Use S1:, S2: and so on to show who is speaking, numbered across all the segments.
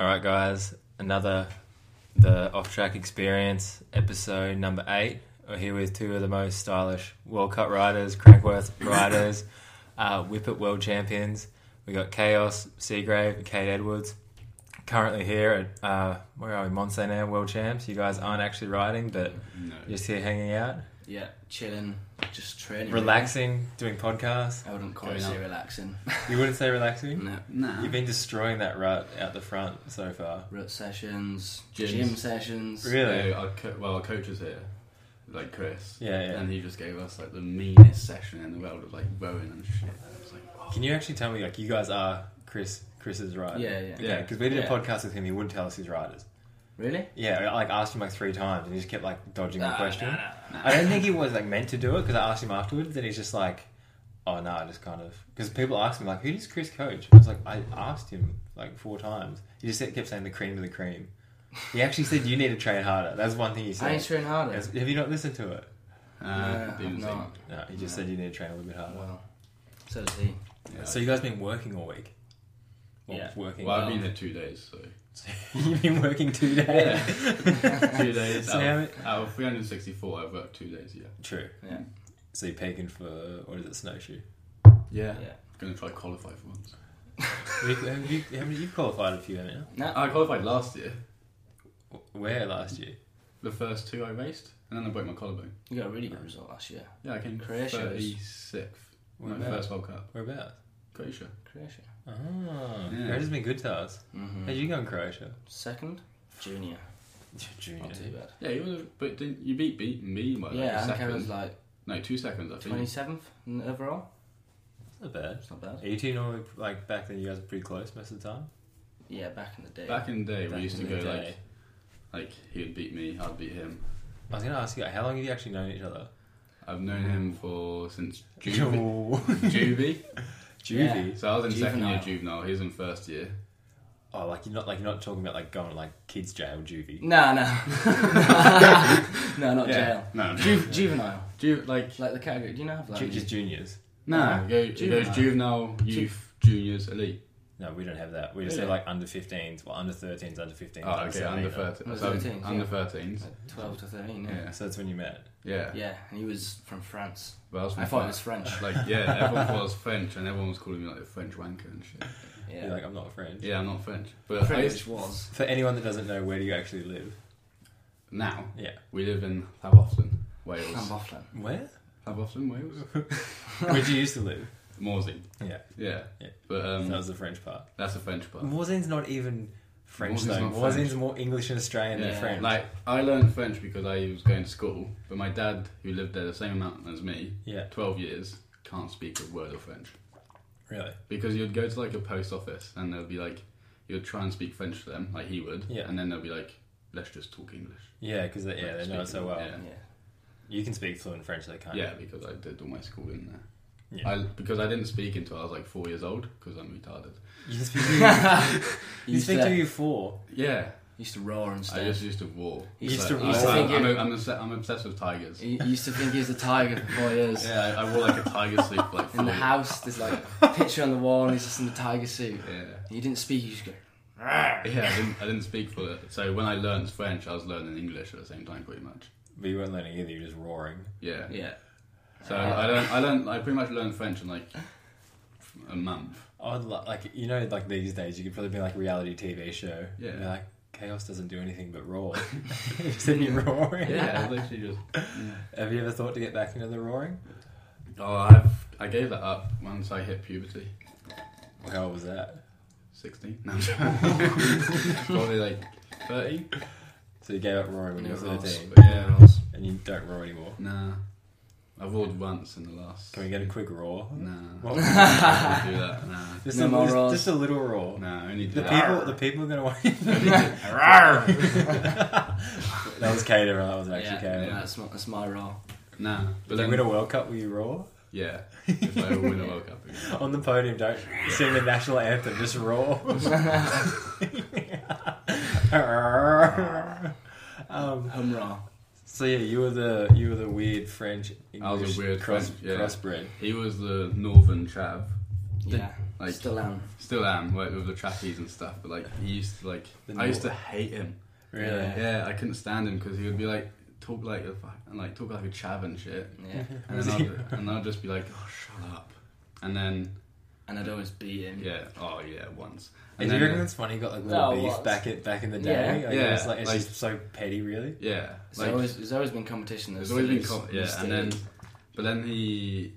S1: All right, guys, another the off track experience episode number eight. We're here with two of the most stylish World Cup riders, Crankworth riders, uh, Whippet World champions. We got Chaos Seagrave, Kate Edwards. Currently here at uh, where are we? Mont Saint Anne World Champs. You guys aren't actually riding, but
S2: No.
S1: just here hanging out,
S3: Yeah, chilling, just training.
S1: relaxing, doing podcasts.
S3: I wouldn't quite
S2: Going
S3: say
S2: up.
S3: relaxing.
S1: You wouldn't say relaxing.
S3: no.
S2: Nah.
S1: You've been destroying that rut out the front so far.
S3: Route sessions,
S2: Gyms.
S3: gym sessions.
S1: Really?
S2: So our co- well, our coach was here, like Chris.
S1: Yeah, yeah.
S2: And he just gave us like the meanest session in the world of like rowing and shit. And I was like, oh.
S1: Can you actually tell me, like, you guys are Chris? Chris is right.
S3: Yeah, yeah.
S1: Yeah, because we did
S3: Yeah.
S1: a podcast with him. He wouldn't tell us his riders.
S3: Really?
S1: Yeah, I like asked him like three times, and he just kept like dodging the
S3: Nah,
S1: question.
S3: nah, nah, nah.
S1: I don't think he was like meant to do it because I asked him afterwards, and he's just like, "Oh no, I just kind of." Because people asked him like, "Who does Chris coach?" I was like, "I asked him like four times." He just said- kept saying the cream of the cream. He actually said, "You need to train harder." That's one thing he
S3: I
S1: said.
S3: ain't train harder.
S1: Has- Have you not listened to it?
S2: Uh,
S3: I've
S2: didn't think-
S3: not.
S1: No, he just
S3: No.
S1: said you need to train a little bit harder.
S3: Well, so does he.
S2: Yeah.
S1: So you guys been working all week? Well,
S3: Yeah.
S1: working.
S2: well, I've been here two days, so
S1: You've been working two days.
S2: two days.
S1: So
S2: out,
S1: how
S2: of, out of 364, I've worked two days. Yeah.
S1: True.
S3: Yeah.
S1: So you're pegging for what is it, snowshoe?
S2: Yeah.
S3: Yeah.
S2: Gonna try qualify for once.
S1: Have you, have you, have you qualified a few, haven't
S3: No.
S2: I qualified last year.
S1: you? Where last year?
S2: The first two I raced, and then I broke my collarbone.
S3: You got a really good result last year.
S2: Yeah, I came
S3: Croatia was-
S2: 36th. My
S1: Whereabouts?
S2: first World Cup.
S1: Whereabouts?
S2: Croatia.
S3: Croatia.
S1: Oh,
S2: Yeah.
S1: Croatia's been good to us.
S3: Mm-hmm.
S1: How'd you go in Croatia?
S3: Second, junior.
S1: Junior.
S3: Not too bad.
S2: Yeah, you would have, but didn't you beat beat me by like
S3: yeah,
S2: a
S3: I think I
S2: second?
S3: was like
S2: No, two seconds. I think.
S3: 27th in overall.
S1: Not bad.
S3: It's not bad.
S1: Are you two normally, like, back then you guys were pretty close most of the time?
S3: Yeah, back in the day.
S2: Back in the day,
S1: Back
S2: we used to
S1: in
S2: go
S1: the
S2: like
S1: day.
S2: like he would beat me, I'd beat him.
S1: I was going to ask you, how long have you actually known each other?
S2: I've known him for since juvie. juvie.
S1: Juvie?
S2: So I was in second year
S3: Juvenile.
S2: juvenile. He was in first year.
S1: Oh, like, you're not, like, you're not talking about, like, going to, like, kids' jail juvie.
S3: No, no. no, not jail.
S2: No. Ju-
S3: Ju- juvenile.
S2: ju- like
S3: Like the category. Do you know have like
S1: Ju- just juniors.
S2: no.
S3: No.
S2: Go, it goes
S3: Juvenile.
S2: juvenile, youth, juniors, elite.
S1: No, we don't have that. We just say,
S3: Really?
S1: like, under 15s. Well, under 13s, under 15s.
S2: Oh, okay. Under
S1: 17s.
S2: thirteen.
S3: Under
S2: So I'm
S3: 13s,
S2: under
S3: yeah.
S2: thirteens.
S3: like 12 to 13, yeah.
S2: Yeah.
S1: So that's when you met.
S2: Yeah.
S3: Yeah, and he was from France.
S2: But I, was from
S3: I thought it was
S2: France.
S3: French.
S2: Like yeah, everyone thought I was French, and everyone was calling me like a French wanker and shit.
S3: Yeah.
S1: You're like, I'm not French.
S2: Yeah, I'm not French, but I
S3: French
S2: used,
S3: was.
S1: For anyone that doesn't know, where do you actually live?
S2: now
S1: Yeah.
S2: we live in Llavofflin, Wales.
S3: Sam Boughlin.
S1: Where?
S2: Llavofflin, Wales.
S1: Where do you used to live?
S2: Morsey.
S1: Yeah.
S2: Yeah.
S1: Yeah.
S2: But um,
S1: that was the French part.
S2: that's the French part.
S1: Morzin's not even French
S2: Morzin's
S1: though.
S2: not
S1: Morzin's
S2: French.
S1: more English and Australian than
S3: Yeah.
S1: French.
S2: Like I learned French because I was going to school, but my dad, who lived there the same amount as me,
S1: yeah,
S2: twelve years, can't speak a word of French.
S1: really.
S2: Because you'd go to like a post office and they'll be like, you'd try and speak French to them, like he would,
S1: Yeah.
S2: and then they'll be like, let's just talk English.
S1: Yeah, because they, yeah, they know it so well.
S2: Yeah.
S3: Yeah.
S1: You can speak fluent French, they can't.
S2: Yeah, because I did all my schooling there.
S1: Yeah.
S2: I, because I didn't speak until I was like four years old because I'm retarded.
S1: You can speak to you, you
S3: used,
S1: speak
S3: to,
S1: to you four.
S2: Yeah,
S3: used to roar and stuff.
S2: I just used to war.
S3: You used
S1: to-
S2: Like, I-
S1: you used to
S2: I'm,
S3: think
S2: I'm,
S3: it-
S2: I'm obsessed- I'm obsessed with tigers.
S3: He he used to think he was a tiger for four years.
S2: Yeah, I, I wore like a tiger suit for like four
S3: In the house, there's like a picture on the wall and he's just in the tiger suit.
S2: Yeah.
S3: And you didn't speak, you just go,
S2: Yeah, I didn't, I didn't speak for it. So when I learned French, I was learning English at the same time, pretty much.
S1: But you weren't learning either. You're just roaring.
S2: Yeah.
S3: yeah.
S2: So I learned, I learned, I pretty much learned French in like a month.
S1: I'd lo- like you know like these days you could probably be like a reality TV show.
S2: Yeah.
S1: And they're like chaos doesn't do anything but roar. you said you're roaring.
S2: Yeah, I was literally just.
S1: Have you ever thought to get back into the roaring?
S2: Oh, I've, I gave that up once I hit puberty.
S1: How was that?
S2: 16? No, I'm joking. Probably like 30.
S1: So you gave up roaring when you
S3: No
S1: were
S3: roars.
S1: thirteen,
S2: But yeah, I was.
S1: and you don't roar anymore.
S2: Nah. I've roared once in the last.
S1: Can we get a quick roar?
S2: Nah.
S1: What-
S2: I wouldn't do that, nah.
S1: Just,
S3: No
S1: a,
S3: more
S1: just,
S3: roars.
S1: just a little roar.
S2: Nah, I only do
S1: The
S2: that.
S1: people, the people are gonna want. that was Cater. That was actually
S3: yeah,
S1: Cater.
S3: no, that's, my, that's my roar.
S2: Nah, but
S1: If you
S2: then,
S1: win a World Cup, will you roar
S2: yeah, if I ever win a World Cup again.
S1: on the podium? Don't sing the national anthem. Just roar. um,
S3: Hum roar.
S1: so yeah, you were the you were the weird French English
S2: I was a weird
S1: cross,
S2: French, yeah.
S1: crossbred.
S2: He was the northern chav,
S3: Yeah.
S2: Like-
S3: Still am.
S2: Still am, like with the trapeze and stuff, but like he used to like
S4: The
S2: I used to hate him.
S4: Really?
S3: Yeah.
S2: Yeah, I couldn't stand him because he would be like talk like a fuck- and like talk like a chav and shit,
S3: Yeah.
S2: and then I'd, and I'd just be like, oh shut up, and then
S3: And I'd always beat him.
S2: yeah, oh yeah, once.
S1: Do
S2: And
S1: you
S2: then,
S1: reckon it's funny? Got like little
S3: No,
S1: beef
S3: what?
S1: back at back in the day.
S3: Yeah.
S1: like,
S2: Yeah,
S1: It's, like, it's
S2: like-
S1: just so petty, really.
S2: yeah,
S3: There's,
S2: like
S3: always, there's always been competition.
S2: there's
S3: that
S2: always been
S3: is-
S2: com-
S3: is
S2: yeah,
S3: still-
S2: and then but then he.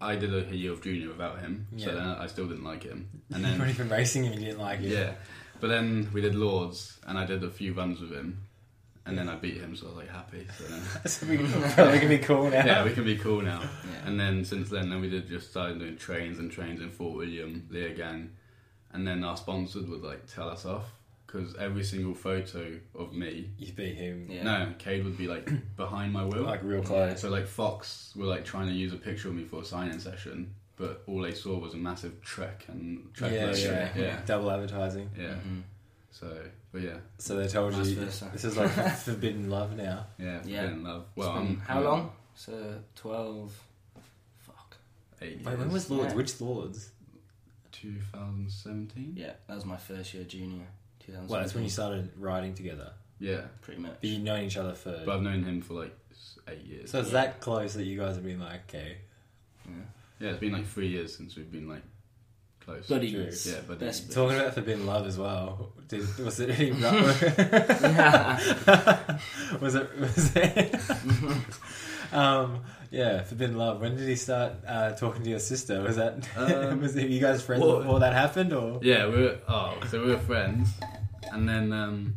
S2: I did a year of junior without him,
S1: Yeah.
S2: so then I still didn't like him. And
S1: you weren't
S2: then
S1: even racing him. You didn't like it.
S2: yeah, but then we did Lords, and I did a few runs with him, and then I beat him, so I was like happy. So then,
S1: so we can probably can be cool now.
S2: yeah, we can be cool now.
S3: Yeah.
S2: And then since then, then we did just started doing trains and trains in Fort William, Lear Gang, and then our sponsors would like tell us off because every single photo of me,
S1: You beat him
S3: Yeah.
S2: no, Cade would be like behind my wheel.
S1: like real close.
S2: so like Fox were like trying to use a picture of me for a sign-in session, but all they saw was a massive trek and trek
S1: yeah,
S2: logo.
S1: yeah,
S2: yeah,
S1: Double advertising.
S2: yeah.
S3: Mhm.
S2: So, but yeah,
S1: So they told
S3: Vice
S1: you
S3: versa.
S1: this is like forbidden love now.
S2: yeah,
S3: Yeah.
S2: yeah. in love.
S3: It's
S2: Well,
S3: been
S2: I'm-
S3: how
S2: I'm
S3: long? So 12. Fuck.
S1: Wait,
S2: Eight
S1: when
S2: years.
S1: was Lords?
S3: Yeah.
S1: Which Lords?
S2: 2017?
S3: Yeah, that was my first year junior. 2017.
S1: Well, that's when you started riding together.
S2: Yeah,
S3: Pretty much.
S1: But you've known each other for.
S2: but I've known him for like s- eight years.
S1: so it's that close that you guys have been like, okay,
S3: Yeah.
S2: Yeah, it's been like three years since we've been like close.
S3: Buddies.
S2: Yeah, buddies.
S3: Best
S1: Talking about forbidden love as well. Did, was it any was it was it? um, yeah, forbidden love. When did he start uh, talking to your sister? Was that
S2: Um,
S1: was it, you guys friends
S2: well-
S1: before that happened or?
S2: Yeah, we were oh, so we were friends, and then um,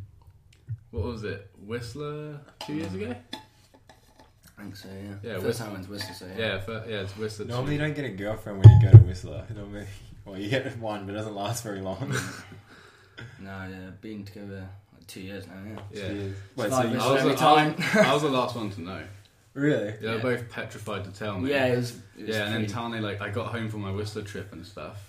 S2: what was it? Whistler two years ago.
S3: I think so, yeah.
S2: Yeah,
S3: First
S2: Whistler.
S3: time I went to Whistler, so yeah.
S2: Yeah, for, yeah, it's Whistler. two.
S1: Normally, you don't get a girlfriend when you go to Whistler. Normally, well, you get one, but it doesn't last very long.
S3: No, yeah, been together like two years now, yeah.
S2: Yeah.
S1: Wait, so
S3: Survived
S1: you,
S3: Whistler.
S2: I was,
S3: Every
S2: the- I,
S3: time.
S2: was, I was the last one to know.
S1: really?
S2: They were
S3: Yeah.
S2: both petrified to tell me.
S3: Yeah, it was. It was
S2: Oh, Yeah, and then
S3: pretty-
S2: Tani, like, I got home from my Whistler trip and stuff.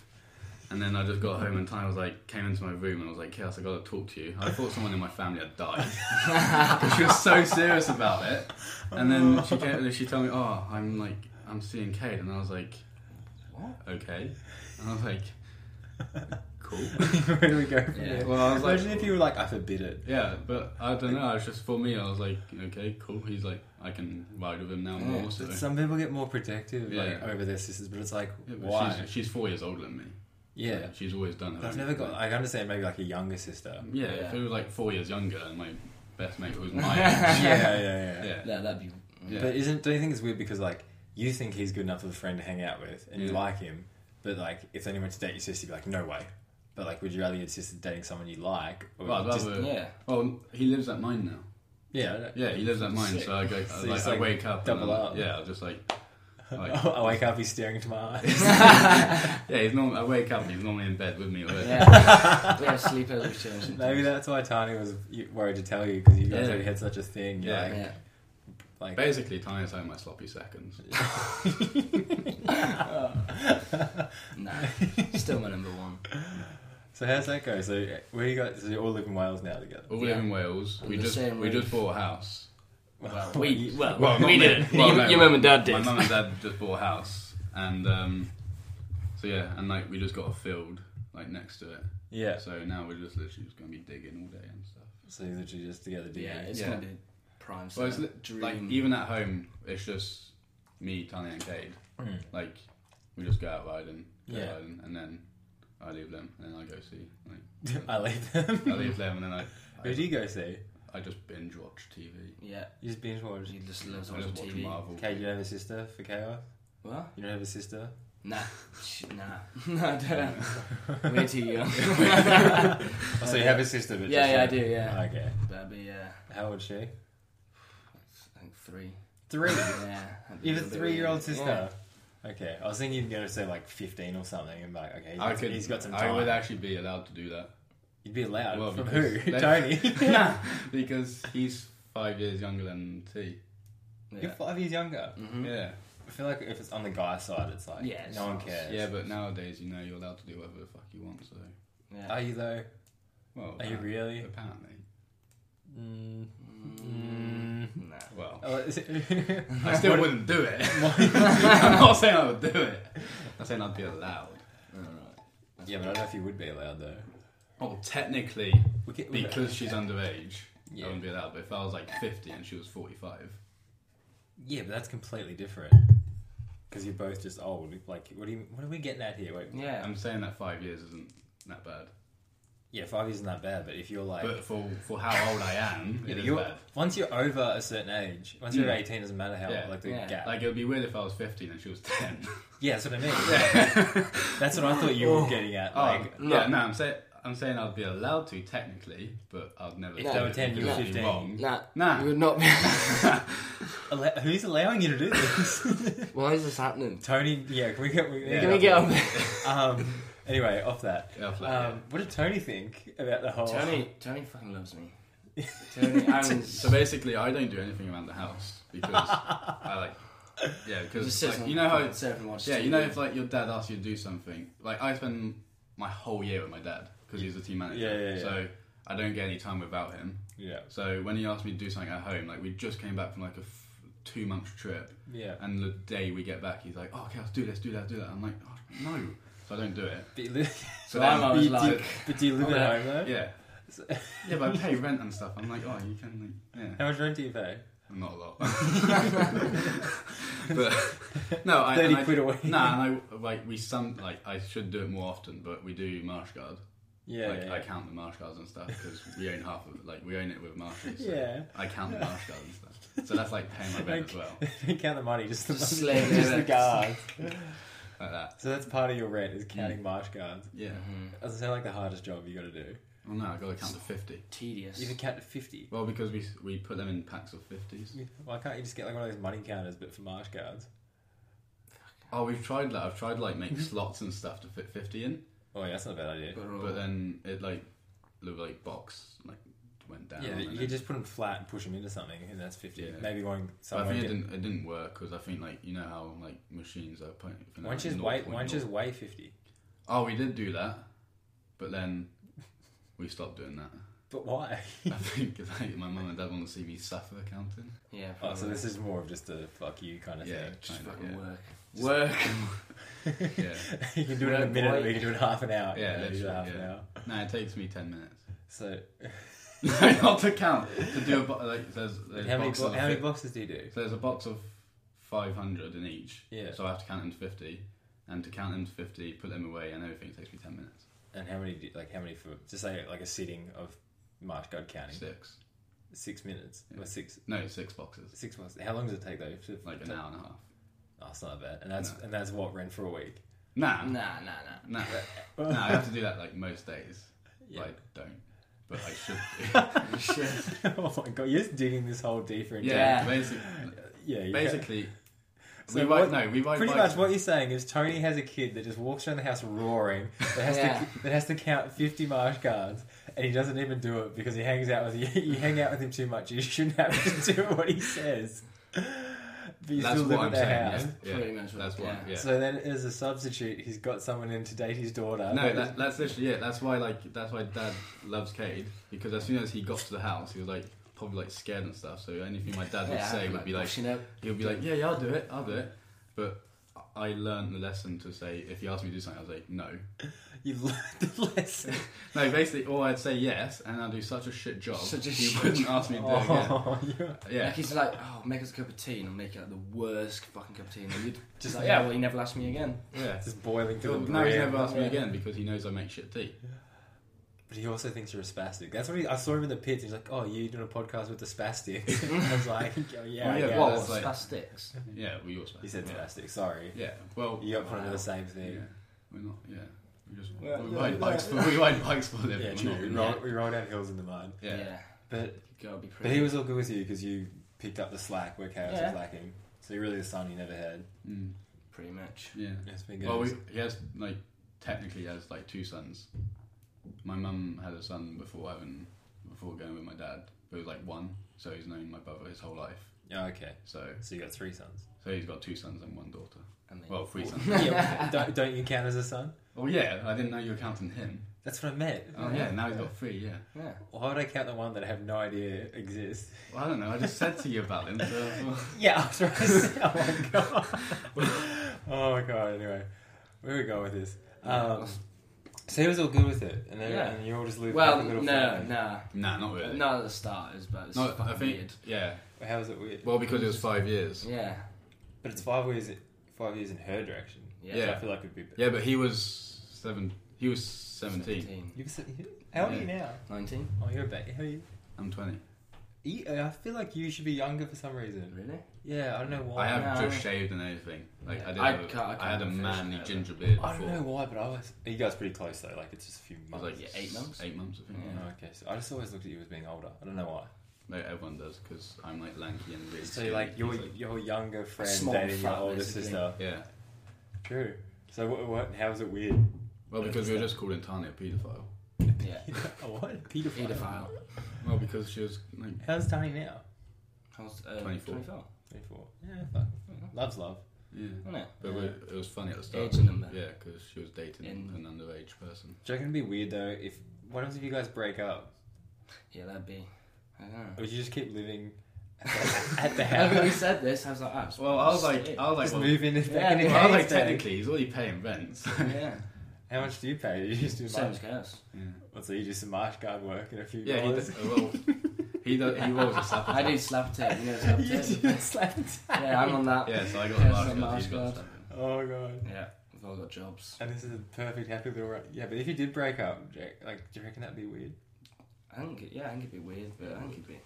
S2: And then I just got home and Tani was like, came into my room and was like, Chaos, I gotta talk to you. I thought someone in my family had died. she was so serious about it. And then she came, she told me, oh, I'm like, I'm seeing Kate. And I was like,
S3: What?
S2: okay. And I was like, cool.
S1: Where do we go from
S3: Yeah.
S1: here?
S2: Well, I was like-
S1: Imagine if you were like, I forbid it.
S2: Yeah, but I don't know. It's just for me, I was like, okay, cool. He's like, I can ride with him now
S3: Yeah,
S2: more. So.
S1: Some people get more protective like
S2: Yeah.
S1: over their sisters, but it's like,
S2: Yeah, but
S1: why?
S2: She's, she's four years older than me.
S1: yeah,
S2: She's always done
S1: But
S2: her
S1: I've
S2: own
S1: never
S2: thing.
S1: got. I understand maybe like a younger sister.
S2: Yeah,
S3: Yeah.
S2: if it was like four years younger and my best mate was my age.
S1: yeah, yeah, yeah.
S2: Yeah.
S3: That, that'd be.
S2: Yeah.
S1: But isn't? Do you think it's weird because like you think he's good enough of a friend to hang out with and you
S2: Yeah.
S1: like him, but like if anyone went to date your sister, you'd be like, no way. But like, would you rather your sister dating someone you like? Or
S2: Well, I'd
S1: just-
S2: rather.
S3: Yeah.
S2: Well, he lives at mine now.
S1: yeah, I don't-
S2: Yeah, he lives at mine,
S1: Sick.
S2: so I go.
S1: So
S2: like,
S1: it's
S2: I
S1: like
S2: wake up. and I'm
S1: double
S2: like-
S1: up. Oh,
S2: Yeah, I just like. like
S1: I wake up, he's staring into my eyes.
S2: yeah, he's normal. I wake up and he's normally in bed with me. Already.
S3: Yeah. we have sleepovers changed.
S1: Maybe that's why Tani was y- worried to tell you because you guys
S2: Yeah.
S1: already had such a thing.
S2: Yeah.
S1: Yeah.
S3: Yeah.
S1: Like, like
S2: Basically, Tanya's like my sloppy seconds.
S3: No. Still my number one.
S1: so how's that go? So uh, where you got? So you all live in Wales now together.
S2: All we
S3: Yeah.
S2: live in Wales. We
S3: the
S2: just
S3: same
S2: we
S3: roof.
S2: just bought a house.
S3: Well,
S1: we-
S3: well,
S2: Well, not me. Well, no,
S3: dad
S2: My mum and dad just bought a house, and um, so yeah, and like we just got a field like next to it.
S1: Yeah.
S2: So now we're just literally just gonna be digging all day and stuff.
S1: So you're literally just together.
S3: Yeah,
S1: Yeah.
S3: it's
S2: Yeah.
S3: gonna be prime.
S2: Well, it's
S3: stuff.
S2: li-
S3: dream.
S2: like even at home, it's just me, Tony, and Cade.
S1: Mm.
S2: Like we just go out riding, go
S1: Yeah.
S2: riding, and then I leave them, and then I go see. Like,
S1: I leave them.
S2: I leave them, and then I.
S1: Who do you go see?
S2: I just binge watch TV.
S3: Yeah,
S1: You just binge watch.
S3: he just
S2: I
S3: loves
S2: just
S3: watching
S2: watch
S3: TV.
S2: Marvel.
S1: Okay, you don't have a sister for chaos.
S3: What?
S1: You don't have a sister.
S3: Nah, Sh- nah, no, I don't. Way too young.
S1: Oh, so you have a sister, but
S3: Yeah,
S1: just
S3: yeah, I
S1: like- Oh,
S3: do. Yeah,
S1: Okay.
S3: that'd be uh,
S1: How old is she?
S3: I think three.
S1: Three.
S3: Yeah, that'd be
S1: you have a
S3: little bit
S1: three-year-old
S3: weird.
S1: sister. Okay, I was thinking you're gonna say like fifteen or something, and be like, okay, he's
S2: I
S1: got,
S2: could.
S1: he's got some
S2: I
S1: time.
S2: would actually be allowed to do that.
S1: You'd be allowed
S2: Well,
S1: from who?
S2: because they-
S1: Tony.
S2: because he's five years younger than T.
S3: Yeah.
S1: You're five years younger.
S3: hmm
S2: Yeah.
S1: I feel like if it's on the guy side, it's like
S3: Yeah, it's-
S1: no one cares.
S2: Yeah, but nowadays, you know, you're allowed to do whatever the fuck you want. So,
S3: yeah.
S1: Are you though?
S2: well,
S1: Are you
S2: apparently-
S1: really?
S2: Apparently.
S1: Mm.
S3: Mm, nah.
S2: Well,
S1: Oh, is it-
S2: I still wouldn't do it. I'm not saying I would do it. I'm saying I'd be allowed.
S3: Yeah.
S1: Mm. Yeah, but I don't know if you would be allowed though.
S2: Oh, technically,
S1: We could, we-
S2: because she's underage, I
S1: yeah.
S2: wouldn't be allowed. But if I was like 50 and she was 45,
S1: yeah, but that's completely different. Because you're both just old. Like, what do you? What are we getting at here? Wait,
S3: Yeah.
S2: I'm saying that five years isn't that bad.
S1: yeah, five isn't that bad. But if you're like,
S2: But for for how old I am,
S1: yeah,
S2: it
S1: but
S2: is
S1: you're,
S2: bad.
S1: once you're over a certain age, once you're
S2: Mm.
S1: 18, doesn't matter how
S2: Yeah.
S1: like the
S3: Yeah.
S1: gap.
S2: Like it would be weird if I was 15 and she was 10.
S1: yeah, that's what I mean. Yeah. that's what I thought you were getting at. Like,
S2: oh, yeah, no, I'm saying I'm saying I'd be allowed to technically, but I'd never.
S3: If
S2: do
S3: they were
S2: it
S1: 10, you
S2: because
S1: were
S2: it'd be
S1: 15.
S2: Wrong.
S3: Nah,
S2: Nah.
S3: you would not be.
S1: alla- who's allowing you to do this?
S3: Why is this happening?
S1: Tony, yeah, can we get? We, yeah,
S3: Can we get on?
S1: Um. Anyway, off that.
S2: Yeah, flat, yeah.
S1: Um, what did Tony think about the whole?
S3: Tony, Tony fucking loves me. Tony, I'm
S2: So basically, I don't do anything around the house because I like, yeah, because like, you know how it's,
S3: surfing watch.
S2: yeah,
S3: TV.
S2: you know if like your dad asks you to do something, like I spend my whole year with my dad because he's the team manager,
S1: Yeah, yeah, yeah.
S2: so I don't get any time without him.
S1: Yeah.
S2: So when he asked me to do something at home, like we just came back from like a f- two month trip,
S1: Yeah.
S2: and the day we get back, he's like, oh, okay, let's do this, do that, do that. I'm like, oh, no, so I don't do it.
S1: But you li-
S2: So
S3: Well, I'm
S2: then-
S3: I always was
S1: you do-
S3: like-
S1: but do you live at home though?
S2: Oh, yeah, yeah, but I pay rent and stuff. I'm like, oh, you can, like, yeah.
S1: How much rent do you pay?
S2: Not a lot. but no, I,
S1: Thirty
S2: and I
S1: quid a week.
S2: No, and I like we some like I should do it more often, but we do marsh guard.
S1: Yeah.
S2: like
S1: yeah.
S2: I count the marsh guards and stuff because we own half of it. Like we own it with marshes. So
S1: Yeah.
S2: I count the marsh guards and stuff. So that's like paying my rent as well.
S1: Don't count the money, just the
S3: Just
S1: money,
S3: slam
S1: just
S3: it.
S1: the guards.
S2: Like that.
S1: So that's part of your rent
S2: Mm.
S1: is counting marsh guards.
S2: Yeah.
S3: mm,
S1: Doesn't sound like the hardest job you got to do.
S2: Well, no, I got to count to fifty.
S3: Tedious.
S1: You can count to fifty.
S2: Well, because we we put them in packs of fifties.
S1: Why can't you just get like one of those money counters, but for marsh guards?
S2: Oh, we've tried that. I've tried like
S1: Mm-hmm.
S2: make slots and stuff to fit fifty in,
S1: Oh yeah, that's not a bad idea.
S2: but then it like the like box like went down.
S1: Yeah,
S2: and
S1: you
S2: then-
S1: could just put them flat and push them into something, and that's fifty.
S2: Yeah.
S1: Maybe one.
S2: But I
S1: Someone
S2: think it
S1: get-
S2: didn't, it didn't work because I think like you know how like machines are point. you know,
S1: why don't you just
S2: like
S1: weigh?
S2: 0.0.
S1: Why don't you just weigh fifty?
S2: Oh, we did do that, but then we stopped doing that.
S1: But why?
S2: I think 'cause, like, my mum and dad want to see me suffer counting.
S3: Yeah.
S1: Oh,
S3: probably.
S1: so this is more of just a fuck you kind of
S2: Yeah,
S3: just
S2: kind of,
S3: fucking
S2: yeah.
S3: work. Work.
S2: yeah.
S1: thing. you can do it in a
S3: Yeah,
S1: minute,
S3: boy.
S1: or you can do it in half an hour. you
S2: Yeah,
S1: can do it in
S2: literally,
S1: half an
S2: yeah.
S1: hour.
S2: No, it takes me ten minutes.
S1: So,
S2: No, not to count to do a bo- like there's, there's
S1: how many
S2: boxes
S1: bo-
S2: of
S1: how many
S2: fif-
S1: boxes do you do?
S2: so there's a box of five hundred in each.
S1: Yeah.
S2: So I have to count into fifty, and to count into fifty, put them away, and everything takes me ten minutes.
S1: And how many do, like how many for just say like a sitting of Marsh God counting
S2: Six.
S1: six minutes
S2: Yeah.
S1: or six
S2: No, six boxes.
S1: six months? How long does it take though? To,
S2: Like an
S1: to-
S2: hour and a half.
S1: Oh, it's not bad. And that's
S2: No.
S1: and that's what rent for a week.
S2: Nah,
S3: Nah,
S2: nah,
S3: nah, nah.
S2: nah. uh, I have to do that like most days.
S1: Yeah.
S2: I don't, but I should. Do.
S3: Shit.
S1: oh my god, you're just digging this whole deeper into
S2: yeah,
S3: Yeah.
S2: basically,
S1: yeah. you-
S2: basically,
S1: So
S2: we ride.
S1: what-
S2: No, we ride.
S1: Pretty
S2: bikes.
S1: much what you're saying is Tony has a kid that just walks around the house roaring that has
S3: Yeah.
S1: to that has to count 50 marsh guards and he doesn't even do it because he hangs out with you. You hang out with him too much. You shouldn't have to do what he says. But you
S2: That's
S1: still
S2: what
S1: live
S2: I'm
S1: at their
S2: saying.
S1: house.
S2: Yeah,
S3: Pretty
S2: yeah,
S3: much what-
S2: that's what.
S3: yeah.
S2: Yeah.
S1: So then, as a substitute, he's got someone in to date his
S3: uh,
S1: daughter.
S2: no, that, that's literally it. That's why, like, that's why Dad loves Cade because as soon as he got to the house, he was like probably like scared and stuff. So anything my dad would
S3: Yeah,
S2: say would
S3: like
S2: be like,
S3: pushing up.
S2: he'll be like, yeah, yeah, I'll do it, I'll do it. But I learned the lesson to say if he asked me to do something, I was like, no.
S1: you learned the lesson.
S2: No, basically, or I'd say yes, and I'd do such a shit job.
S3: Such a
S2: he
S3: shit
S2: wouldn't ask me to do it again.
S1: Oh, you-
S2: Yeah,
S3: Like he's like, oh, make us a cup of tea, and I'm making like the worst fucking cup of tea. And you'd
S1: Just
S3: just
S1: like-
S3: like, yeah, well, you never asked me again.
S2: yeah.
S1: just boiling to the
S2: Well,
S1: brim.
S2: no, he's never asked me
S3: Yeah.
S2: again because he knows I make shit tea.
S1: But he also thinks you're a spastic. That's what he, I saw him in the pits. He's like, "Oh, you doing a podcast with the spastics?" I was like, "Oh, "Yeah,
S2: Oh,
S1: yeah."
S2: yeah,
S1: yeah
S2: what?
S1: that's-
S2: that's like-
S3: spastics.
S2: Yeah, well, you're supposed
S1: He said
S2: yeah.
S1: spastic. Sorry,
S2: Yeah, well, uh,
S1: you got put under
S3: Wow.
S1: the same
S2: yeah,
S1: thing.
S2: we're not. Yeah, we just
S1: Yeah,
S2: we
S1: yeah,
S2: ride
S1: yeah.
S2: bikes for we ride bikes for a
S1: Yeah,
S2: living. we're
S1: true. We
S2: not- we're
S1: roll,
S2: not-
S1: we roll down hills in the mud.
S2: Yeah.
S1: But
S3: you gotta be pretty.
S1: but he was all good with you because you picked up the slack where chaos
S3: Yeah.
S1: was lacking. So you're really the son you never had.
S2: Mm,
S3: pretty much.
S2: yeah.
S1: It's been good.
S2: Well, we, he has like technically he has like two sons. My mum had a son before having before going with my dad, but it was like one, so he's known my brother his whole life.
S1: oh, okay.
S2: So
S1: So you got three sons.
S2: so he's got two sons and one daughter.
S3: And then
S2: Well, three sons.
S1: yeah, don't, don't you count as a son?
S2: Oh yeah, I didn't know you were counting him.
S1: That's what I meant.
S2: Oh yeah, now he's got three. Yeah.
S3: yeah.
S1: Why would I count the one that I have no idea exists?
S2: Well, I don't know. I just said to you about him. So,
S1: Yeah, after I said, oh my god. oh my god, anyway. Where are we going with this? Um, So he was all good with it, and, then,
S3: Yeah.
S1: and you all just lived
S3: Well,
S1: like a
S3: no,
S1: little family.
S3: no,
S2: Nah, not really.
S3: not at the start, is but it's
S2: No,
S3: fucking
S2: I think
S3: weird.
S2: yeah.
S1: How is it weird?
S2: Well, because it was five years.
S3: Yeah,
S1: But it's five years, five years in her direction.
S3: yeah.
S1: So
S2: Yeah.
S1: I feel like it'd be. better.
S2: Yeah, but he was seven. He was seventeen.
S3: 17.
S1: You, said- you- how old are you now?
S3: 19?
S1: Oh, you're a baby. How are you?
S2: I'm twenty.
S1: you? I feel like you should be younger for some reason.
S3: Really?
S1: Yeah, I don't know why.
S2: I have
S3: Oh, no.
S2: just shaved and everything. Like I did.
S3: I
S2: have a-
S3: can't- I
S2: I had a
S3: can't finish
S2: manly
S3: that,
S2: ginger beard before.
S1: I don't know why, but I was. Are you guys pretty close though? Like it's just a few
S2: It was
S1: months.
S2: like
S3: Yeah, eight months?
S2: Eight months, I think.
S3: Yeah.
S1: Oh, okay, so I just always looked at you as being older. I don't know why.
S2: No, everyone does because I'm like lanky and really.
S1: So
S2: skinny.
S1: you're like your
S2: He's
S1: your younger friend
S3: small
S1: dating your
S3: fat,
S1: older
S3: basically.
S1: sister.
S2: yeah.
S1: True. So what, what? How is it weird?
S2: Well, because we were just called Intani a paedophile.
S3: Yeah.
S1: A what? Pedophile.
S3: Pedophile.
S2: Well, because she was like
S1: How's Tony now?
S3: I was, uh,
S2: 24.
S3: 24.
S1: Twenty-four. Yeah. fuck. Love's love.
S2: yeah.
S3: Wasn't it?
S2: But we- it was funny at the start.
S3: Age and number.
S2: Yeah, because she was dating
S3: In-
S2: an underage person.
S1: Do you reckon it'd be weird though if what happens if you guys break up?
S3: Yeah, that'd be. I don't know.
S1: Or would you just keep living at the
S3: Now that we
S1: house?
S3: said this, I was like, oh,
S2: Well, I was like,
S3: shit.
S2: I was like,
S1: Just
S2: well,
S1: move in back
S3: Yeah,
S1: in your
S3: well,
S2: I was
S1: house.
S2: like, technically, he's already paying rent. so-
S3: yeah,
S1: How much do you pay? You just do
S3: same
S1: much.
S3: as chaos.
S2: yeah,
S1: What's so you do some marsh guard work and a few
S2: yeah, he
S1: dollars?
S2: does. uh, Well, he does. He rolls a slap.
S3: I do slap tape, you know slap
S1: you
S3: tape.
S1: do slap
S3: yeah, I'm on that.
S2: Yeah, so I got
S3: Yeah,
S2: a
S3: it's
S2: large
S3: not
S2: guard.
S3: mask
S2: He's got a
S3: guard.
S2: slap. guard.
S1: Oh god.
S3: Yeah, we've all got jobs.
S1: And this is a perfect happy little. Ro- yeah, but if you did break up, Jack, like, do you reckon that'd be weird?
S3: I think, it- yeah, I think it'd be weird, but I think it'd be,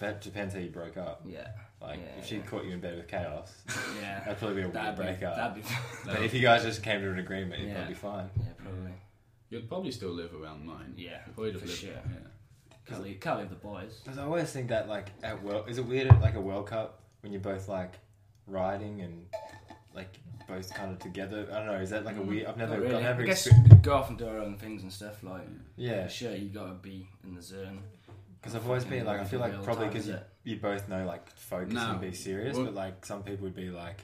S1: That depends how you broke up.
S3: yeah,
S1: Like,
S3: Yeah,
S1: if she
S3: yeah.
S1: caught you in bed with chaos,
S3: yeah.
S1: that'd probably be a weird
S3: That'd be,
S1: breakup.
S3: that'd be,
S1: But if you guys just came to an agreement, it'd
S3: Yeah.
S1: probably be fine.
S3: yeah, probably.
S2: You'd probably still live around mine.
S3: Yeah,
S2: You'd probably
S3: for
S2: just
S3: sure.
S2: live. Yeah.
S3: Can't leave, can't leave the boys.
S1: Because I always think that, like, at World, is it weird at, like, a World Cup when you're both, like, riding and, like, both kind of together? I don't know, is that, like, a
S2: Mm,
S1: weird, I've never,
S3: Not really.
S1: I've never
S3: I guess
S1: experienced,
S3: we go off and do our own things and stuff like.
S1: yeah.
S3: Sure, you gotta be in the zone.
S1: Because I've always been, like, I feel like
S3: Real
S1: probably
S3: time,
S1: because
S3: is
S1: you,
S3: it?
S1: you both know, like, focus
S2: No.
S1: and be serious,
S2: Well-
S1: but, like, some people would be like,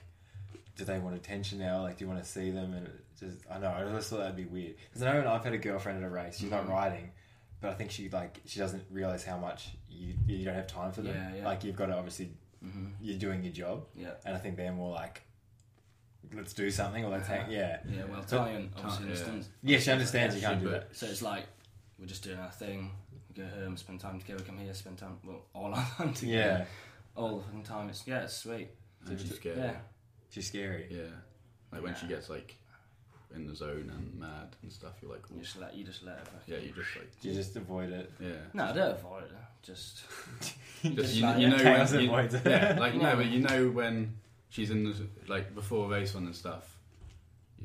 S1: do they want attention now? Like, do you want to see them? And it just, I know, I always thought that'd be weird. Because I know when I've had a girlfriend at a race, she's not
S3: Mhm.
S1: riding, but I think she, like, she doesn't realize how much you, you don't have time for them.
S3: Yeah, yeah.
S1: Like, you've got to obviously,
S3: Mhm.
S1: you're doing your job.
S3: Yeah,
S1: and I think they're more like, let's do something or let's hang. Yeah,
S3: yeah. Well, Italian obviously
S2: yeah.
S3: understands.
S1: yeah, she understands
S2: Yeah,
S1: you can't
S2: she-
S1: do
S2: but-
S1: that.
S3: So it's like we're just doing our thing. We go home, spend time together. Come here, spend time. Well, all our time together.
S1: Yeah,
S3: All the fucking time. It's yeah, it's sweet.
S2: And she's
S3: Yeah.
S2: scared.
S1: she's scary.
S2: Yeah. Like when she
S3: Yeah.
S2: gets like in the zone and mad and stuff, you're like,
S3: You
S2: "Ooh."
S3: just let you just let her. fucking-
S2: yeah, you just like,
S1: You just avoid it.
S2: yeah.
S3: No, I don't avoid her. Just
S2: Just,
S3: Just
S2: you,
S3: like,
S2: you
S3: yeah,
S2: know
S1: chaos
S2: when, you-
S1: avoids it.
S2: yeah, like no,
S3: Yeah.
S2: but you know when she's in the like before a race on and stuff,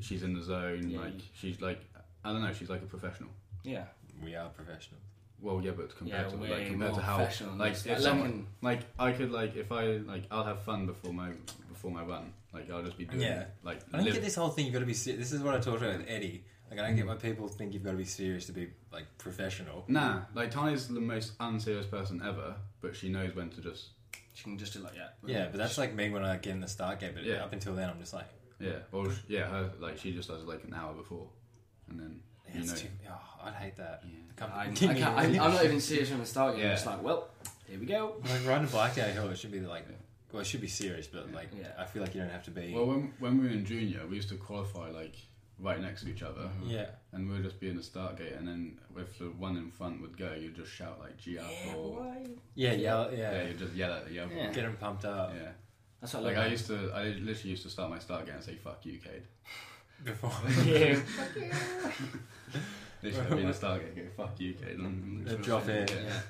S2: she's in the zone.
S3: Yeah,
S2: like
S3: you-
S2: she's like, I don't know, she's like a professional.
S3: yeah.
S1: We are professionals.
S2: Well, yeah, but compared
S3: yeah,
S2: to
S3: way
S2: like compared
S3: more
S2: to how
S3: professional than
S2: like
S3: this.
S2: if
S3: I
S2: someone
S3: reckon-
S2: like I could like if I like I'll have fun before my before my run. Like I'll just be doing
S1: Yeah.
S2: like
S1: I don't
S2: live-
S1: get this whole thing. You've got to be. Se- this is what I talked about with Eddie. Like I don't get why people think you've got to be serious to be like professional.
S2: Nah, like Tanya's the most unserious person ever, but she knows when to just
S3: she can just do like yeah.
S1: Yeah, but that's like me when I get in the start gate. But
S2: Yeah.
S1: up until then, I'm just like,
S2: yeah. Well, sh- yeah, her, like she just does it like an hour before, and then
S1: yeah,
S2: you
S1: it's
S2: know.
S1: too. Oh, I'd hate that.
S2: Yeah.
S1: Come-
S3: I, I
S1: give
S3: can't,
S1: me-
S3: I, I'm not even serious when I start. Yeah.
S2: Yeah.
S3: I'm just like, well, here we go.
S1: like riding a bike down a hill. It should be like. Well, it should be serious, but like
S3: Yeah.
S1: I feel like you don't have to be.
S2: Well, when when we were in junior, we used to qualify like right next to each other,
S1: yeah.
S2: and we'd just be in the start gate, and then if the one in front would go, you'd just shout like "G up" or
S3: boy.
S1: Yeah, yeah, yeah.
S2: yeah, you'd just yell at the other.
S3: Yeah.
S1: Get them pumped up
S2: Yeah.
S3: That's what
S2: Like
S3: I
S2: I
S3: love.
S2: used to, I literally used to start my start gate and say "fuck you, Cade."
S1: before.
S3: Yeah.
S2: Literally, I'd be in the start gate, and go "fuck you, Cade." and-
S1: They'd drop in.
S2: Yeah.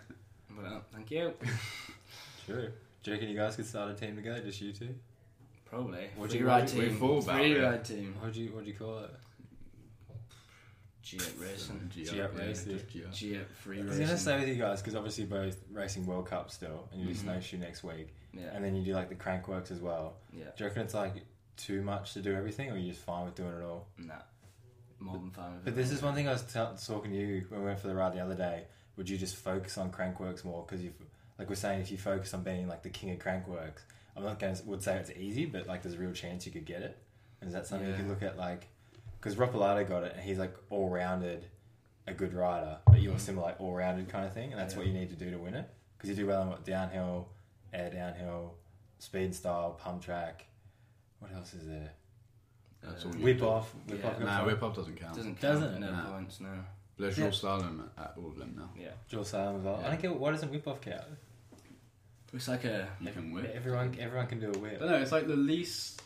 S3: Well, thank you.
S1: True. Do you reckon you guys could start a team together, just you two?
S3: Probably.
S1: What do
S3: Free
S1: you-
S3: ride
S2: we- we
S3: team.
S2: thought about
S3: Free
S2: it.
S3: ride team.
S1: What'd you What'd you call it?
S3: G at racing.
S2: G
S1: G
S2: up,
S1: up
S2: yeah,
S1: race,
S2: just G up.
S3: G at free
S1: I was gonna
S3: racing.
S1: say with you guys because obviously you're both racing World Cup still, and you do
S3: Mhm.
S1: snowshoe next week,
S3: yeah.
S1: and then you do like the crank works as well.
S3: Yeah.
S1: Do you reckon it's like too much to do everything, or you are just fine with doing it all?
S3: Nah. More than five. of
S1: But
S3: it. Uh,
S1: this is one thing I was t- talking to you when we went for the ride the other day. Would you just focus on crankworks more? Because you, like we're saying, if you focus on being like the king of crankworks, I'm not going to would say it's easy, but like there's a real chance you could get it. Is that something you
S3: Yeah.
S1: could look at? Like, because Ropolato got it, and he's like all rounded, a good rider, but you're
S3: Mhm.
S1: similar like all rounded kind of thing, and that's what you need to do to win it. Because you do well on what downhill, air downhill, speed and style, pump track. What else is there?
S2: That's all you
S5: Whip
S2: do.
S5: off. Whip
S3: Yeah.
S5: off. your
S2: Nah,
S5: phone.
S2: whip up doesn't count.
S3: Doesn't count.
S5: Doesn't it?
S3: No
S2: Nah.
S3: points. No.
S2: There's
S5: Yeah.
S2: your salon at all of them now.
S3: Yeah.
S5: Jill Salem as well. I
S2: Yeah.
S5: don't get why doesn't whip off count.
S3: It's like a.
S2: You can whip.
S5: Everyone, everyone can do a
S2: I
S5: whip.
S2: don't know. It's like the least.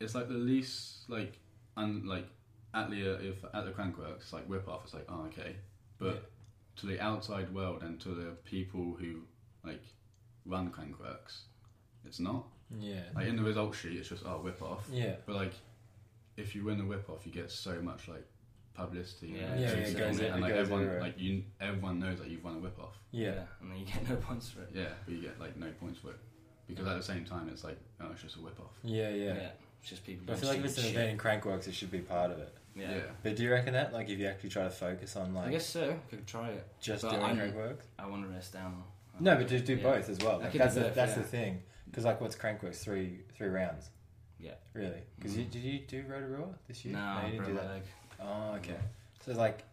S2: It's like the least like un like at the if at the crankworks like whip off. It's like oh okay, but to the outside world and to the people who like run crankworks, it's not.
S1: Yeah.
S2: Like in the result sheet, it's just oh whip off.
S1: Yeah.
S2: But like, if you win the whip off, you get so much like publicity.
S3: Yeah.
S2: and,
S3: Yeah,
S2: attention
S3: it goes-
S2: and,
S1: it
S2: like
S1: goes
S2: everyone
S1: everywhere.
S2: like you everyone knows that you've won a whip off.
S1: Yeah.
S3: And then you get no points for it.
S2: Yeah, but you get like no points for it because at the same time it's like oh it's just a whip off.
S1: Yeah. Yeah.
S3: It's just people.
S1: But I feel like if it's an
S3: doing
S1: event in Crankworks, it should be part of it.
S3: stupid shit. Yeah.
S1: But do you reckon that, like, if you actually try to focus on
S3: I
S1: like
S3: guess so. Could try it.
S1: just
S3: but
S1: doing
S3: I'm-
S1: Crankworks?
S3: I want to rest down.
S1: No, but just do
S3: Yeah.
S1: both as well.
S3: I
S1: Like,
S3: could do
S1: that's the,
S3: both,
S1: that's the
S3: yeah.
S1: thing. Because like, what's Crankworks? Three three rounds.
S3: Yeah.
S1: Really? Because you, did you do Rotorua this year?
S3: No, I
S1: you didn't
S3: broke
S1: do
S3: my
S1: that.
S3: leg.
S1: Oh, okay. So like,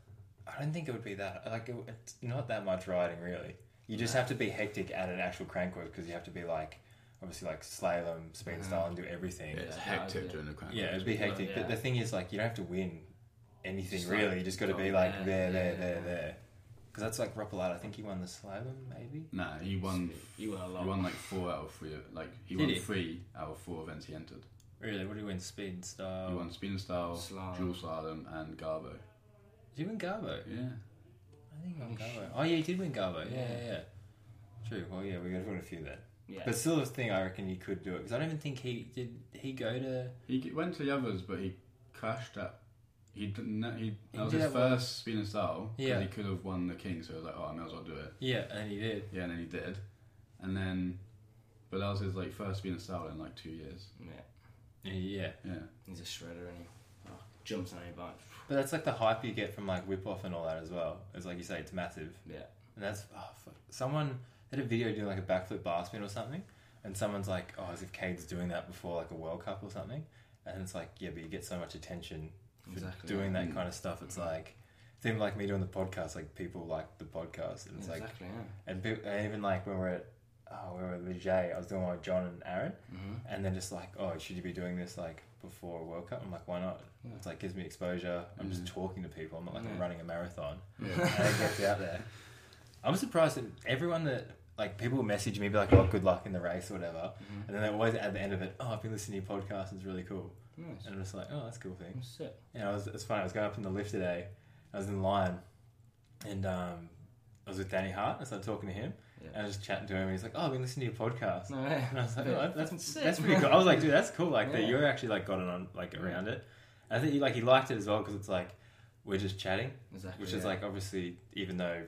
S1: I don't think it would be that. Like, it, it's not that much riding really. You just have to be hectic at an actual crankwork because you have to be like, obviously like slalom, speed and style, and do everything.
S2: it's
S3: Yeah.
S2: hectic
S3: Yeah.
S2: during the crankworks.
S1: Yeah, it'd be hectic.
S3: Yeah.
S1: But the thing is, like, you don't have to win anything
S2: Just, like,
S1: really. you just got to be
S2: go
S1: like there,
S3: there,
S1: there,
S3: yeah.
S1: there, there. Because that's like Ropalata. I think he won the slalom, maybe.
S2: Nah, he won.
S3: You won a lot.
S2: He won like four out of three. Like he
S1: Did
S2: won
S1: he?
S2: three out of four events he entered.
S1: Really? What did he win? Speed and style.
S2: he won spin style,
S3: Slalom.
S2: dual slalom, and garbo.
S1: Did you win Garbo?
S2: Yeah.
S1: I think he won
S3: Oh, shit.
S1: Garbo. Oh yeah, he did win Garbo. Yeah,
S3: Yeah.
S1: yeah. yeah. True. Well, yeah, we got to win a few then.
S3: Yeah.
S1: But still, the thing I reckon you could do it because I don't even think he did. He go to
S2: He g- went to the others, but he crashed at. He didn't. He that was
S1: did
S2: his
S1: that one-
S2: first spin and style. 'cause
S1: Yeah.
S2: He could have won the king, so he was like, "Oh, I may as well do it."
S1: yeah, and he did.
S2: Yeah, and then he did, and then, but that was his like first spin and style in like two years.
S3: Yeah.
S1: Yeah,
S2: Yeah.
S3: He's a shredder, and he Oh, jumps on any bike.
S1: but that's like the hype you get from like whip off and all that as well. It's like you say, it's massive,
S3: Yeah.
S1: and that's oh, fuck. someone had a video doing like a backflip bar spin or something, and someone's like, oh, as if Cade's doing that before like a World Cup or something, and it's like, yeah, but you get so much attention for
S3: Exactly.
S1: doing that
S2: Mm.
S1: kind of stuff. It's
S3: Mhm.
S1: like. Thing like me doing the podcast, like people like the podcast, and it's like,
S3: exactly. Yeah.
S1: and, peop and even like when we're at, oh, we were at Vijay, I was doing one with John and Aaron,
S3: Mm-hmm.
S1: and then just like, oh, should you be doing this like before a World Cup? I'm like, why not?
S3: Yeah. Mm.
S1: It's like gives me exposure. I'm just talking to people. I'm not like I'm
S3: Yeah.
S1: running a marathon.
S2: Yeah.
S1: And it gets out there. I'm surprised that everyone that like people message me be like, oh, good luck in the race or whatever,
S3: Mhm.
S1: and then they always at the end of it, oh, I've been listening to your podcast. It's really cool.
S3: Nice.
S1: And I'm just like, oh, that's a cool thing.
S3: That's it.
S1: And I was it's funny. I was going up in the lift today. I was in line, and um, I was with Danny Hart. and I started talking to him, and I
S3: Yeah.
S1: was just chatting to him. And he's like, oh, I've been listening to your podcast.
S3: No, yeah.
S1: And I was like,
S3: Yeah.
S1: oh, that's
S3: Sick.
S1: that's pretty cool. I was like, dude, that's cool. Like that
S3: Yeah.
S1: you're actually like got it on like around it. And I think he, like he liked it as well because it's like we're just chatting,
S3: Exactly.
S1: which is
S3: yeah.
S1: like obviously even though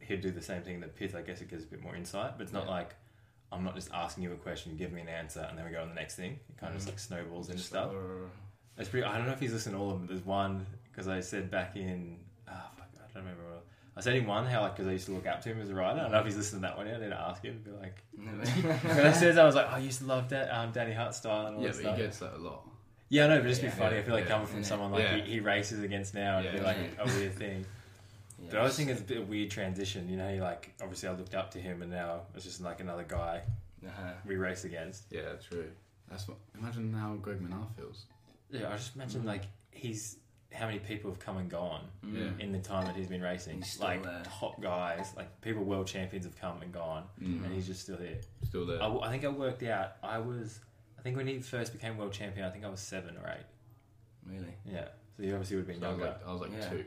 S1: he'd do the same thing in the pith, I guess it gives a bit more insight. But it's not
S3: Yeah.
S1: like I'm not just asking you a question, give me an answer, and then we go on the next thing. It kind of just like snowballs and
S3: Mm-hmm. Just
S1: stuff.
S3: like, uh,
S1: It's pretty. I don't know if he's listened to all of them. There's one because I said back in. ah fuck, I don't remember. What, I said in one how like because I used to look up to him as a writer. I don't know if he's listened to that one yet. I need to ask him. Be like,
S3: no, eh.
S1: when I said that, I was like, oh, I used to love that um, Danny Hart style and all
S2: Yeah,
S1: that
S2: but he
S1: stuff.
S2: gets that a lot.
S1: yeah, I know, but just
S3: Yeah,
S1: be funny.
S2: yeah,
S1: I feel like
S2: yeah.
S1: coming from
S3: Yeah.
S1: someone like
S2: Yeah.
S1: he, he races against now, it'd be
S2: Yeah.
S1: like a weird thing.
S3: Yeah,
S1: But I always
S3: just-
S1: think it's a bit of a weird transition. You know, you like obviously I looked up to him, and now it's just like another guy
S3: Uh-huh.
S1: we race against.
S2: Yeah, true. That's what. Imagine how Greg Minar feels.
S1: Yeah, I just imagine like he's how many people have come and gone
S3: Mm.
S1: in the time that he's been racing.
S3: He's still
S1: like
S3: there.
S1: top guys, like people world champions have come and gone,
S2: Mm.
S1: and he's just still here.
S2: Still there.
S1: I, w- I think I worked out. I was, I think when he first became world champion, I think I was seven or eight.
S3: Really?
S1: Yeah. So you obviously would have been
S2: So I was
S1: younger.
S2: like, I was like
S3: Yeah.
S2: two.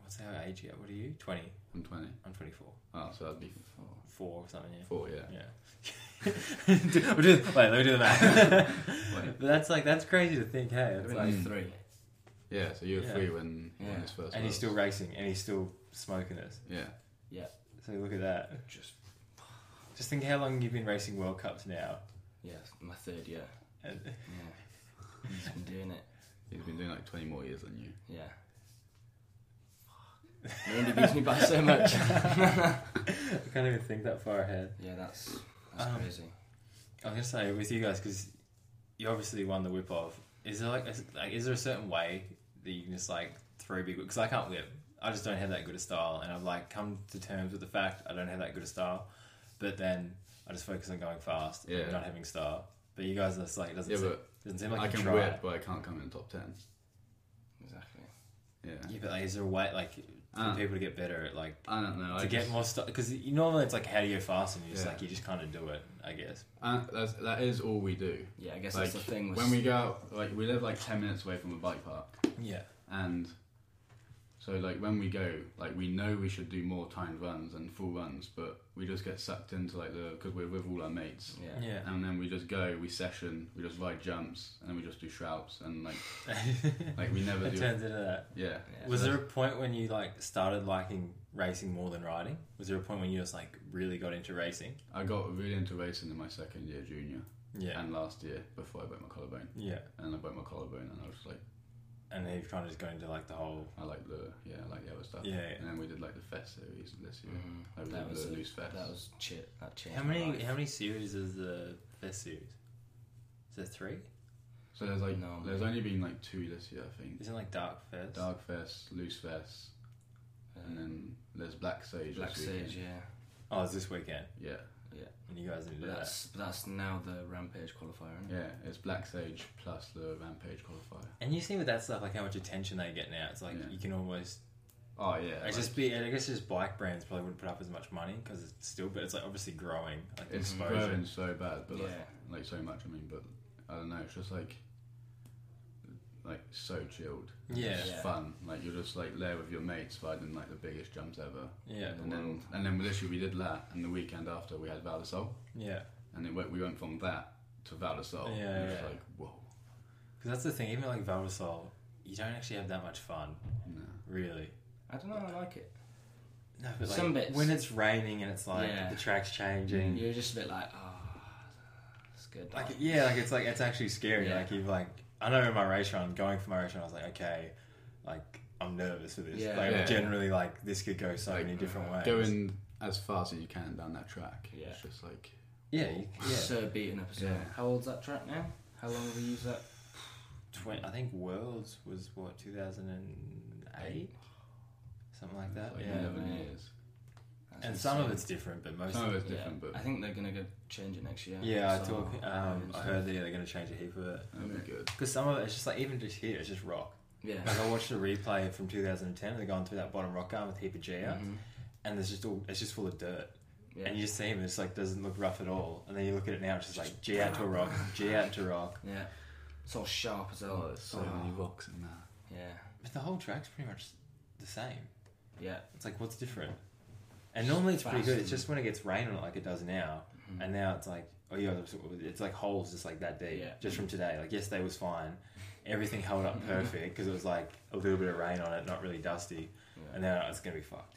S1: What's our age yet? What are you? 20.
S2: I'm twenty.
S1: I'm 24.
S2: Oh, so that'd be
S3: Oh,
S1: Four or something, yeah.
S2: four. Yeah.
S1: Yeah. Do- we'll do- wait, let me do the math.
S2: Wait.
S1: but that's like, that's crazy to think, hey? It's
S3: Maybe
S1: like,
S3: like
S2: Mm.
S3: three.
S2: Yeah. So you were
S1: Yeah.
S2: three when he won
S3: Yeah.
S2: his first.
S1: and he's
S2: Worlds.
S1: still racing and he's still smoking us.
S2: Yeah.
S1: So look at that.
S3: Just
S1: Just think how long you've been racing World Cups now.
S3: yeah, it's my third year.
S1: And-
S3: Yeah, he's been doing it.
S2: He's been doing like 20 more years than you.
S3: Yeah. He only beats me by so much.
S1: I can't even think that far ahead.
S3: Yeah, that's that's
S1: Um,
S3: crazy.
S1: I was gonna say with you guys because you obviously won the whip off. Is there like, is, like is there a certain way that you can just like throw big? Because I can't whip. I just don't have that good a style, and I've like come to terms with the fact I don't have that good a style. But then I just focus on going fast
S2: Yeah.
S1: and not having style. But you guys, that's like doesn't
S2: Yeah,
S1: seem,
S2: but
S1: doesn't seem like
S2: I
S1: you
S2: can
S1: try.
S2: whip, but I can't come in the top ten.
S3: Exactly.
S2: Yeah,
S1: Yeah, but like, is there a way like for
S2: Uh.
S1: people to get better at like
S2: I don't know.
S1: to
S2: I
S1: get
S2: just,
S1: more stuff? Because you normally it's like how do you fast, and you just
S2: Yeah.
S1: like you just kind of do it, I guess.
S2: uh, that's, that is all we do.
S3: Yeah, I guess
S2: Like
S3: that's the thing. With
S2: when we go out, like we live like ten minutes away from a bike park.
S1: Yeah,
S2: and so like when we go like we know we should do more timed runs and full runs but we just get sucked into like the because we're with all our mates
S3: yeah.
S1: yeah.
S2: and then we just go we session we just ride jumps and then we just do shrouts and like like we never
S1: it
S2: do
S1: turns into that.
S2: yeah
S3: Yeah.
S1: Was there a point when you like started liking racing more than riding? Was there a point when you just like really got into racing?
S2: i got really into racing in my second year junior
S1: Yeah,
S2: and last year before i broke my collarbone
S1: yeah.
S2: and i broke my collarbone and i was like
S1: And then you've kind of just got into like the whole
S2: i like the yeah i like the other stuff
S1: yeah. yeah.
S2: and then we did like the fest series this year
S3: Mm,
S2: like we
S3: that
S2: did
S3: was
S2: the
S3: a-
S2: loose fest
S3: that was shit. That changed.
S1: How
S3: my
S1: many
S3: life.
S1: how many series is the first series? Is there three?
S2: so there's like
S3: No,
S2: there's
S3: man.
S2: only been like two this year i think
S1: Isn't like Dark Fest?
S2: Dark Fest, Loose Fest, and then there's Black Sage.
S3: Black
S2: this weekend.
S3: Sage, yeah.
S1: Oh, it's this weekend.
S2: Yeah,
S1: And you guys didn't do that.
S3: That's that's now the Rampage qualifier. Isn't it?
S2: yeah, it's Black Sage plus the Rampage qualifier.
S1: And you see with that stuff, like how much attention they get now. It's like
S2: Yeah.
S1: you can almost.
S2: Oh yeah,
S1: I
S2: like,
S1: just be. I guess just bike brands probably wouldn't put up as much money because it's still, but it's like obviously growing. Like the
S2: it's
S1: exposure.
S2: growing so bad, but like,
S3: Yeah.
S2: like so much. I mean, but I don't know. It's just like like so chilled.
S1: Yeah.
S2: it's
S3: Yeah.
S2: fun. Like you're just like there with your mates riding like the biggest jumps ever.
S1: Yeah,
S2: and then and then literally we did that, and the weekend after we had Val d'Isole,
S1: yeah.
S2: and it went, we went from that to Val d'Isole.
S1: Yeah,
S2: and it's
S1: yeah.
S2: like whoa.
S1: Because that's the thing. Even like Valvasol, you don't actually have that much fun,
S2: No.
S1: really.
S3: I don't know. I like it.
S1: No, but like
S3: Some bits.
S1: when it's raining and it's like
S3: Yeah. Mm,
S1: the track's changing.
S3: You're just a bit like, oh, it's good.
S1: Like yeah, like it's like it's actually scary.
S3: Yeah.
S1: Like you've like I know in my race run, going for my race run, I was like, okay, like I'm nervous for this.
S3: Yeah.
S1: like
S2: Yeah.
S1: generally, like this could go so
S2: Like,
S1: many different ways.
S2: going as fast as you can down that track.
S3: Yeah.
S2: It's just like
S1: yeah, you, yeah.
S3: So beaten up as well.
S2: Yeah.
S3: How old's that track now? How long have we used that?
S1: Twen- I think Worlds was what 2008, something like that.
S2: like
S1: yeah,
S2: eleven
S3: Yeah.
S2: years.
S3: That's
S1: and some of
S3: insane.
S1: it's different, but most.
S2: Some of it's
S3: Yeah.
S2: different,
S3: I
S2: but
S3: think they're gonna go change it next year.
S1: yeah, I
S3: So- uh,
S1: talk. Um, I
S3: so-
S1: heard that they're going to change a heap of it
S2: that'd be good.
S1: because some of it, it's just like even just here, it's just rock.
S3: Yeah.
S1: Like I watched a replay from 2010, and they're going through that bottom rock garden with a heap of G out,
S3: Mhm.
S1: and there's just all it's just full of dirt.
S3: Yeah.
S1: And you just see him, it's like doesn't look rough at all. And then you look at it now, it's just like G out to a rock, G out to a rock.
S3: yeah. It's all sharp as well.
S2: Oh, there's so
S3: Oh.
S2: many rocks in there.
S3: Yeah.
S1: But the whole track's pretty much the same.
S3: Yeah.
S1: It's like what's different? And normally it's pretty
S3: Fast
S1: good. It's
S3: and-
S1: just when it gets rain on it, like it does now.
S3: Mhm.
S1: And now it's like oh yeah, it's- it's like holes just like that deep.
S3: Yeah.
S1: Just from today, like yesterday was fine. Everything held up perfect because it was like a little bit of rain on it, not really dusty.
S3: Yeah.
S1: And now it's gonna be fucked.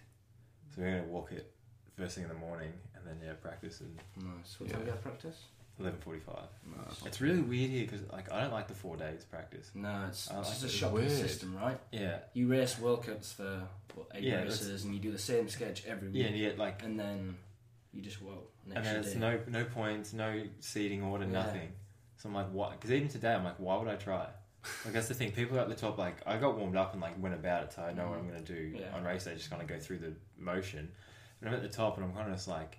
S1: So we're gonna walk it first thing in the morning, and then yeah, practice at
S3: Nice. What time do you
S2: Yeah.
S3: have practice?
S1: eleven forty-five.
S3: Nice.
S1: It's really weird here because like I don't like the four days practice.
S3: No, it's,
S1: I like
S3: it's just a
S1: it.
S3: shopping
S2: Weird.
S3: system, right?
S1: Yeah,
S3: You race World Cups for what, eight
S1: Yeah, it's-
S3: races, and you do the same sketch every week,
S1: yeah, and you get like,
S3: and then you just whoa. An
S1: and then
S3: extra
S1: it's
S3: day.
S1: no no points, no seating order,
S3: Yeah.
S1: nothing. So I'm like, what? Because even today, I'm like, why would I try? Like that's the thing. People at the top, like I got warmed up and like went about it, so I know what I'm gonna do
S3: Mm-hmm. Yeah.
S1: on race day. Just kind of go through the motion. And I'm at the top, and I'm kind of just like,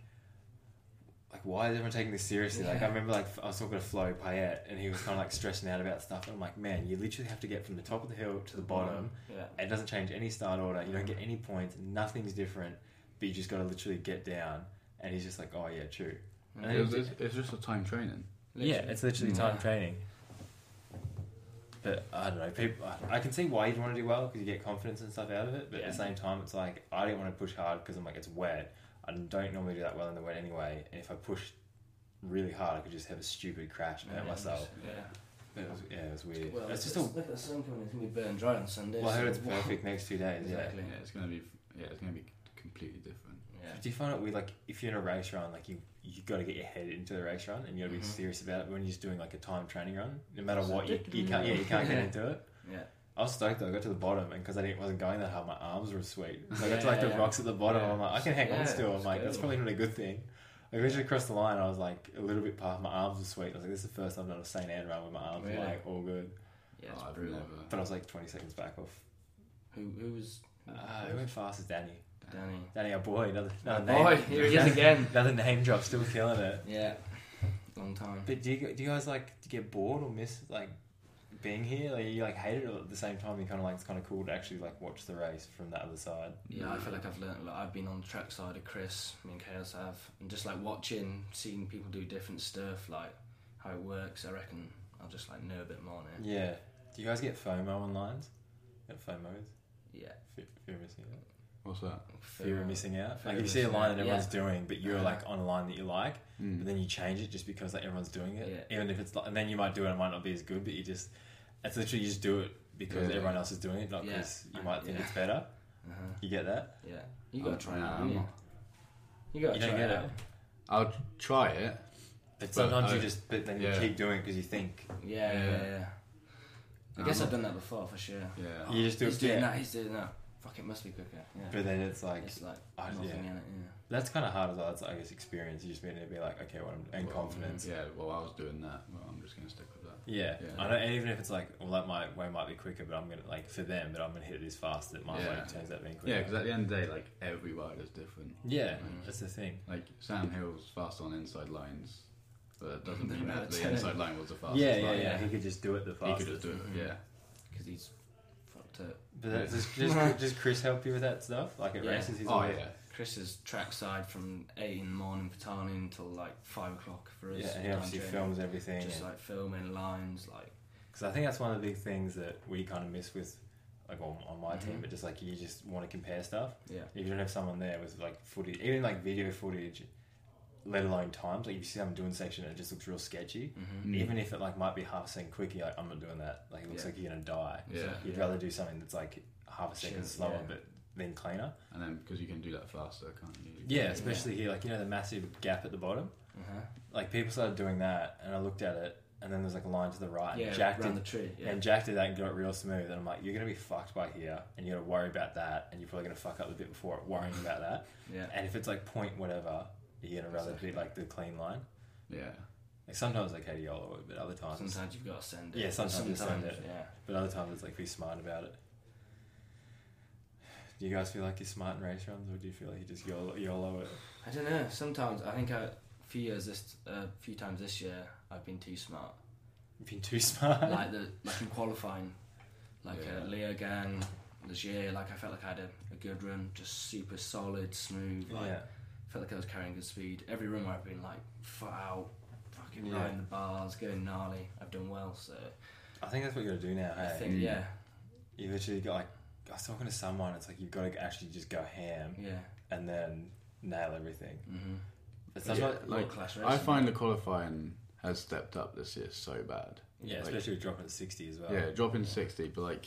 S1: like why is everyone taking this seriously? Like I
S3: Yeah.
S1: remember, like I was talking to Flo Payette, and he was kind of like stressing out about stuff. And I'm like, man, you literally have to get from the top of the hill to the bottom.
S3: Yeah.
S1: It doesn't change any start order. You don't get any points. Nothing's different. But you just got to literally get down. And he's just like, oh yeah, true. And
S2: It's,
S1: then-
S2: it's- it's just a time training.
S1: yeah, it's literally time training. Mm. But I don't know. People, I- I can see why you'd want to do well because you get confidence and stuff out of it. But at
S3: Yeah.
S1: the same time, it's like I didn't want to push hard because I'm like it's wet. I don't normally do that well in the wet anyway. And if I pushed really hard, I could just have a stupid crash and hurt myself.
S3: Yeah.
S1: But it was, yeah, it was weird.
S3: Well,
S1: it's just a.
S3: look at the sun coming. It's gonna be burnt dry on Sunday.
S1: Well, I heard
S3: so-
S1: it's perfect next two days. Yeah.
S3: Exactly.
S2: Yeah, it's gonna be. Yeah, it's gonna be completely different.
S3: Yeah.
S1: Do you find it weird, like, if you're in a race run, like, you you got to get your head into the race run and you got to be
S3: Mhm.
S1: serious about it but when you're just doing, like, a time training run? No matter
S3: It's
S1: what, you,
S3: addicting,
S1: you can't, yeah, you can't get
S3: yeah.
S1: into it.
S3: Yeah.
S1: I was stoked, though. I got to the bottom, and because I didn't, wasn't going that hard, my arms were sweet. So I got to,
S3: Yeah,
S1: like, the
S3: yeah.
S1: rocks at the bottom.
S2: Yeah.
S1: I'm like, I can hang
S3: Yeah,
S1: on still. I'm
S3: it's
S1: like, that's
S3: good.
S1: probably not a good thing. I eventually crossed the line, I was, like, a little bit past. My arms were sweet. I was like, this is the first time I've done a St. Anne run with my arms,
S3: Really?
S1: like, all good.
S3: Yeah. It's
S2: Oh, I've
S3: brutal.
S1: But
S2: never.
S1: I was, like, 20 seconds back off.
S3: Who who was Ah.
S1: Uh, who went fast is Danny.
S3: Danny?
S1: Danny, our boy. Another, another
S3: Boy,
S1: name.
S3: here he is again.
S1: Another name drop, still killing it.
S3: Yeah. long time.
S1: But do you, do you guys like do you get bored or miss like being here? Like you like hate it, or at the same time you kind of like it's kind of cool to actually like watch the race from the other side.
S3: Yeah, I feel like I've learned a lot. I've been on the track side of Chris, me and Chaos have, and just like watching, seeing people do different stuff, like how it works. I reckon I'll just like know a bit more now.
S1: Yeah. Do you guys get FOMO on lines? Get FOMOs?
S3: Yeah,
S1: Fe- Fear of missing out.
S2: What's that?
S1: Fear of missing out.
S3: Fear
S1: like if
S3: of
S1: you see a
S3: missing
S1: line
S3: out,
S1: that
S3: yeah.
S1: everyone's doing, but you're
S3: Uh-huh.
S1: like on a line that you like, but then you change it just because like everyone's doing it.
S3: Yeah.
S1: Even if it's like, and then you might do it and it might not be as good, but you just it's literally you just do it because
S2: Yeah.
S1: everyone else is doing it, not
S3: Yeah.
S1: because you
S3: Uh,
S1: might think
S3: yeah.
S1: it's better.
S3: Uh-huh.
S1: You get that?
S3: Yeah, you gotta
S2: I'm-
S3: try it out.
S2: I'm
S3: haven't You,
S2: not-
S3: you gotta
S1: you
S3: try
S1: don't get
S3: it.
S1: it.
S3: out.
S2: I'll try it.
S1: But
S2: Well,
S1: sometimes
S2: I-
S1: you just but then
S2: yeah.
S1: you keep doing it because you think
S3: Yeah, yeah,
S2: Yeah.
S3: yeah. I guess
S2: Um,
S3: I've done that before for sure.
S2: Yeah.
S1: you just do
S3: he's
S1: it.
S3: doing
S1: Yeah.
S3: that. He's doing that. Fuck, it must be quicker. Yeah,
S1: But then it's like
S3: it's like
S1: I-
S3: nothing
S1: yeah.
S3: in it. Yeah.
S1: that's kind of hard as well. That's I guess experience. You just need to be like okay, what I'm, and
S2: Well,
S1: confidence.
S2: Yeah, well, I was doing that. Well, I'm just going to stick with that.
S1: Yeah.
S2: Yeah.
S1: I know. And even if it's like, well, that my way might be quicker, but I'm gonna like for them, but I'm gonna hit it as fast that my way
S2: Yeah.
S1: turns out being quicker.
S2: Yeah, because at the end of the day, like, every rider's different.
S1: Yeah,
S3: Mm.
S1: that's the thing.
S2: Like, Sam Hill's fast on inside lines, but it doesn't mean that
S3: That's
S2: the
S3: it.
S2: inside line was the fastest
S1: yeah, yeah,
S2: line.
S1: yeah. He could just do it the
S2: He
S1: fastest.
S2: could just do it, yeah.
S3: because Mm. he's fucked up.
S1: But that's,
S2: Yeah.
S1: does, does, does Chris help you with that stuff? Like it
S3: Yeah.
S1: races his
S2: Oh,
S1: way?
S2: yeah.
S3: Chris is trackside from eight in the morning for Tarney until like five o'clock for us.
S1: Yeah, and he obviously
S3: Time
S1: films everything.
S3: training. just like filming lines, like
S1: Because I think that's one of the big things that we kind of miss with, like on, on my
S2: Mm-hmm.
S1: team,
S3: Mhm.
S1: but just like you just want to compare stuff.
S3: yeah,
S1: If you don't have someone there with like footage, even like video footage, let alone times, like you see someone doing section and it just looks real sketchy.
S3: mm-hmm.
S2: Mm.
S1: Even if it like might be half a second quick, you're like, I'm not doing that. Like it looks
S3: Yeah.
S1: like you're gonna die.
S2: Yeah.
S1: You'd
S3: Yeah.
S1: rather do something that's like half a second
S3: Sure,
S1: slower,
S3: yeah.
S1: but then cleaner.
S2: And then, because you can do that faster, can't you?
S1: Yeah, especially here, like you know the massive gap at the bottom.
S3: Uh-huh.
S1: Like people started doing that, and I looked at it, and then there's like a line to the right,
S3: yeah,
S1: and Jack
S3: round
S1: did,
S3: the tree, yeah,
S1: and Jack did that and got it real smooth. And I'm like, you're gonna be fucked by here, and you gotta worry about that, and you're probably gonna fuck up the bit before it, worrying about that.
S3: yeah,
S1: And if it's like point whatever, you're gonna rather be like the clean line.
S2: Yeah.
S1: Like sometimes like Adiola would, but other times,
S3: Sometimes you've got to send it.
S1: Yeah, sometimes you send
S3: Sometimes,
S1: it.
S3: Yeah.
S1: but other times it's like be smart about it. Do you guys feel like you're smart in race runs, or do you feel like you just YOLO, YOLO it?
S3: I don't know. Sometimes I think I, a few years this, uh, a few times this year, I've been too smart.
S1: You've been too smart.
S3: like the like in qualifying, like
S2: Yeah.
S3: uh, Leo Gang, Leger, like I felt like I had a, a good run, just super solid, smooth. Like,
S1: yeah.
S3: felt like I was carrying good speed. Every run where I've been like foot out, fucking
S1: Yeah.
S3: riding the bars, going gnarly. I've done well, so
S1: I think that's what you gotta do now. Hey?
S3: I think
S2: Mm.
S3: yeah,
S1: you literally got like I was talking to someone. It's like you've got to actually just go ham
S3: yeah,
S1: and then nail everything.
S3: mm-hmm.
S1: It's
S2: Yeah,
S1: not like,
S2: like,
S3: class
S2: I find the qualifying has stepped up this year so bad.
S1: yeah,
S2: like-
S1: especially with dropping at sixty as well.
S2: Yeah, dropping 60, but like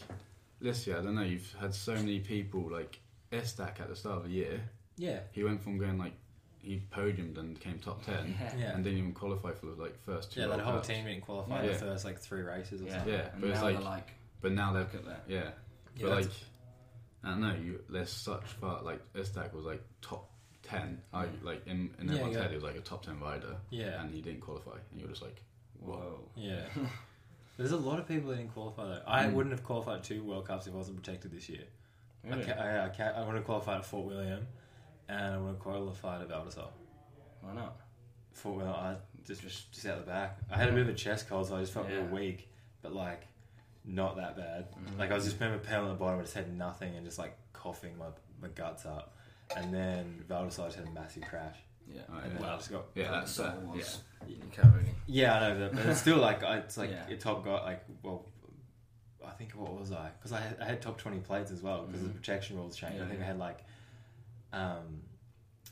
S2: this year, I don't know, you've had so many people like Estac at the start of the year.
S1: yeah,
S2: He went from going like he podiumed and came top 10
S3: yeah.
S1: yeah.
S2: and didn't even qualify for the like first two.
S1: Yeah, that
S2: World
S1: whole
S2: Cups.
S1: team didn't qualify
S2: Yeah.
S1: the first like three races or
S3: Yeah.
S1: something.
S2: Yeah,
S3: And
S2: but it's
S3: now
S2: like,
S3: they're like
S2: but now they're
S3: look at that.
S2: yeah,
S1: Yeah,
S2: but
S1: that's-
S2: like I don't know, you there's such far like Estac was like top 10. I like in in
S1: Mm. Yeah,
S2: everyone's
S1: yeah.
S2: head, he was like a top 10 rider,
S1: yeah,
S2: and he didn't qualify, and you're just like,
S3: Whoa.
S1: yeah. There's a lot of people that didn't qualify though. I
S2: Mm.
S1: wouldn't have qualified two World Cups if I wasn't protected this year. I, ca- I, I, ca- I would have qualified at Fort William, and I would have qualified at Valdisol.
S3: Why not?
S1: Fort William, I just just just out the back. I had a bit of a chest cold, so I just felt real
S3: Yeah.
S1: weak, but like not that bad.
S3: Mhm.
S1: Like I was just remember pale on the bottom, I just had nothing and just like coughing my, my guts up. And then Valdisol just had a massive crash.
S3: Yeah.
S2: oh,
S1: And
S2: yeah,
S1: then I just got
S2: yeah, that's
S3: so
S2: that,
S3: it
S2: yeah.
S3: was. You can't really.
S1: yeah, I know that, but it's still like I- it's like
S3: Yeah.
S1: a top guy. Like well, I think what was I? Because I had, I had top twenty plates as well because the
S3: Mhm.
S1: protection rules changed.
S3: Yeah,
S1: I think
S3: yeah.
S1: I had like, um,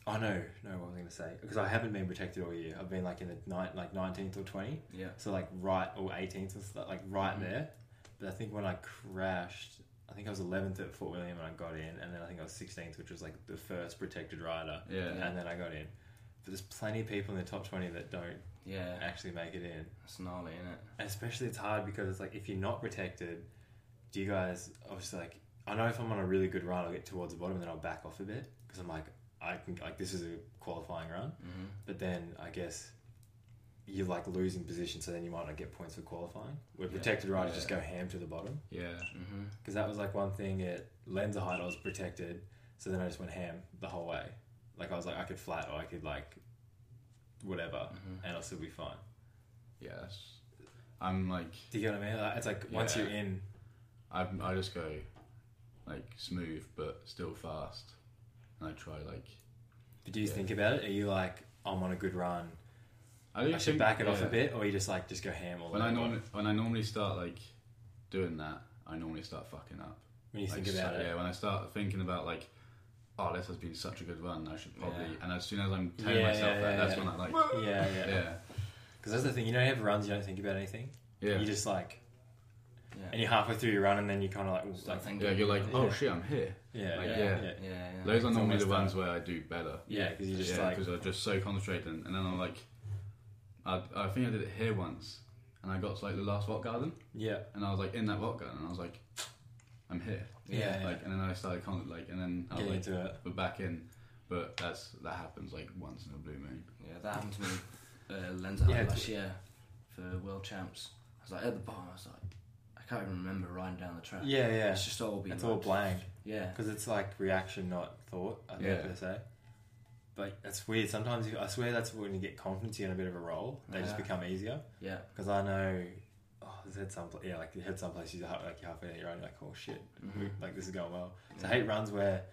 S1: oh no, no, what was I going to say? Because I haven't been protected all year. I've been like in the nine, like nineteenth or twenty,
S3: Yeah.
S1: so like right or eighteenth or stuff, like right
S3: Mhm.
S1: there. But I think when I crashed, I think I was eleventh at Fort William when I got in, and then I think I was sixteenth, which was like the first protected rider,
S2: yeah,
S3: Yeah.
S1: and then I got in. But there's plenty of people in the top twenty that don't
S3: Yeah.
S1: actually make it in.
S3: That's gnarly, isn't it?
S1: And especially it's hard because it's like if you're not protected, do you guys obviously like I know if I'm on a really good run, I'll get towards the bottom and then I'll back off a bit because I'm like I can like this is a qualifying run,
S3: Mm-hmm.
S1: but then I guess you're like losing position, so then you might not get points for qualifying. Where
S3: Yeah.
S1: protected riders
S2: Yeah.
S1: just go ham to the bottom
S2: yeah.
S3: Mm-hmm.
S1: because that was like one thing at Lenzerheide I was protected, so then I just went ham the whole way. Like I was like I could flat or I could like whatever,
S3: Mhm.
S1: and I'll still be fine.
S2: Yeah, that's, I'm like
S1: Do you get what I mean? Like, it's like once
S2: Yeah.
S1: you're in,
S2: I I just go like smooth but still fast, and I try like
S1: but do you
S2: Yeah.
S1: think about it? Are you like, I'm on a good run,
S2: I, do
S1: I should
S2: think-
S1: back it off a
S2: yeah.
S1: bit, or you just like just go ham all
S2: When I
S1: over?
S2: normally when I normally start like doing that, I normally start fucking up.
S1: when you
S2: Like,
S1: think about
S2: so-
S1: it,
S2: Yeah, when I start thinking about like, oh, this has been such a good run. I should probably.
S3: Yeah.
S2: And as soon as I'm telling
S1: Yeah,
S2: myself
S1: yeah,
S2: that,
S1: yeah,
S2: that's
S1: yeah.
S2: when I like.
S1: yeah, yeah. Because
S2: Yeah,
S1: that's the thing. You know, you have runs, you don't think about anything.
S2: yeah,
S1: You just like, and
S3: Yeah.
S1: you're halfway through your run, and then you kind of like,
S3: Start
S1: like,
S2: yeah.
S3: thinking.
S2: You're like, oh
S1: Yeah.
S2: shit, I'm here.
S1: yeah,
S2: like,
S1: yeah,
S2: yeah.
S1: yeah,
S3: Yeah, yeah.
S2: Those are
S1: It's
S2: normally
S1: almost
S2: the ones where I do better.
S1: yeah. Because you just
S2: yeah,
S1: like,
S2: because I'm just so concentrated, and, and then I'm like, I, I think I did it here once, and I got to like the last rock garden,
S1: yeah,
S2: and I was like in that rock garden, and I was like, I'm here.
S1: yeah, yeah.
S2: Like, and then I started con- like, and then I was
S1: Get
S2: like,
S1: into it.
S2: we're back in, but that's that happens like once in a blue moon.
S3: Yeah, that happened to me. Uh, Lens out
S1: Yeah,
S3: last year for World Champs. I was like at the bottom. I was like, I can't even remember riding down the track.
S1: Yeah, yeah.
S3: It's just all been.
S1: It's
S3: like,
S1: all blank
S3: Yeah.
S1: because it's like reaction, not thought. I think
S2: Yeah.
S1: per se. But that's weird. Sometimes you, I swear that's when you get confidence, you're in a bit of a roll. They just
S3: Yeah.
S1: become easier.
S3: Yeah.
S1: Because I know, oh, I had some, pla- yeah, like you had some places you're half- like you're halfway down your own, you're like, oh shit,
S3: Mhm.
S2: Mm-hmm.
S1: like this is going well. So
S3: Yeah.
S1: I hate runs where,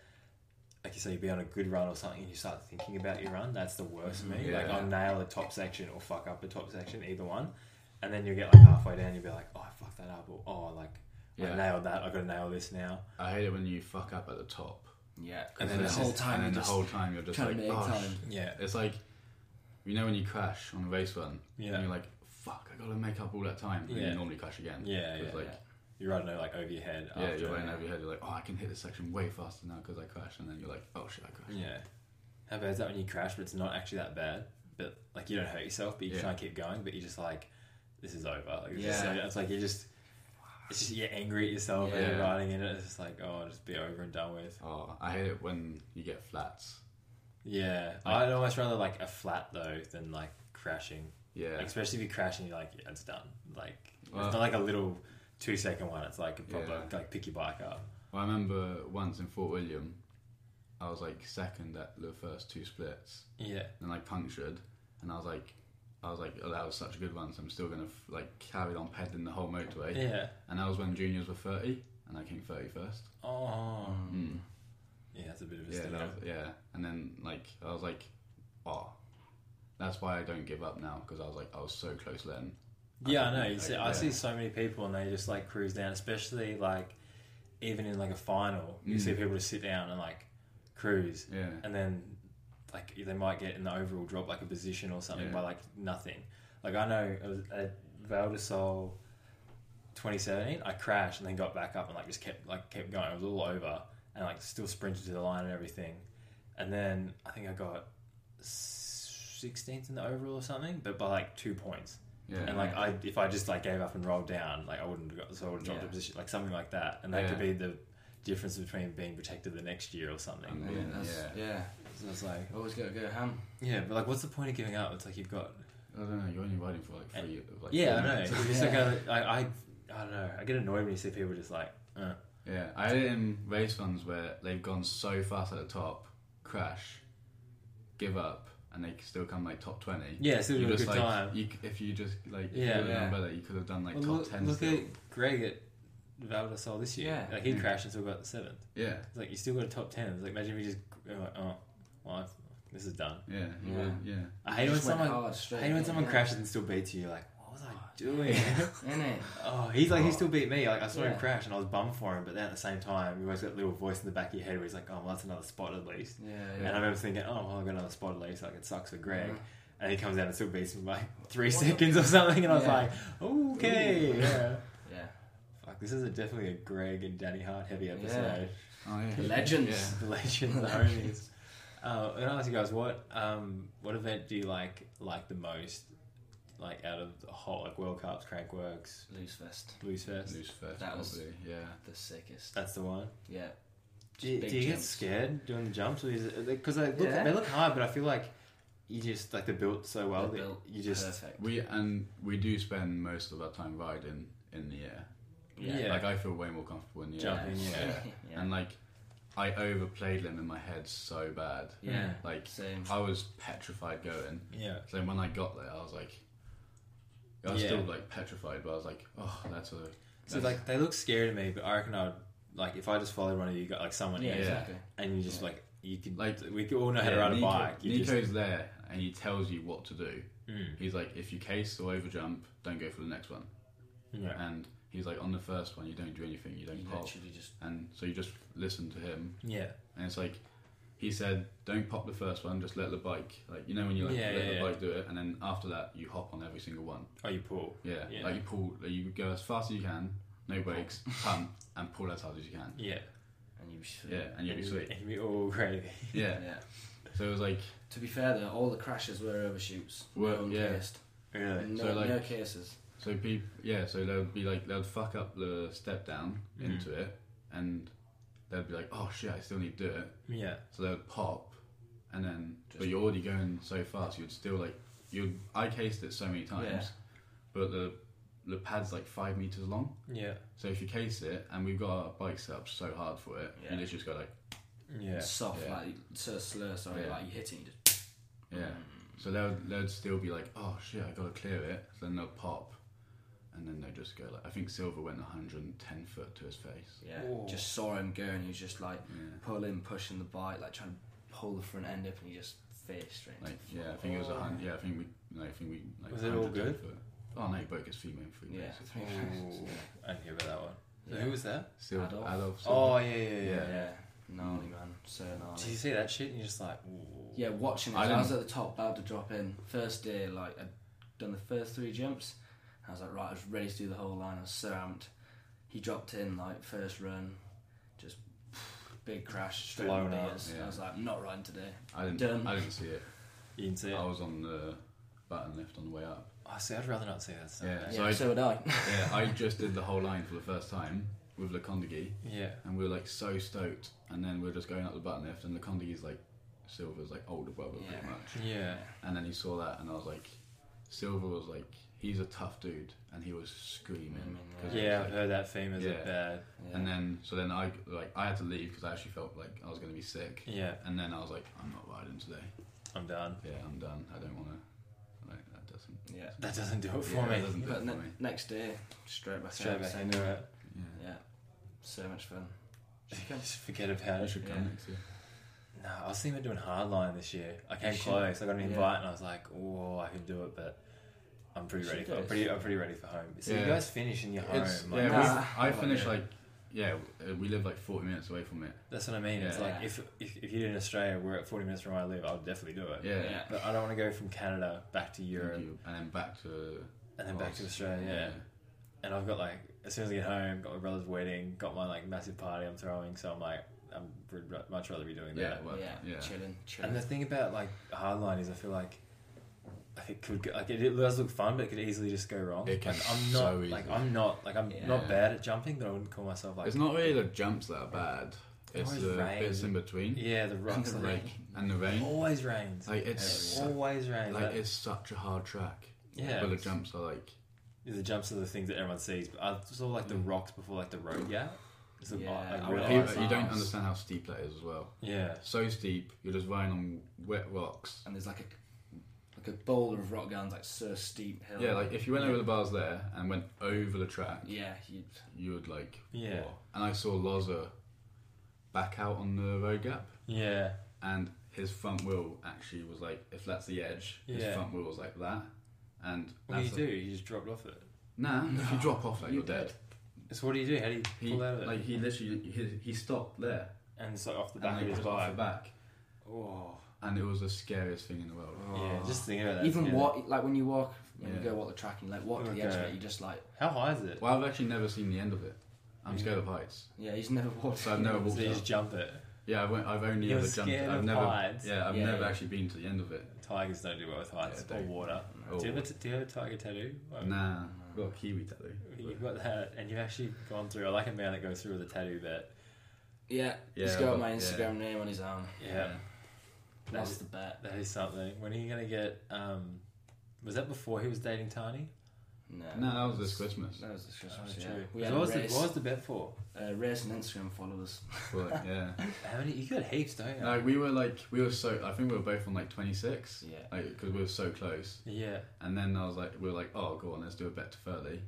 S1: like you say, you be on a good run or something, and you start thinking about your run. That's the worst for me.
S2: Mm-hmm. Yeah.
S1: Like I'll nail a top section or fuck up a top section, either one, and then you get like halfway down, you'll be like, oh, I fucked that up, or oh, like I
S2: Yeah,
S1: nailed that. I got to nail this now.
S2: I hate it when you fuck up at the top,
S3: Yeah.
S1: And
S2: and
S1: then
S2: then the
S1: it's
S2: whole
S3: just-
S2: time, and then
S3: and
S2: the
S3: just
S2: whole time you're just
S3: trying
S2: like,
S3: to make
S2: oh,
S3: time."
S2: sh-"
S1: Yeah,
S2: it's like, you know when you crash on a race run,
S1: yeah,
S2: and you're like, fuck, I gotta make up all that time, and
S1: Yeah.
S2: you normally crash again.
S1: yeah, yeah.
S2: It's like,
S1: You're running it, like over your head.
S2: yeah,
S1: after.
S2: you're running over your head. You're like, oh, I can hit this section way faster now because I crashed, and then you're like, oh shit, I crashed.
S1: Yeah. How bad is that when you crash, but it's not actually that bad? But like you don't hurt yourself, but you
S2: Yeah.
S1: try and keep going, but you're just like, this is over. Like, it's,
S3: Yeah.
S1: just so, it's like you just, it's just you're angry at yourself and you're
S2: Yeah.
S1: riding in it. It's just like, oh, just be over and done with.
S2: Oh, I hate it when you get flats.
S1: Yeah. I'd almost rather like a flat though than like crashing.
S2: Yeah,
S1: Like, especially if you crash and you're like, yeah, it's done. Like,
S2: Well-
S1: it's not like a little two second one. It's like a proper,
S2: Yeah.
S1: like pick your bike up.
S2: Well, I remember once in Fort William, I was like second at the first two splits,
S1: Yeah.
S2: and I punctured, and I was like, I was like, oh, that was such a good one, so I'm still gonna f- like carry on peddling the whole motorway.
S1: Yeah.
S2: And that was when juniors were 30, and I came 31st.
S1: Oh.
S2: Mm.
S1: Yeah, that's a bit of a
S2: Yeah,
S1: stinger.
S2: that was- yeah. And then like I was like, oh, that's why I don't give up now because I was like I was so close then.
S1: Yeah, I
S2: don't
S1: know.
S2: think
S1: You
S2: I
S1: see,
S2: could
S1: I
S2: do
S1: see
S2: it.
S1: so many people and they just like cruise down, especially like even in like a final, you
S2: Mm.
S1: see people just sit down and like cruise,
S2: Yeah.
S1: and then like they might get in the overall drop like a position or something
S2: Yeah.
S1: by like nothing. Like I know it was at Val de Sol 2017, I crashed and then got back up and like just kept like kept going. It was all over and like still sprinted to the line and everything. And then I think I got 16th in the overall or something, but by like two points.
S2: Yeah.
S1: And like I, if I just like gave up and rolled down, like I wouldn't have got, so I would have dropped
S3: Yeah.
S1: a position, like something like that, and that could be
S2: Yeah.
S1: the difference between being protected the next year or something.
S2: And
S3: Yeah,
S2: then,
S3: that's,
S2: yeah.
S3: yeah.
S1: so it's like,
S3: Always gotta go ham.
S1: yeah, but like, what's the point of giving up? It's like you've got,
S2: I don't know. You're only riding for like three. Like,
S1: yeah,
S2: four
S1: I know.
S2: minutes.
S1: It's like
S3: Yeah.
S1: a, I, I, I don't know. I get annoyed when you see people just like, uh,
S2: Yeah, I hate it in race runs where they've gone so fast at the top, crash, give up, and they still come like top twenty.
S1: yeah, still
S2: You
S1: doing a
S2: just
S1: good
S2: like
S1: time.
S2: You, c- if you just like if
S1: Yeah,
S2: you were
S3: yeah.
S2: number that you could have done like
S1: Well,
S2: top
S1: look,
S2: ten.
S1: look
S2: still.
S1: at Greg at Val de Sol this year.
S3: Yeah.
S1: like he
S2: Mm.
S1: crashed and still got the seventh.
S2: yeah,
S1: It's like you still got a top ten. It's like imagine if you just, you're like, oh, well, I've- this is done.
S2: yeah, you
S3: Yeah.
S2: would- yeah.
S1: I hate when
S3: Just went
S1: someone
S3: hard straight
S1: Hey, when
S3: in,
S1: someone
S3: yeah.
S1: crashes and still beats you, you're like, what was
S3: Oh,
S1: I doing?
S3: Innit?
S1: oh, he's like, he still beat me. Like, I saw
S3: Yeah.
S1: him crash and I was bummed for him, but then at the same time, you always got that little voice in the back of your head where he's like, oh, well, that's another spot at least.
S3: Yeah,
S1: And I
S3: yeah.
S1: remember thinking, oh, well, I got another spot at least. Like, it sucks for Greg.
S3: Mhm.
S1: And he comes out and still beats me by three
S3: What the-
S1: seconds or something. And I was
S3: Yeah.
S1: like, okay.
S3: Ooh.
S1: Yeah.
S3: Mm-hmm. Yeah.
S1: Fuck, this is a, definitely a Greg and Danny Hart heavy episode.
S2: Oh yeah,
S3: Legends.
S2: Yeah.
S1: The legend, the homies. Uh, and I ask you guys, what um, what event do you like like the most? Like out of the whole like World Cups, Crankworks,
S3: Loose vest.
S1: Blues Fest.
S2: Loose first,
S3: That
S2: probably.
S3: was-
S2: Yeah.
S3: The sickest.
S1: That's the one.
S3: Yeah.
S1: Do you,
S3: Big
S1: do you get
S3: jumps.
S1: scared doing the jumps, or is it because they look
S3: Yeah.
S1: they look hard, but I feel like you just like they're built so well
S3: They're
S1: that
S3: built
S1: you just
S3: perfect.
S2: We and we do spend most of our time riding in the air.
S1: Yeah.
S2: Like I feel way more comfortable in the air.
S1: Jumping, yeah.
S2: And like I overplayed them in my head so bad.
S3: Yeah.
S2: Like
S3: Same.
S2: I was petrified going.
S1: Yeah.
S2: So when I got there, I was like, I was
S1: Yeah.
S2: still like petrified, but I was like, oh, that's a.
S1: So like they look scary to me, but I reckon I'd like if I just followed one of you got like someone
S3: Yeah,
S1: yeah.
S2: Yeah.
S3: exactly.
S1: and you just
S3: Yeah.
S1: like you could like
S2: Like-
S1: we could all know how to
S2: Yeah,
S1: ride a
S2: Nico-
S1: bike. You
S2: Nico's
S1: just,
S2: there and he tells you what to do.
S1: Mm.
S2: He's like, if you case or overjump, don't go for the next one.
S1: yeah.
S2: And he's like, on the first one, you don't do anything, you don't
S3: You
S2: pop.
S3: literally just
S2: And so you just listen to him,
S1: yeah,
S2: and it's like, he said, don't pop the first one, just let the bike, like you know when you like
S1: Yeah,
S2: let
S1: yeah,
S2: the
S1: yeah.
S2: bike do it, and then after that you hop on every single one.
S1: Oh, you pull.
S2: Yeah,
S1: Yeah.
S2: like you pull, like, you go as fast as you can, no brakes, pump, and pull as hard as you can.
S1: Yeah,
S3: and you should.
S2: Yeah, and you'll be sweet.
S1: And we all crazy.
S2: Yeah.
S3: yeah.
S2: So it was like,
S3: To be fair though, all the crashes were overshoots.
S2: Were-
S3: no
S2: yeah.
S3: cased.
S1: Really?
S3: No,
S2: So, like-
S3: no cases.
S2: so people, yeah, so they'd be like, they'd fuck up the step down
S1: Mhm.
S2: into it, and they'd be like, oh shit, I still need to do it.
S1: Yeah.
S2: So they would pop, and then, but
S3: Just-
S2: you're already going so fast, you'd still like, you'd, I cased it so many times,
S3: Yeah.
S2: but the, the pad's like five meters long.
S1: Yeah.
S2: So if you case it, and we've got our bikes set up so hard for it,
S3: Yeah.
S2: you literally just go like,
S1: Yeah.
S3: Soft,
S2: Yeah.
S3: like so slur. Sorry,
S2: Yeah.
S3: like you hit it, and you just
S2: yeah. So they would, they'd still be like, oh shit, I gotta clear it. So then they'll pop, and then they'll just go like, I think Silver went 110 foot to his face.
S3: yeah.
S1: Ooh.
S3: Just saw him go, and he was just like
S2: Yeah.
S3: pulling, pushing the bike, like trying to pull the front end up, and he just faced straight. into
S2: Like,
S3: the
S2: yeah, I
S3: floor.
S2: think it was a hundred. Yeah, I think we, no, I think we. Like,
S1: Was it all
S2: 110
S1: good?
S2: Foot. Oh no, he broke his femur in three
S3: Yeah.
S2: places.
S1: Ooh, I didn't hear about that one. So
S3: Yeah.
S1: who was that?
S2: Silver,
S3: Adolf.
S2: Adolf
S1: Oh
S2: Silver.
S1: yeah, yeah, yeah.
S2: Yeah.
S3: Yeah, gnarly man, so gnarly.
S1: Did you see that shit? And you're just like, ooh.
S3: Yeah, watching it.
S2: I
S3: I, was at the top, about to drop in. First day, like I'd done the first three jumps. I was like, right, I was ready to do the whole line. I was so amped. He dropped in like first run, just big crash, straight
S1: Blown
S3: on the
S1: up,
S3: ears.
S2: yeah.
S3: I was like, I'm not riding today.
S2: I didn't.
S3: Dumb.
S2: I didn't see it.
S1: You didn't see it.
S2: I
S1: Oh,
S2: was on the button lift on the way up.
S1: see, I'd rather not see that stuff.
S2: Yeah.
S3: Yeah,
S2: So
S3: so,
S2: I-
S3: would I.
S2: Yeah, I just did the whole line for the first time with Lekondagi,
S1: Yeah.
S2: and we were like so stoked. And then we we're just going up the button lift, and Lekondagi's like Silver's like older brother, pretty
S3: Yeah.
S2: much.
S1: Yeah.
S2: And then he saw that, and I was like, Silver was like, he's a tough dude, and he was screaming.
S3: Mm,
S2: 'cause
S1: Yeah,
S2: he was
S1: I've
S2: like-
S1: heard that femurs
S2: Yeah.
S1: are bad.
S3: Yeah.
S2: and then so then I like I had to leave because I actually felt like I was gonna be sick.
S1: Yeah,
S2: And then I was like, I'm not riding today.
S1: I'm done.
S2: Yeah, I'm done. I don't wanna. Like that doesn't.
S3: yeah.
S1: That doesn't do it for
S2: Yeah, that
S1: me.
S2: doesn't do it
S3: But
S2: for
S3: ne-
S2: me.
S3: next day, straight back
S1: Straight
S3: out,
S1: back
S3: same
S1: into
S3: thing.
S1: it.
S2: Yeah.
S3: Yeah, so much fun.
S1: Just forget about
S2: I
S1: it.
S2: should come
S3: Yeah.
S2: next year.
S1: No, I was thinking about doing hardline this year. I came
S3: You should-
S1: close. I got an
S3: yeah.
S1: invite, and I was like, "Oh, I can do it," but I'm pretty
S3: You
S1: ready.
S3: should
S1: For,
S3: do
S1: I'm
S3: it.
S1: pretty. I'm pretty ready for home. So you
S2: Yeah.
S1: guys finish in your home.
S2: It's,
S1: like,
S2: yeah,
S3: Nah.
S1: that's-
S2: we, I
S3: Like,
S2: finished
S1: yeah.
S2: like yeah. uh, We live like 40 minutes away from it.
S1: that's what I mean. It's
S2: Yeah.
S1: like if, if if you did in Australia, we're at 40 minutes from where I live. I'll definitely do it.
S2: Yeah.
S3: Yeah.
S1: But I don't want to go from Canada back to Europe
S2: And then back to
S1: and then
S2: Oh,
S1: back to Australia. Yeah. And I've got like as soon as I get home, got my brother's wedding, got my like massive party I'm throwing. So I'm like, I'm would r- much rather be doing
S2: Yeah.
S1: that.
S2: well,
S3: yeah,
S2: yeah.
S3: chilling, chilling.
S1: And the thing about like hardline is, I feel like like it could go, like it, it does look fun, but it could easily just go wrong.
S2: It can
S1: like, I'm not
S2: so
S1: like
S2: easily.
S1: I'm not like I'm
S3: Yeah.
S1: not bad at jumping, but I wouldn't call myself like
S2: It's not really the jumps that are bad. It's
S1: Always
S2: the
S1: rain.
S2: bits in between.
S1: yeah the rocks
S3: the
S1: like,
S2: Like and the
S1: it
S2: rain.
S1: always rains
S2: Like it's
S1: It
S2: su-
S1: always rains
S2: like
S1: Like,
S2: it's such a hard track.
S1: Yeah.
S2: But the jumps are like
S1: the jumps are the things that everyone sees, but I saw like the rocks before like the road gap. It's the-
S3: Yeah,
S1: like,
S3: I
S1: real
S3: would-
S2: people,
S1: life.
S2: you don't
S3: fast.
S2: understand how steep that is as well.
S1: yeah
S2: So steep, you're just riding on wet rocks.
S3: and there's like a like a boulder of rock gardens, like so steep hill.
S2: Yeah, like if you went over the bars there and went over the track,
S3: yeah, you'd
S2: you would like
S1: Yeah.
S2: whoa. And I saw Loza back out on the road gap,
S1: yeah
S2: and his front wheel actually was like if that's the edge,
S1: Yeah.
S2: his front wheel was like that. And
S1: what do you
S2: that's
S1: do
S2: like-
S1: you just dropped off it
S2: Nah, if you drop off, like
S3: You
S2: you're dead.
S1: so what do you do how do you
S2: He
S1: pull out of it
S2: like he literally he, he stopped there
S1: and it's like off the
S2: and
S1: back
S2: like,
S1: of his
S2: just off
S1: bike
S2: the back,
S1: oh
S2: and it was the scariest thing in the world.
S1: yeah just thinking about that
S3: even
S1: yeah.
S3: walk like when you walk when
S2: oh, Yeah.
S3: you go walk the track and you like walk to the edge of
S1: Okay.
S3: it, you just like
S1: how high is it
S2: Well, I've actually never seen the end of it. I'm scared of heights.
S3: yeah, he's never walked.
S2: So I've never
S1: So
S2: walked
S1: you
S2: up.
S1: just jump it.
S2: Yeah, I've, went, I've only
S1: You're
S2: ever jumped.
S1: scared
S2: I've
S1: of
S2: never.
S1: heights?
S2: Yeah, I've
S3: Yeah,
S2: never
S3: yeah.
S2: actually been to the end of it.
S1: Tigers don't do well with heights
S2: Yeah,
S1: or
S2: don't.
S1: water.
S2: Oh.
S1: Do, you have a, do you have a tiger tattoo? Well,
S2: Nah, I've got a kiwi tattoo.
S1: You've got that, and you've actually gone through. I like a man that goes through with a tattoo bet.
S3: Yeah,
S2: Yeah,
S3: he's got
S2: but-
S3: my
S2: yeah.
S3: Instagram name on his arm.
S1: Yeah,
S3: That's the bet.
S1: that is something. When are you gonna get? Um, was that before he was dating Tani?
S3: No,
S2: No, that was this Christmas.
S3: That was this
S1: Oh,
S3: Christmas. yeah.
S1: true.
S3: We
S1: So
S3: had
S1: what,
S3: a
S1: was the,
S3: race,
S1: what was the bet for?
S3: uh, race and Instagram followers.
S2: But yeah,
S1: How many? You got heaps, don't you?
S2: no, we were like we were so. I think we were both on like 26,
S3: Yeah.
S2: like because we were so close.
S1: Yeah.
S2: And then I was like, we were like, oh, go on, let's do a bet to 30.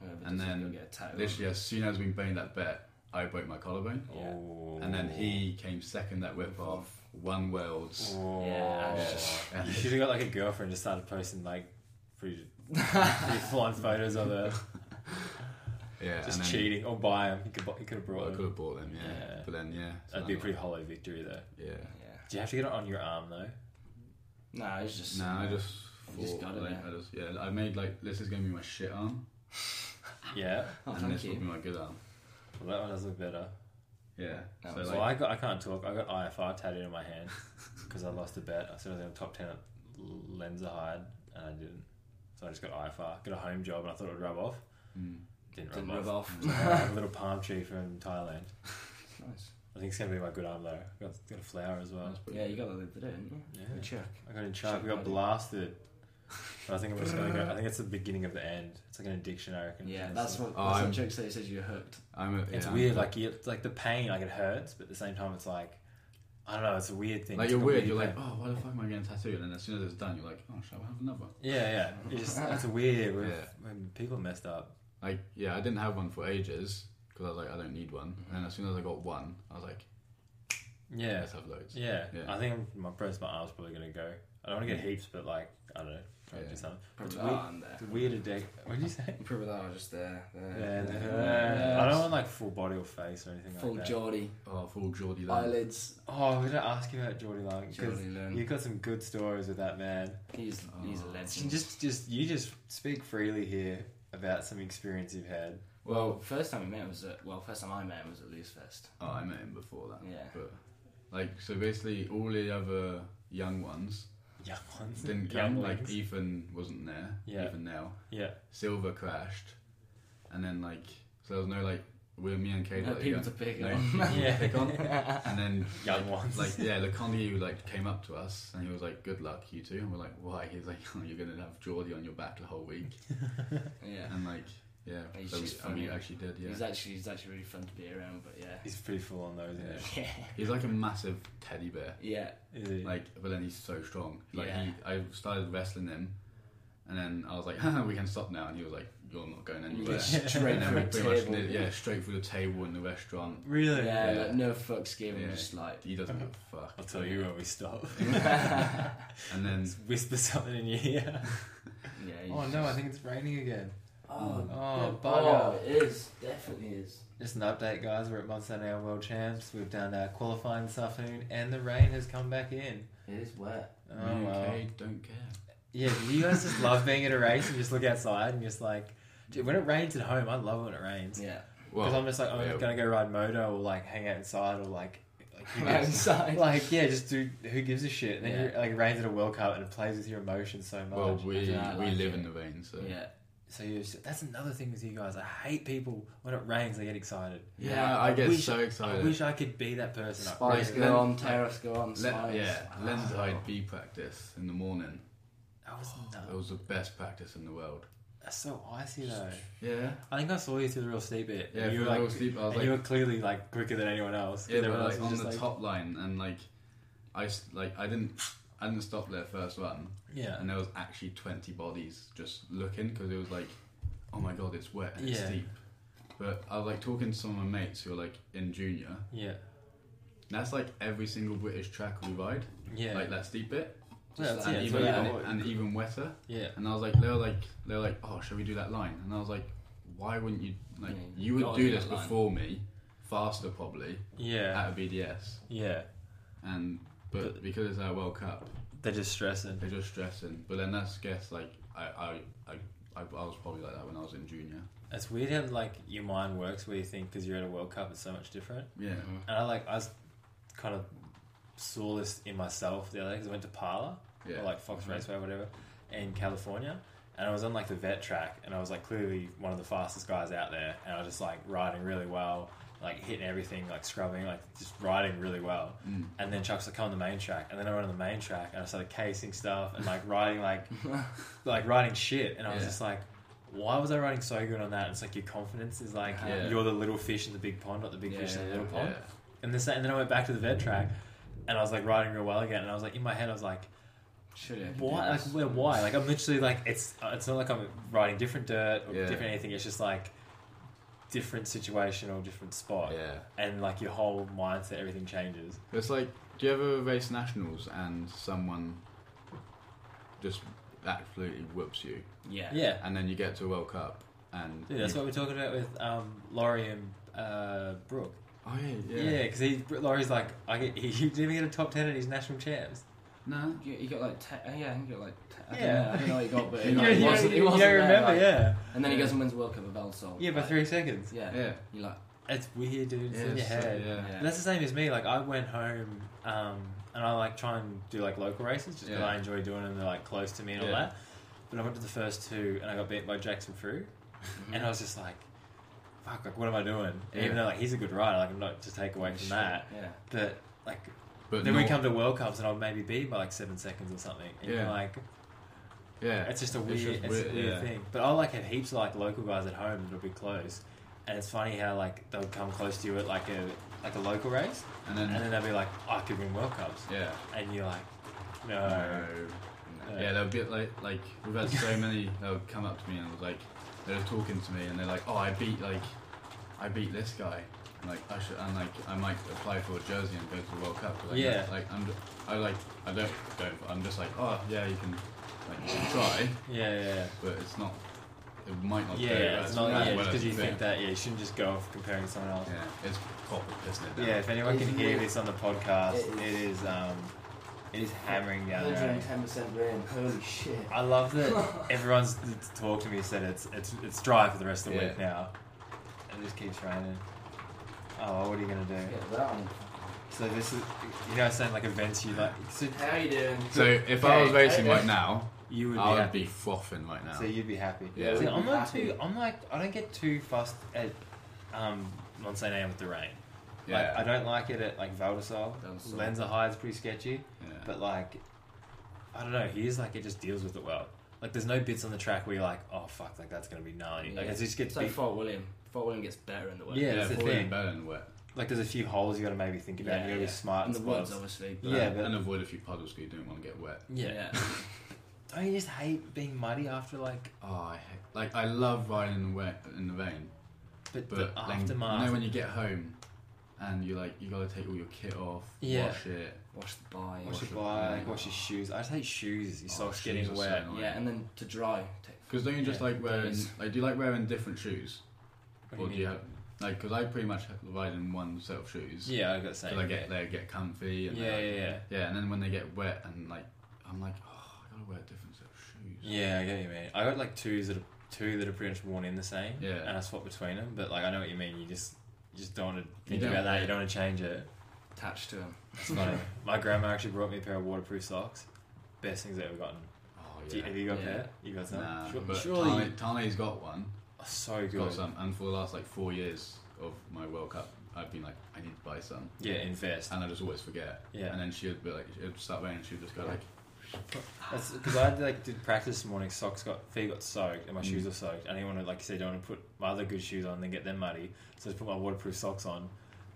S3: Whoever
S2: And
S3: does it,
S2: then
S3: you'll get a tattoo.
S2: Literally, as soon as we made that bet, I broke my collarbone,
S3: Yeah.
S1: Oh.
S2: and then he came second that whip off one worlds.
S1: Oh.
S3: Yeah,
S2: I
S1: you
S2: was-
S1: should have got like a girlfriend and started posting like pretty, pretty flying photos of her,
S2: Yeah,
S1: just
S2: and then
S1: cheating or buy them. You could, bu- you could have
S2: Well, I
S1: brought
S2: could
S1: them.
S2: have bought them, yeah.
S1: Yeah.
S2: But then, yeah, so
S1: That'd be a
S2: then
S1: pretty hollow victory though.
S2: I'm like, yeah.
S3: Yeah.
S1: Do you have to get it on your arm though?
S3: No, it's just.
S2: No, I just
S3: You just
S2: thought,
S3: got it
S2: like,
S3: there.
S2: I just yeah. I made like this is gonna be my shit arm,
S1: Yeah.
S3: Oh,
S2: and this
S3: thank
S2: will be
S3: you.
S2: my good arm.
S1: Well, that one does look better.
S2: Yeah.
S3: That
S2: so
S3: was
S2: like,
S1: So I got I can't talk. I got IFR tattooed in my hand because I lost a bet. I said I was in the top ten at Lenzerheide and I didn't. So I just got IFR. Got a home job and I thought it would rub off.
S2: mm,
S1: Didn't,
S3: Didn't
S1: rub
S3: rub
S1: off.
S3: off.
S1: Uh, a little palm tree from Thailand.
S3: Nice.
S1: I think it's gonna be my good arm though. Got, got a flower as well.
S2: that's pretty
S3: Yeah, you
S2: good.
S3: got that video, didn't you?
S1: Yeah.
S3: We check.
S1: I got in charge. We got blasted. But I think I'm just gonna go. I think it's the beginning of the end. It's like an addiction. I reckon.
S3: Yeah,
S1: It's-
S3: that's what,
S2: Oh,
S3: that's
S2: I'm-
S3: what Jake said. He says you're hooked.
S2: I'm. A, yeah,
S1: It's
S2: I'm-
S1: weird. Like you, it's like the pain. Like it hurts, but at the same time, it's like I don't know. It's a weird thing.
S2: Like
S1: It's
S2: you're
S1: a
S2: weird. You're
S1: pain.
S2: like, oh, why the fuck am I getting tattooed? And then as soon as it's done, you're like, oh, shall I have another?
S1: Yeah, yeah. It's just that's weird. When,
S2: Yeah.
S1: when people messed up.
S2: Like, yeah, I didn't have one for ages because I was like, I don't need one. And then as soon as I got one, I was like,
S1: Yeah.
S2: let's have loads.
S1: yeah,
S2: Yeah.
S1: I think I'm- my first my arm's probably gonna go. I don't want to get heaps, but like I don't know. Try to
S2: Yeah.
S1: do something.
S3: Probably
S1: It's weird.
S3: that and there.
S1: It's weird addic What did you say?
S3: Probably that are just there. there,
S1: Yeah,
S3: there,
S1: yeah.
S3: there.
S1: I don't want like full body or face or anything
S3: Full
S1: like that.
S3: Geordie.
S2: Oh, full Geordie Lang.
S3: Eyelids.
S1: Oh, we didn't ask you about Geordie Lang because
S3: Geordie Lynn.
S1: you've got some good stories with that man.
S3: He's, he's a
S2: Oh.
S3: legend.
S1: Just, just you just speak freely here about some experience you've had.
S3: Well,
S2: Well,
S3: first time we met was at well, first time I met him was at Loose Fest.
S2: oh, I met him before that.
S3: Yeah.
S2: But like, so basically, all the other young ones
S1: Young ones,
S2: didn't
S1: young
S2: come. Like
S1: ones.
S2: Ethan wasn't there.
S1: Yeah.
S2: Ethan now.
S1: yeah,
S2: Silver crashed, and then like, so there was no like, we me and Kate
S3: No
S2: like,
S3: people
S2: yeah,
S3: to pick
S2: no
S3: on.
S2: people to
S1: Yeah.
S2: pick on. And then
S1: young ones.
S2: like yeah, Lecondi like came up to us and he was like, "Good luck, you two. And we're like, "Why?" He's like, oh, "You're gonna have Geordie on your back the whole week."
S3: Yeah,
S2: And like, yeah,
S3: He's
S2: so we,
S3: just
S2: and we
S3: funny.
S2: actually did. Yeah,
S3: he's actually he's actually really fun to be around. But yeah,
S1: he's pretty full on those, isn't
S3: yeah,
S2: he's like a massive teddy bear.
S3: yeah.
S1: he? Is he?
S2: Like, but then he's so strong. Like,
S3: Yeah.
S2: he, I started wrestling him, and then I was like, Haha, "We can stop now." And he was like, "You're not going anywhere."
S3: Just straight
S2: and then
S3: through
S2: we
S3: a
S2: pretty much
S3: table.
S2: did- yeah, straight through the table in the restaurant.
S1: really?
S3: Yeah,
S2: Yeah.
S3: like, no fucks given.
S2: Yeah.
S3: Just like
S2: He doesn't give a fuck.
S1: I'll tell you when we stop.
S2: And then
S1: Just whisper something in your ear.
S3: yeah. he's
S1: Oh no, I think it's raining again.
S3: Oh,
S1: Oh,
S3: yeah.
S1: bugger.
S3: Oh, it is definitely is.
S1: Just an update, guys. We're at Monsanto World Champs. We've done our qualifying this afternoon, and the rain has come back in.
S3: It is wet.
S1: Oh
S2: me and
S1: well.
S2: Kate don't care.
S1: Yeah, do you guys just love being at a race and just look outside and just like, dude, when it rains at home, I love it when it rains because
S3: Yeah,
S1: I'm just like, oh, I'm
S2: yeah.
S1: gonna go ride moto or like hang out inside or like, like, who gives-
S3: outside.
S1: like yeah, just do who gives a shit. And then
S3: Yeah.
S1: you're, like it rains at a World Cup and it plays with your emotions so much.
S2: Well, we
S3: I don't
S2: we
S3: like
S2: live
S3: it.
S2: in the rain, so
S3: yeah,
S1: so you just, that's another thing with you guys. I hate people when it rains. They get excited.
S2: Yeah, I get
S1: wish-
S2: so
S1: I
S2: excited.
S1: wish I could be that person. I-
S3: spikes
S2: like,
S3: go
S2: Len-
S3: on, tariffs go on,
S2: Le-
S3: spikes.
S2: yeah,
S3: Oh.
S2: lens hide B practice in the morning.
S1: I was
S2: It was the best practice in the world.
S1: That's so icy though.
S2: Yeah,
S1: I think I saw you through the real steep bit.
S2: yeah.
S1: and you were
S2: for the
S1: like,
S2: whole sleep, I was
S1: and
S2: like,
S1: you were clearly like quicker than anyone else. 'cause
S2: yeah, but
S1: everyone
S2: like
S1: else was
S2: on the
S1: just like-
S2: top line, and like I s- like I didn't I didn't stop there first run,
S1: Yeah.
S2: and there was actually twenty bodies just looking because it was like, oh my god, it's wet and it's
S1: Yeah.
S2: steep. But I was like talking to some of my mates who are like in junior.
S1: Yeah.
S2: That's like every single British track we ride,
S1: Yeah.
S2: like that steep bit,
S1: Yeah, that's
S2: and,
S1: it,
S2: even,
S1: that's
S2: and,
S1: what-
S2: and even wetter.
S1: yeah.
S2: And I was like, they were like, they were like, oh, shall we do that line? And I was like, why wouldn't you? Like,
S3: Yeah,
S2: you
S3: you
S2: would
S3: gotta
S2: do
S3: do
S2: this
S3: that line.
S2: before me, faster probably
S1: Yeah.
S2: at a BDS.
S1: Yeah.
S2: And but because it's our World Cup,
S1: They're just stressing.
S2: they're just stressing. But then that's guess like I I, I I I was probably like that when I was in junior.
S1: It's weird how like your mind works where you think because you're at a World Cup it's so much different.
S2: Yeah.
S1: And I like I was kind of saw this in myself the other day because I went to Parla
S2: Yeah.
S1: or like Fox
S2: Mhm.
S1: Raceway or whatever in California. And I was on like the vet track and I was like clearly one of the fastest guys out there. And I was just like riding really well, like hitting everything, like scrubbing, like just riding really well.
S2: Mm.
S1: And then Chuck's like, come on the main track. And then I went on the main track and I started casing stuff and like riding like, like riding shit. And I was
S2: Yeah.
S1: just like, why was I running so good on that? It's like your confidence is like
S2: Yeah.
S1: you're the little fish in the big pond, not the big fish in the little pond.
S2: Yeah.
S1: And, the same, and then I went back to the vet track, and I was like riding real well again. And I was like in my head, I was like,
S3: Surely I can do
S1: why? Like
S3: this.
S1: where, why? Like I'm literally like it's uh, it's not like I'm riding different dirt or
S2: Yeah.
S1: different anything. It's just like different situation or different spot,
S2: yeah.
S1: and like your whole mindset, everything changes.
S2: It's like, do you ever race nationals and someone just absolutely whoops you,
S3: Yeah.
S1: Yeah,
S2: and then you get to a World Cup and
S1: Dude, that's
S2: you-
S1: what we're talking about with um, Laurie and uh, Brooke.
S2: oh yeah, yeah,
S1: Yeah, because he Laurie's like, I get, he, he didn't even get a top ten at his national champs.
S2: no,
S3: You, you got like te- uh, yeah, I think you got like te- I
S1: Yeah.
S3: don't know, I don't know what you got, but
S2: Yeah,
S3: you know, it
S2: yeah,
S3: wasn't, it
S1: you
S3: wasn't
S1: don't
S3: there,
S1: remember,
S3: like-
S1: yeah,
S3: And then he goes and wins World Cup at
S2: oh,
S3: Velsol.
S1: yeah, by
S3: like,
S1: three seconds.
S3: Yeah,
S2: yeah,
S3: You're like,
S1: It's weird, dude. It's
S2: Yeah,
S1: in your
S2: it's so-
S1: head.
S2: yeah.
S1: And that's the same as me. Like I went home um, and I like try and do like local races just because
S2: Yeah.
S1: I enjoy doing them. They're like close to me and all
S2: Yeah.
S1: that. But I went to the first two and I got beat by Jackson Frew,
S3: mm-hmm.
S1: and I was just like, "Fuck! Like what am I doing?"
S2: Mm-hmm. Yeah.
S1: Even though like he's a good rider, like I'm not to take away from that.
S3: Yeah.
S1: But like
S2: But
S1: then
S2: not,
S1: we come to World Cups and I'll maybe be by like seven seconds or something. And
S2: Yeah.
S1: you're like,
S2: yeah,
S1: it's just a weird,
S2: It's
S1: it's
S2: just
S1: a
S2: weird,
S1: weird
S2: yeah.
S1: thing. But I like have heaps of like local guys at home that'll be close, and it's funny how like they'll come close to you at like a like a local race,
S2: and then
S1: and then they'll be like, "Oh, I could win World Cups,
S2: yeah,
S1: and you're like, no,
S2: no. yeah, they'll get like like we've had so many. They'll come up to me and was like, they're talking to me and they're like, oh, I beat like, I beat this guy. And, Like I should, and like I might apply for a jersey and go to the World Cup. But, like,
S1: Yeah.
S2: Like I'm, ju- I like I don't go. I'm just like, oh yeah, you can, like you can try,
S1: yeah, yeah,
S2: but it's not. It might
S1: yeah,
S2: not. go
S1: yeah. It's
S2: as-
S1: not
S2: as
S1: yeah,
S2: well
S1: because
S2: as
S1: you
S2: you
S1: think that yeah, you shouldn't just go off comparing someone else.
S2: Yeah, it's proper, isn't it?
S1: Yeah, if anyone can
S3: It's
S1: hear
S3: weird.
S1: this on the podcast,
S3: It
S1: it is um, it is hammering down. the rain.
S3: percent rain. Holy shit.
S1: I love that everyone's that's talked to me said it's it's it's dry for the rest of the
S2: Yeah.
S1: week now. It just keeps raining. Oh, well, what are you gonna do?
S3: Get that one.
S1: So this is you know saying like events you like so
S3: How you doing?
S2: So if I was
S1: Okay.
S2: racing right now,
S1: you would be,
S2: I would
S1: happy.
S2: be frothing right now.
S1: so you'd be happy.
S2: Yeah.
S1: See, I'm not
S3: Happy.
S1: too I'm like I don't get too fussed at um Monsanto AM with the rain.
S2: yeah.
S1: Like I don't like it at like Valdesol.
S3: Valdisol.
S1: Lenza High's pretty sketchy.
S2: yeah.
S1: But like, I don't know. He's like it just deals with it well. Like there's no bits on the track where you're like, oh fuck, like that's gonna be gnarly. Like it just gets
S3: It's like
S1: big,
S3: Fort William. Fort William gets better in the wet.
S1: Yeah, that's the
S2: falling
S1: thing.
S2: better than wet.
S1: like there's a few holes you gotta maybe think about.
S3: Yeah,
S1: you gotta
S3: yeah.
S1: be smart
S3: In
S1: and
S3: the woods,
S1: spots.
S3: obviously. but-
S1: Yeah, but
S2: and avoid a few puddles because you don't want to get wet.
S1: yeah. Don't you just hate being muddy after like,
S2: Oh, I hate, like I love riding in the wet in the rain,
S1: but,
S2: but
S1: the
S2: then,
S1: aftermath?
S2: You know when you get home, and you like you gotta take all your kit off,
S1: Yeah.
S2: wash it.
S3: Wash the
S1: wash
S3: bike.
S2: Wash
S1: your
S2: your-
S1: bike, wash your shoes. I just hate shoes. Your
S2: Oh,
S1: socks
S2: shoes
S1: getting
S2: are so
S1: wet.
S2: annoying.
S3: Yeah, and then to dry. Take
S2: Because don't you just
S1: Yeah.
S2: like wearing
S3: Days.
S2: like do you like wearing different shoes,
S1: What
S2: or
S1: do you
S2: do you
S1: mean?
S2: have like? Because I pretty much ride in one set of shoes.
S1: Yeah, I got the same.
S2: Till I get there, get comfy.
S1: yeah,
S2: And
S1: yeah,
S2: they're like,
S1: yeah.
S2: Yeah, and then when they get wet and like, I'm like, oh, I gotta wear a different set of shoes.
S1: Yeah, I get what you mean. I got like twos that are two that are pretty much worn in the same.
S2: Yeah.
S1: And I swap between them, but like I know what you mean. You just you just don't want to
S2: You
S1: think
S2: don't-
S1: about that. You don't want to change it.
S3: attached to him.
S1: It's funny. My grandma actually brought me a pair of waterproof socks. Best things I've ever gotten.
S2: Oh
S1: Do you,
S2: yeah.
S1: have you got a
S3: Yeah.
S1: pair? You got some?
S2: Nah,
S1: Sure-
S2: but
S1: surely,
S2: Tane, Tane's got one.
S1: oh, so
S2: He's got
S1: good.
S2: some, and for the last like four years of my World Cup, I've been like, I need to buy some,
S1: Yeah, invest.
S2: and I just always forget.
S1: Yeah.
S2: And then she would be like, she'd start wearing, she'd just go like,
S1: Because I had, like did practice this morning. Socks got feet got soaked and my
S2: Mm.
S1: shoes were soaked. I didn't want to like you said, I don't want to put my other good shoes on and then get them muddy. So I just put my waterproof socks on,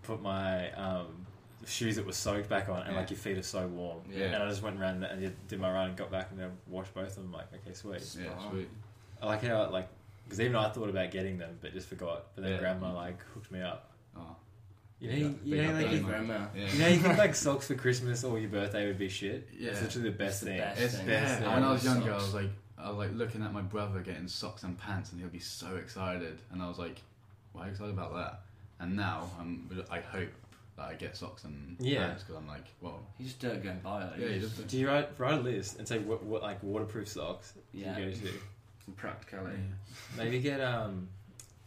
S1: put my um, shoes that were soaked back on, and like
S2: Yeah.
S1: your feet are so warm.
S3: Yeah.
S1: And I just went around and did- did my run and got back and then washed both of them. Like, okay, sweet.
S2: yeah,
S3: Spot
S2: sweet.
S1: I like how, like, because even I thought about getting them, but just forgot. But then
S2: Yeah.
S1: grandma, like, hooked me up.
S2: Oh,
S1: You
S2: Yeah,
S1: know, you,
S2: big
S1: know,
S2: up
S1: like,
S2: there,
S1: you,
S2: mate.
S3: Grandma.
S2: yeah.
S1: you know, you think, like, socks for Christmas or your birthday would be shit.
S2: Yeah.
S1: It's literally the best
S3: It's the
S1: thing.
S3: best
S2: It's
S3: thing.
S1: best
S2: yeah.
S1: thing.
S2: When I was younger,
S3: Socks.
S2: I was like, I was like looking at my brother getting socks and pants, and he'll be so excited, and I was like, why are you excited about that? And now I'm, I hope that I get socks and
S1: Yeah.
S2: pants because I'm like, well,
S3: You just don't go and buy it.
S2: yeah, you
S3: just
S2: just
S1: Do you write, write a list and say what, what like waterproof socks do
S3: Yeah. Mm.
S1: you go to?
S3: some practicality.
S1: Maybe get um,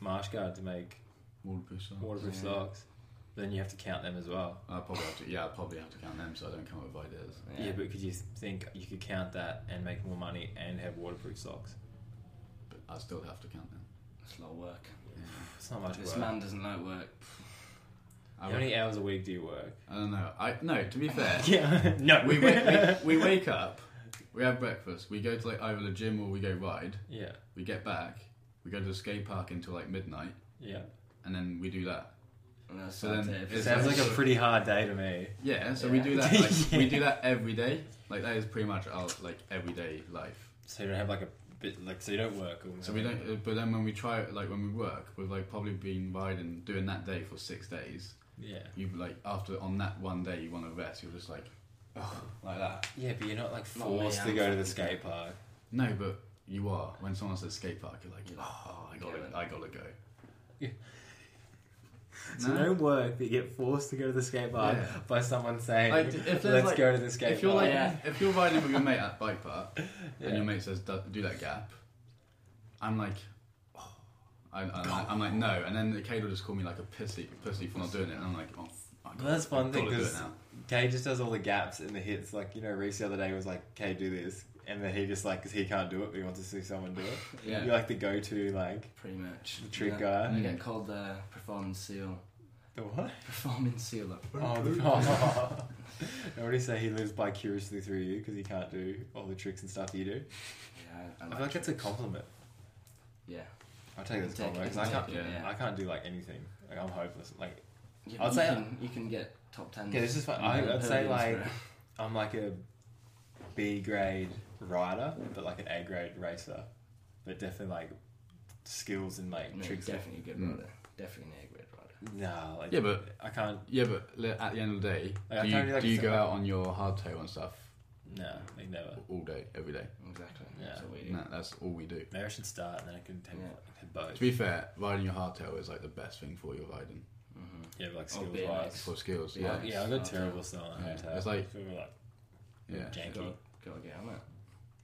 S1: Marshguard to make
S2: waterproof socks.
S1: waterproof
S3: Yeah.
S1: socks. Then you have to count them as well.
S2: I probably have to, yeah, I probably have to count them so I don't come up with ideas.
S1: Yeah. but could you think you could count that and make more money and have waterproof socks?
S2: But I still have to count them.
S3: it's a lot of work.
S1: It's not much
S3: This
S1: work.
S3: man doesn't like work.
S2: I,
S1: How many hours a week do you work?
S2: I don't know. I no. To be fair,
S1: Yeah, no.
S2: we, wake, we we wake up, we have breakfast, we go to like either the gym or we go ride,
S1: yeah,
S2: we get back, We go to the skate park until like midnight,
S1: Yeah.
S2: and then we do that.
S3: And that's
S2: So then
S3: that's
S1: It
S2: It's
S1: sounds like a
S2: actually-
S1: pretty hard day to me.
S2: Yeah, so we
S3: Yeah.
S2: do that. Like, We
S1: Yeah.
S2: do that every day. Like that is pretty much our like everyday life.
S1: So you don't have like a bit like so you don't work. Or
S2: So we don't. uh, But then when we try, like when we work, we've like probably been riding doing that day for six days.
S1: Yeah.
S2: You like after on that one day you want to rest. You're just like, oh, like that.
S1: Yeah, but you're not like
S3: Not me,
S1: forced to
S3: I'm
S1: go to the
S3: fucking
S1: skate park.
S2: No, but you are. When someone says skate park, you're like,
S3: You're like,
S2: oh, I gotta,
S3: yeah.
S2: I gotta go.
S1: Yeah.
S2: No?
S1: work, but you get forced to go to the skate
S2: Yeah.
S1: by someone saying,
S2: Like, if there's, like-
S1: go to the
S2: If you're like,
S3: Yeah.
S2: if you're riding with your mate at bike park,
S1: Yeah.
S2: and your mate says do, do that gap, I'm like, oh, I, I'm, like, I'm like no, and then Kate will just call me like a pussy, pussy for not doing it, and I'm like, oh, I
S1: Well, that's one
S2: I've
S1: thing,
S2: gotta do it
S1: 'cause-
S2: now.
S1: Kay just does all the gaps in the hits. Like, you know, Reese the other day was like, Kay, do this. And then he just like, because he can't do it, but he wants to see someone do it.
S2: Yeah.
S1: You're like the go to, like,
S3: pretty much.
S1: the trick
S3: yeah.
S1: guy.
S3: I get called the performance seal.
S1: The what?
S3: Performance seal.
S1: Oh, the, oh. Nobody say he lives vicariously through you because he can't do all the tricks and stuff you do.
S3: Yeah, I, I
S1: I feel like
S3: like
S1: it's a compliment.
S3: Yeah.
S1: I'll take this
S3: Take it,
S1: compliment 'cause I
S3: take
S1: can't,
S2: it, Mm. yeah.
S1: I can't do like anything. Like, I'm hopeless. Like,
S3: yeah
S1: I'd
S3: you
S1: say-
S3: can, you can get top ten.
S1: yeah, this is what I, I'd say, like, I'm like a B grade rider, but like an A grade racer. But definitely like skills and like
S3: no,
S1: tricks.
S3: definitely a good
S2: Mm.
S3: rider. Definitely an A grade rider.
S1: No, like,
S2: Yeah, but-
S1: I can't.
S2: Yeah, but li- at the end of the day,
S1: Like, I can't
S2: do you,
S1: really, like,
S2: do you
S1: sit
S2: go
S1: back-
S2: out on your hardtail and stuff
S1: No, like never.
S2: all day, every day?
S3: Exactly.
S1: Yeah.
S3: That's what we do.
S2: No, that's all we do.
S1: Maybe I should start and then I can take
S3: Yeah.
S1: like,
S2: To
S1: both.
S2: be fair, riding your hardtail is like the best thing for your riding
S3: hmm
S1: Yeah, but, like
S3: Or
S1: skills
S3: BMX.
S1: wise.
S2: for skills.
S1: Yeah,
S2: Yeah,
S3: BMX.
S1: yeah, I've got
S3: Okay.
S1: terrible skill on
S2: Yeah,
S1: hotel.
S2: it's like-
S1: I feel like
S2: yeah.
S1: janky.
S3: Gotta, gotta get on it.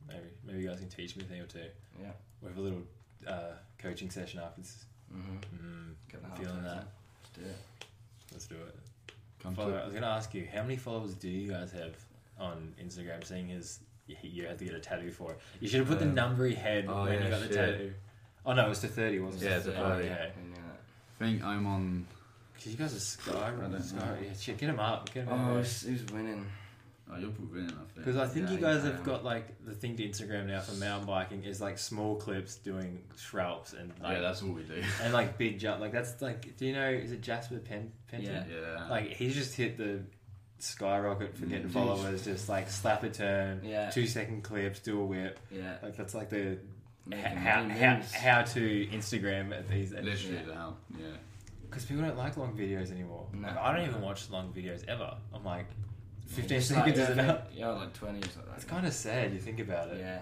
S1: Maybe, maybe you guys can teach me a thing or two.
S3: Yeah.
S1: We have a little uh, coaching session afterwards.
S3: Mm-hmm.
S1: Mm,
S3: Get
S1: I'm
S3: that
S1: feeling
S3: hard
S1: that.
S3: times in. Let's do it.
S1: Let's do it.
S2: Come
S1: Follow, I
S2: to
S1: was going to ask you, how many followers do you guys have on Instagram? Seeing as you- you had to get a tattoo for it, you should have put the
S2: Um,
S1: number he had
S2: oh,
S1: when
S2: yeah,
S1: you got the
S2: shit.
S1: tattoo. Oh no, it was to thirty, wasn't it?
S2: Yeah, it's to
S3: Yeah,
S2: 30.
S3: yeah,
S1: Okay,
S3: we knew that.
S2: think I'm on.
S1: because you guys are sky,
S2: I don't
S1: sky.
S2: know.
S1: Yeah, shit, get him up, get him
S3: Oh,
S1: up.
S3: who's, who's winning?
S2: Oh, you're probably in, I think.
S1: Because I think
S3: Yeah,
S1: you guys
S3: yeah.
S1: have got like the thing to Instagram now for mountain biking is like small clips doing shroups and like
S2: yeah, that's all we do.
S1: and like big jump. Like that's like, do you know? Is it Jasper Pen? Penton?
S3: Yeah.
S2: yeah.
S1: Like he's just hit the skyrocket for getting
S2: Mm.
S1: followers. Just like slap a turn,
S3: Yeah.
S1: two second clips, do a whip.
S3: Yeah.
S1: Like that's like the h-
S3: making
S1: how
S3: new
S1: how,
S3: moves.
S1: how to Instagram at these
S2: literally
S3: Yeah.
S2: now. Yeah.
S1: because people don't like long videos anymore.
S3: No.
S1: Like, I don't even watch long videos ever. I'm like fifteen
S3: Just
S1: seconds
S3: like,
S1: is
S3: yeah,
S1: enough.
S3: Yeah, like 20 or something.
S1: It's kind of sad. You think about it.
S3: Yeah.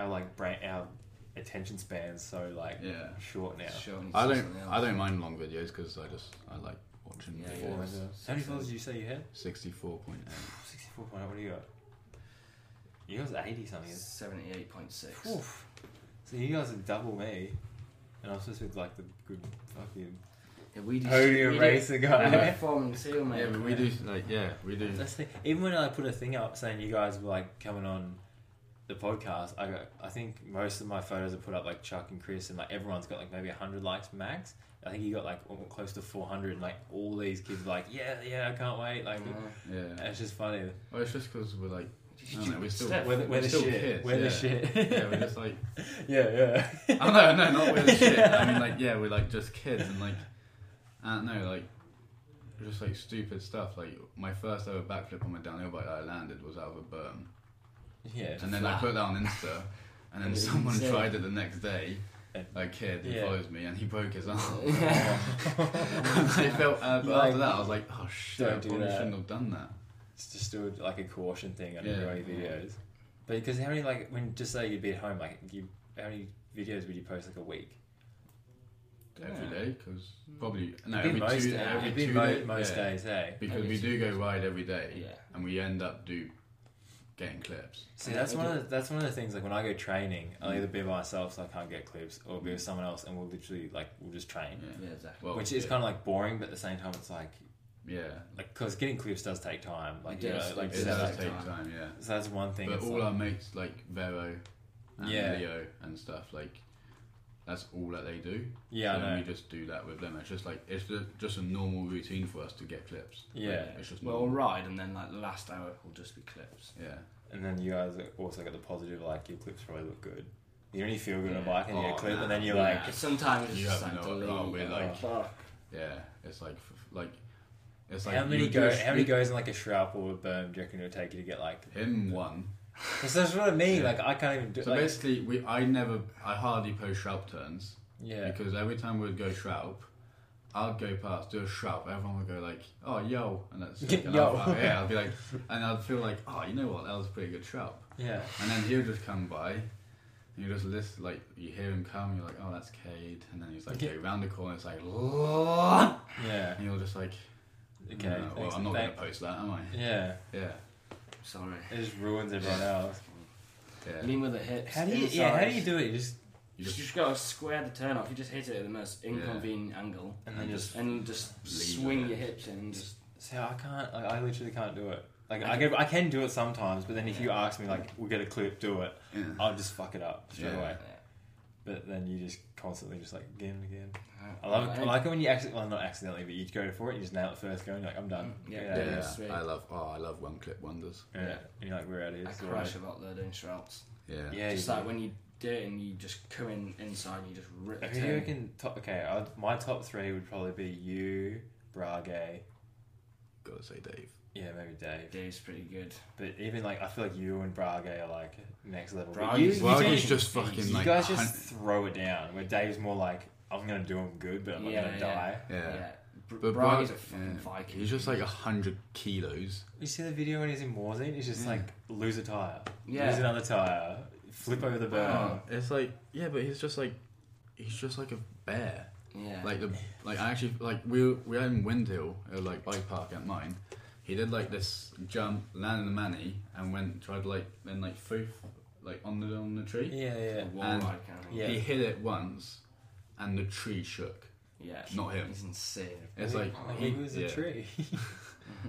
S1: Our like brain, our attention spans so like
S2: Yeah.
S1: short now.
S3: Sure, we need
S2: I don't.
S3: something else.
S2: I don't mind long videos because I just I like watching
S3: Yeah,
S1: Four
S2: videos.
S1: hundred. How many followers did you say you had?
S2: Sixty-four point eight.
S1: Sixty-four point. What do you got? You guys are eighty something.
S3: 78.6.
S1: Oof. So you guys are double me, and I'm supposed to be like the good fucking
S3: Yeah, we do. we
S1: podium
S3: do-
S1: racer
S3: we do
S1: guy.
S3: perform and seal, mate.
S2: Yeah, but we do like yeah we do.
S1: That's the, even when I put a thing up saying you guys were like coming on the podcast, I got, I think most of my photos are put up like Chuck and Chris, and like everyone's got like maybe hundred likes max. I think you got like almost close to four hundred, and like all these kids are like, yeah, yeah, I can't wait. Like,
S3: Yeah.
S2: Yeah.
S1: it's just funny.
S2: Well, it's just because we're like I don't know, we're still
S3: Step.
S1: We're the, we're the
S2: still
S1: shit.
S2: kids,
S1: we're
S2: yeah.
S1: the shit.
S2: yeah we're just like
S1: yeah, yeah.
S2: oh no no not with the shit. I mean like yeah we're like just kids and like I don't know like just like stupid stuff. Like my first ever backflip on my downhill bike that I landed was out of a berm.
S1: Yeah.
S2: And then I put that on Insta, and then
S3: Yeah,
S2: someone
S3: insane.
S2: tried it the next day. A kid who
S1: Yeah.
S2: follows me, and he broke his arm. I felt, uh, but
S1: Like,
S2: after that, I was like, oh shit, I
S1: don't do
S2: probably
S1: that.
S2: shouldn't have done that.
S1: It's just do it like a caution thing on
S2: Yeah.
S1: every videos. But because how many like when just say you'd be at home like you how many videos would you post like a week?
S2: Every day, because probably no,
S1: It'd be
S2: every
S1: most,
S2: two,
S1: day-
S2: every
S1: it'd be
S2: two
S1: mo-
S2: day-
S1: most
S2: yeah.
S1: days, hey.
S2: because
S3: Every
S2: we
S3: two
S2: do go ride every day,
S3: Yeah.
S2: and we end up do getting clips.
S1: See,
S3: Yeah,
S1: that's
S3: it'd
S1: one
S3: be-
S1: of the, that's one of the things. Like when I go training, I'll either be by myself so I can't get clips, or be with someone else, and we'll literally like we'll just train,
S3: Yeah, exactly.
S2: Well,
S1: which is
S2: yeah.
S1: kind of like boring, but at the same time, it's like
S2: yeah,
S1: like because getting clips does take time. Like
S3: It
S1: you know,
S3: does,
S1: like
S3: it
S2: it
S1: so,
S3: does
S2: does
S1: that's,
S2: take
S3: time.
S2: time. Yeah,
S1: so that's one thing.
S2: but
S1: it's
S2: all
S1: like-
S2: our mates like Vero and
S1: Yeah.
S2: Leo and stuff like that's all that they do.
S1: yeah, I
S2: and then
S1: know.
S2: we just do that with them. It's just like it's ju- just a normal routine for us to get clips.
S1: Yeah,
S2: It's just
S3: Well,
S2: normal.
S3: we'll ride, and then like the last hour will just be clips.
S2: Yeah,
S1: and then you guys also got the positive. Like your clips probably look good. You don't even feel good on a
S3: Yeah.
S1: bike and you
S2: Oh,
S1: get a clip,
S2: nah.
S1: and then you're
S2: Yeah.
S1: like,
S3: Sometimes it's
S2: You
S3: just
S2: have
S3: like
S2: no-
S3: delete.
S2: oh, we're like-
S3: fuck.
S2: Yeah, it's like f- f- like it's like
S1: how many
S2: you
S1: go?
S2: just-
S1: How many goes in like a shrub or a berm? Do you reckon it'll take you to get like?
S2: Him one.
S1: That's, that's what I mean.
S2: Yeah.
S1: Like I can't even do.
S2: So
S1: like,
S2: basically, we I never I hardly post shroud turns
S1: yeah,
S2: because every time we'd go shroud, I'd go past do a shroud. Everyone would go like, "Oh yo," and that's it. And
S1: Yo.
S2: I'd, yeah. I'd be like, and I'd feel like, "Oh, you know what? That was a pretty good shroud."
S1: yeah.
S2: And then he'll just come by, and you just list like you hear him come, you're like, "Oh, that's Cade," and then he's like,
S1: Okay.
S2: "Okay, round the corner." It's like, "Lord,"
S1: Yeah.
S2: and you're just like,
S1: Okay.
S2: "No, well,
S1: thanks-
S2: I'm not
S1: thank-
S2: gonna post that, am I?"
S1: Yeah,
S2: Yeah,
S3: Sorry.
S1: it just ruins everyone else.
S2: yeah.
S3: Lean with the hips.
S1: How do you?
S3: inside.
S1: Yeah, how do you do it? You just
S2: You
S3: You just,
S2: just
S3: gotta square the turn off. You just hit it at the most inconvenient angle,
S1: and then just.
S3: and just
S2: Lean
S3: swing
S2: with
S3: your
S2: it.
S3: hips in. And just
S1: See, I can't. Like, I literally can't do it. Like
S3: I
S1: I can, I can do it sometimes, but then if you ask me, like, we'll get a clip, do it,
S2: yeah.
S1: I'll just fuck it up straight
S2: Yeah.
S1: away.
S3: yeah.
S1: But then you just constantly just like again and again. I
S3: Uh,
S1: love it. I like it when you accidentally, well, not accidentally, but you go for it, you just nail it first go, and you're like, I'm done.
S3: Mm, yeah.
S1: Get out of
S2: Yeah,
S1: here.
S3: yeah, sweet.
S2: I love. Oh, I love one clip wonders.
S1: Yeah. And you're like, we're out of here.
S3: I
S1: so
S3: crash a lot though doing shrouds.
S2: Yeah.
S1: Yeah.
S3: just
S1: you
S3: like
S1: do.
S3: when you do it and you just come in inside and you just rip the
S1: Who do you
S3: turn.
S1: reckon top? Okay, I, my top three would probably be you, Brage,
S2: Gotta say, Dave.
S1: yeah, maybe Dave.
S3: Dave's pretty good.
S1: But even like, I feel like you and Brage are like next level. But
S3: Brage's-
S1: you, you
S2: Well,
S1: guys,
S2: he's just fucking
S1: you
S2: like.
S1: guys
S2: hun-
S1: just throw it down. Where Dave's more like, I'm gonna do him good, but I'm not
S3: Yeah,
S1: gonna
S3: yeah.
S1: die.
S2: yeah.
S3: Yeah. Br-
S2: But
S3: Bragg's a
S2: Brag-
S3: fucking
S2: yeah.
S3: Viking.
S2: He's just like a hundred kilos.
S1: You see the video when he's in Warzone? He's just
S2: Yeah.
S1: like, lose a tire,
S3: Mm. Yeah. Oh,
S1: lose another tire, flip over the berm.
S3: Wow.
S2: It's like yeah, but he's just like, he's just like a bear.
S3: yeah.
S2: Like the like I actually like we were- we were in Windhill uh, like bike park at mine. He did like this jump, landed the manny, and went tried to like then like foof like on the on the tree.
S1: Yeah, yeah.
S3: a wall
S2: and-
S3: ride kind of thing.
S1: Yeah.
S2: He hit it once, and the tree shook.
S3: yeah.
S2: Not him.
S3: He's insane.
S2: It's like
S1: he was
S2: yeah.
S1: a tree.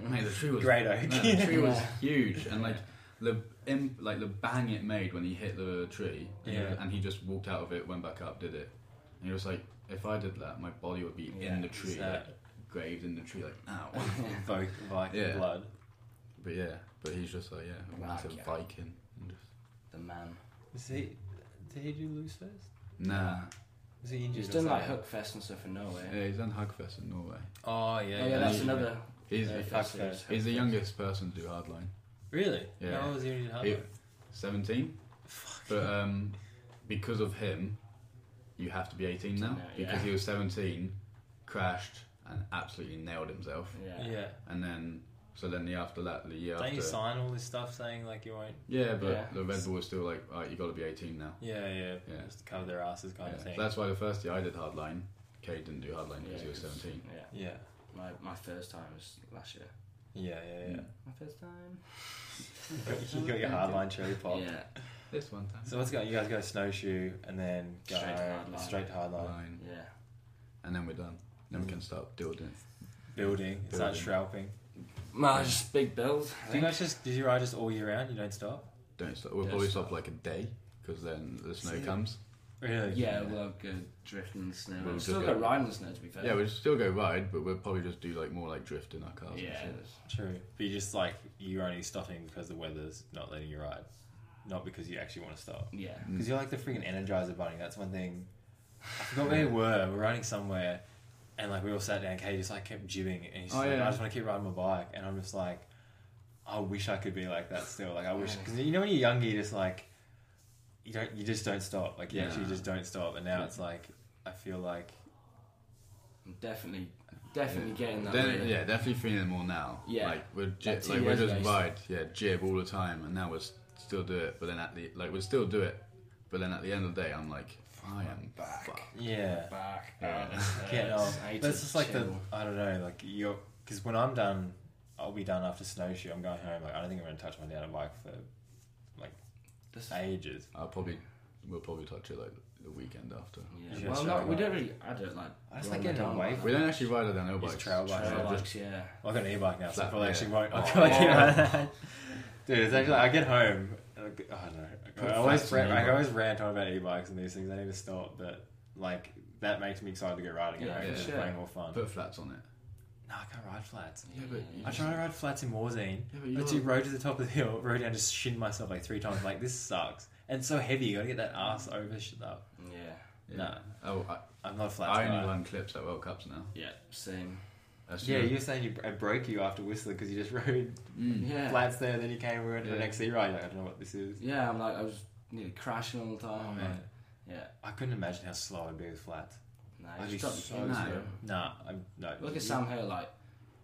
S2: Mate, the tree was
S1: Great oak.
S2: No, the tree was
S3: Yeah.
S2: huge, and like the im- like the bang it made when he hit the tree. and he-
S1: Yeah.
S2: And he just walked out of it, went back up, did it. And he was like, if I did that, my body would be
S3: Yeah,
S2: in the tree, like,
S1: Exactly.
S2: graved in the tree, like ow.
S1: Invoke Viking
S2: Yeah.
S1: blood.
S2: but yeah, but he's just like yeah, a
S3: Wow,
S2: massive
S3: yeah.
S2: Viking. And just-
S3: the man.
S1: Was he? Did he do loose first?
S2: Nah,
S1: Was he injured?
S3: He's
S1: or
S3: done like
S1: something?
S3: Hook Fest and stuff in Norway.
S2: yeah, he's done Hugfest in Norway.
S1: Oh yeah.
S3: oh yeah, that's
S2: yeah.
S3: another.
S2: He's
S3: uh,
S1: Yeah.
S3: fest
S1: Hook
S3: series.
S1: Fest.
S2: he's the youngest person to do hardline.
S1: Really?
S2: Yeah.
S1: How old was he when he did
S2: He-
S1: Hardline?
S2: Seventeen. But um, because of him, you have to be 18 now.
S3: Yeah,
S2: because
S3: yeah.
S2: he was 17, crashed and absolutely nailed himself.
S3: Yeah.
S1: Yeah.
S2: And then, so then the after that, the year
S1: Don't you
S2: after.
S1: sign all this stuff saying like you won't?
S2: yeah, but
S3: Yeah.
S2: the Red Bull was still like, all right, you got to be 18 now.
S1: Yeah, yeah.
S2: Yeah.
S1: Just cover their asses kind
S2: Yeah.
S1: of
S2: So
S1: thing.
S2: that's why the first year I did hardline, Kay didn't do hardline because he was
S3: it's-
S2: 17.
S3: Yeah.
S1: yeah.
S3: My, my first time was last year.
S1: Yeah, yeah, yeah.
S3: My first time?
S1: you got your hardline cherry pop.
S3: Yeah.
S2: This one time.
S1: So uh, let's go. You guys go snowshoe and then go
S3: Straight to hardline.
S1: straight to hardline.
S2: Line.
S3: Yeah.
S2: And then we're done. Then
S1: Mm.
S2: we can start building.
S1: Building. Start
S2: Building.
S1: shrouping.
S3: Well, just big build. I
S1: Do you
S3: think.
S1: guys just? Do you ride just all year round? You don't stop?
S2: Don't stop. We'll
S3: Don't
S2: probably stop
S3: stop.
S2: like a day because then the snow
S1: See ya.
S2: comes.
S1: Really?
S3: Yeah, we'll go drifting in the snow.
S2: We'll
S3: We'll still
S2: just
S3: go
S2: go-
S3: riding in the snow to be fair.
S2: Yeah, we'll still go ride, but we'll probably just do like more like drift in our cars. and
S3: Yeah.
S2: shit.
S1: True. But you just like you're only stopping because the weather's not letting you ride, not because you actually want to stop.
S3: Yeah.
S2: Mm.
S1: Because you're like the freaking Energizer Bunny. That's one thing. I forgot where we were. We're riding somewhere, and like we all sat down. Kay just like kept jibbing, and he's just
S2: Oh,
S1: like,
S2: yeah.
S1: "I just want to keep riding my bike." And I'm just like, "I wish I could be like that still." Like I wish because you know when you're younger, you just like you don't you just don't stop. Like you
S2: Yeah.
S1: actually just don't stop. And now it's like I feel like
S3: I'm definitely, definitely getting that.
S2: Then-
S3: way.
S2: yeah, definitely feeling more now.
S3: Yeah.
S2: like we're j-
S3: Like two
S2: like we're
S3: years
S2: just
S3: ago,
S2: ride, yeah, jib all the time, and now we're s- still do it. But then at the like we still do it, but then at the end of the day, I'm like, I am
S3: back.
S2: fuck.
S1: yeah.
S3: Back.
S2: Yeah.
S3: uh,
S1: Get on.
S3: I need
S1: But
S3: to
S1: it's just like the
S3: chill.
S1: I don't know, like you're because when I'm done, I'll be done after snowshoe. I'm going home. Like I don't think I'm gonna touch my down bike for
S3: This-
S1: ages.
S2: I'll probably we'll probably touch it like the weekend after.
S1: You
S3: yeah.
S1: should
S3: Well,
S1: try
S3: not, we
S1: it.
S3: don't really. I don't like.
S1: I just
S3: run
S1: like getting
S3: down
S1: away
S3: like
S1: from
S2: We
S3: that.
S2: don't actually ride it on our
S1: It's
S2: bikes.
S1: trail bike.
S3: Trail
S2: Yeah,
S3: bikes,
S2: just-
S3: yeah.
S1: Well, I've got an e-bike now, so I
S2: Flat,
S1: probably
S2: yeah.
S1: actually won't. I
S3: Oh.
S1: can't get around that. Dude, it's actually I get home. and I get- I don't know.
S2: Put
S1: I always
S2: flats on
S1: rant,
S2: e-bike.
S1: I always rant on about e-bikes and these things. I need to stop, but like that makes me excited to go riding.
S3: Yeah,
S1: Yeah,
S2: for
S1: it's
S3: sure.
S1: way more fun.
S2: Put flats on it.
S1: no, I can't ride flats.
S2: Yeah, but you
S1: I
S2: just-
S1: try to ride flats in Warzine.
S2: Yeah, but you
S1: I
S2: gotta-
S1: do rode to the top of the hill, rode down, just shinned myself like three times. Like this sucks. And it's so heavy, you gotta get that ass over shit up.
S3: Yeah.
S2: Yeah.
S1: No.
S2: Oh, I,
S1: I'm not a flat
S2: I
S1: guy.
S2: only run clips at World Cups now.
S3: Yeah. Same.
S2: That's
S1: Yeah,
S2: true.
S1: you were saying you, it broke you after Whistler because you just rode
S2: Mm.
S3: Yeah.
S1: flats there, then you came and we went to the
S2: Yeah.
S1: next sea ride. You're like, I don't know what this is.
S3: Yeah. I'm like I was nearly crashing all the time.
S1: Oh, man.
S3: Yeah.
S1: I couldn't imagine how slow I'd be with flats.
S3: Nah,
S1: I'd be
S3: you just
S1: so
S3: don't- nah.
S2: slow.
S1: Nah, I'm no.
S3: Look at
S1: you-
S3: Sam Hill, like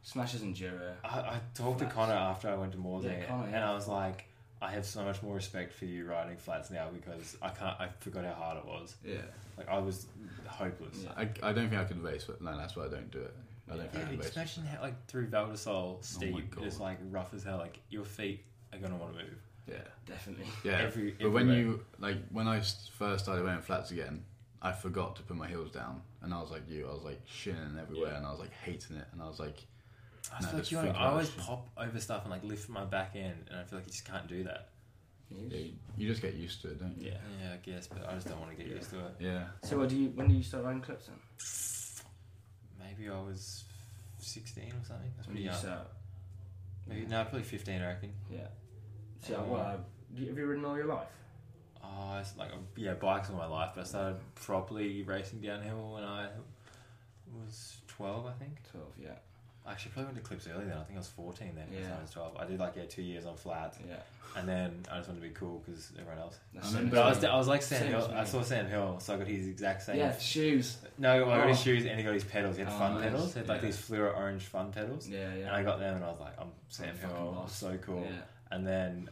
S3: smashes enduro.
S1: I, I talked to
S3: Flats.
S1: Connor after I went to Morzing,
S3: Yeah, Connor,
S1: and
S3: yeah.
S1: I was like, I have so much more respect for you riding flats now because I can't. I forgot how hard it was.
S2: Yeah.
S1: Like I was hopeless.
S3: Yeah.
S2: I, I don't think I could race, but no, that's why I don't do it. I don't
S1: Yeah,
S2: think I
S1: but
S2: could race.
S1: imagine how like through Valdesol steep,
S2: Oh God.
S1: it's like rough as hell. Like your feet are gonna want to move.
S2: Yeah.
S3: Definitely.
S2: Yeah.
S1: Every-
S2: but when
S1: everywhere.
S2: you like when I s- first started wearing flats again, I forgot to put my heels down, and I was like you, I was like shinning everywhere,
S1: Yeah.
S2: and I was like hating it, and I was like,
S1: I was
S2: No,
S1: like,
S2: just
S1: you know,
S2: think
S1: I
S2: about
S1: always
S2: it.
S1: pop over stuff and like lift my back end, and I feel like you just can't do that.
S2: yeah, you- you just get used to it, don't you?
S3: Yeah.
S1: Yeah, I guess, but I just don't want to get used to it.
S2: Yeah.
S3: So what do you? When do you start riding clips then?
S1: Maybe I was sixteen or something. That's
S3: When
S1: pretty
S3: do you
S1: young.
S3: start?
S1: Maybe no, probably fifteen. I reckon.
S3: Yeah. See, I- well, I- do you- have you ridden all your life?
S1: Oh, it's like yeah, bikes all my life, but I started properly racing downhill when I was twelve, I think.
S3: Twelve. Yeah.
S1: I actually probably went to clips earlier then. I think I was fourteen then. Yeah.
S3: Yeah.
S1: I was twelve. I did like yeah two years on flats,
S3: Yeah.
S1: and then I just wanted to be cool because everyone else.
S3: That's
S2: I
S3: same
S2: remember-
S3: as
S1: But I was
S3: me.
S1: I was like Sam
S3: Same
S1: Hill.
S3: as me.
S1: I saw Sam Hill, so I got his exact same.
S3: yeah. Shoes.
S1: No, I got his
S3: Oh.
S1: shoes and he got his pedals. He had
S3: Oh,
S1: fun
S3: nice.
S1: pedals. He had like
S2: Yeah.
S1: these fluoro orange fun pedals.
S3: Yeah.
S1: And I
S3: Yeah.
S1: got them and I was like, I'm Sam
S3: I'm fucking
S1: Hill. I'm
S3: lost.
S1: so cool.
S3: Yeah.
S1: And then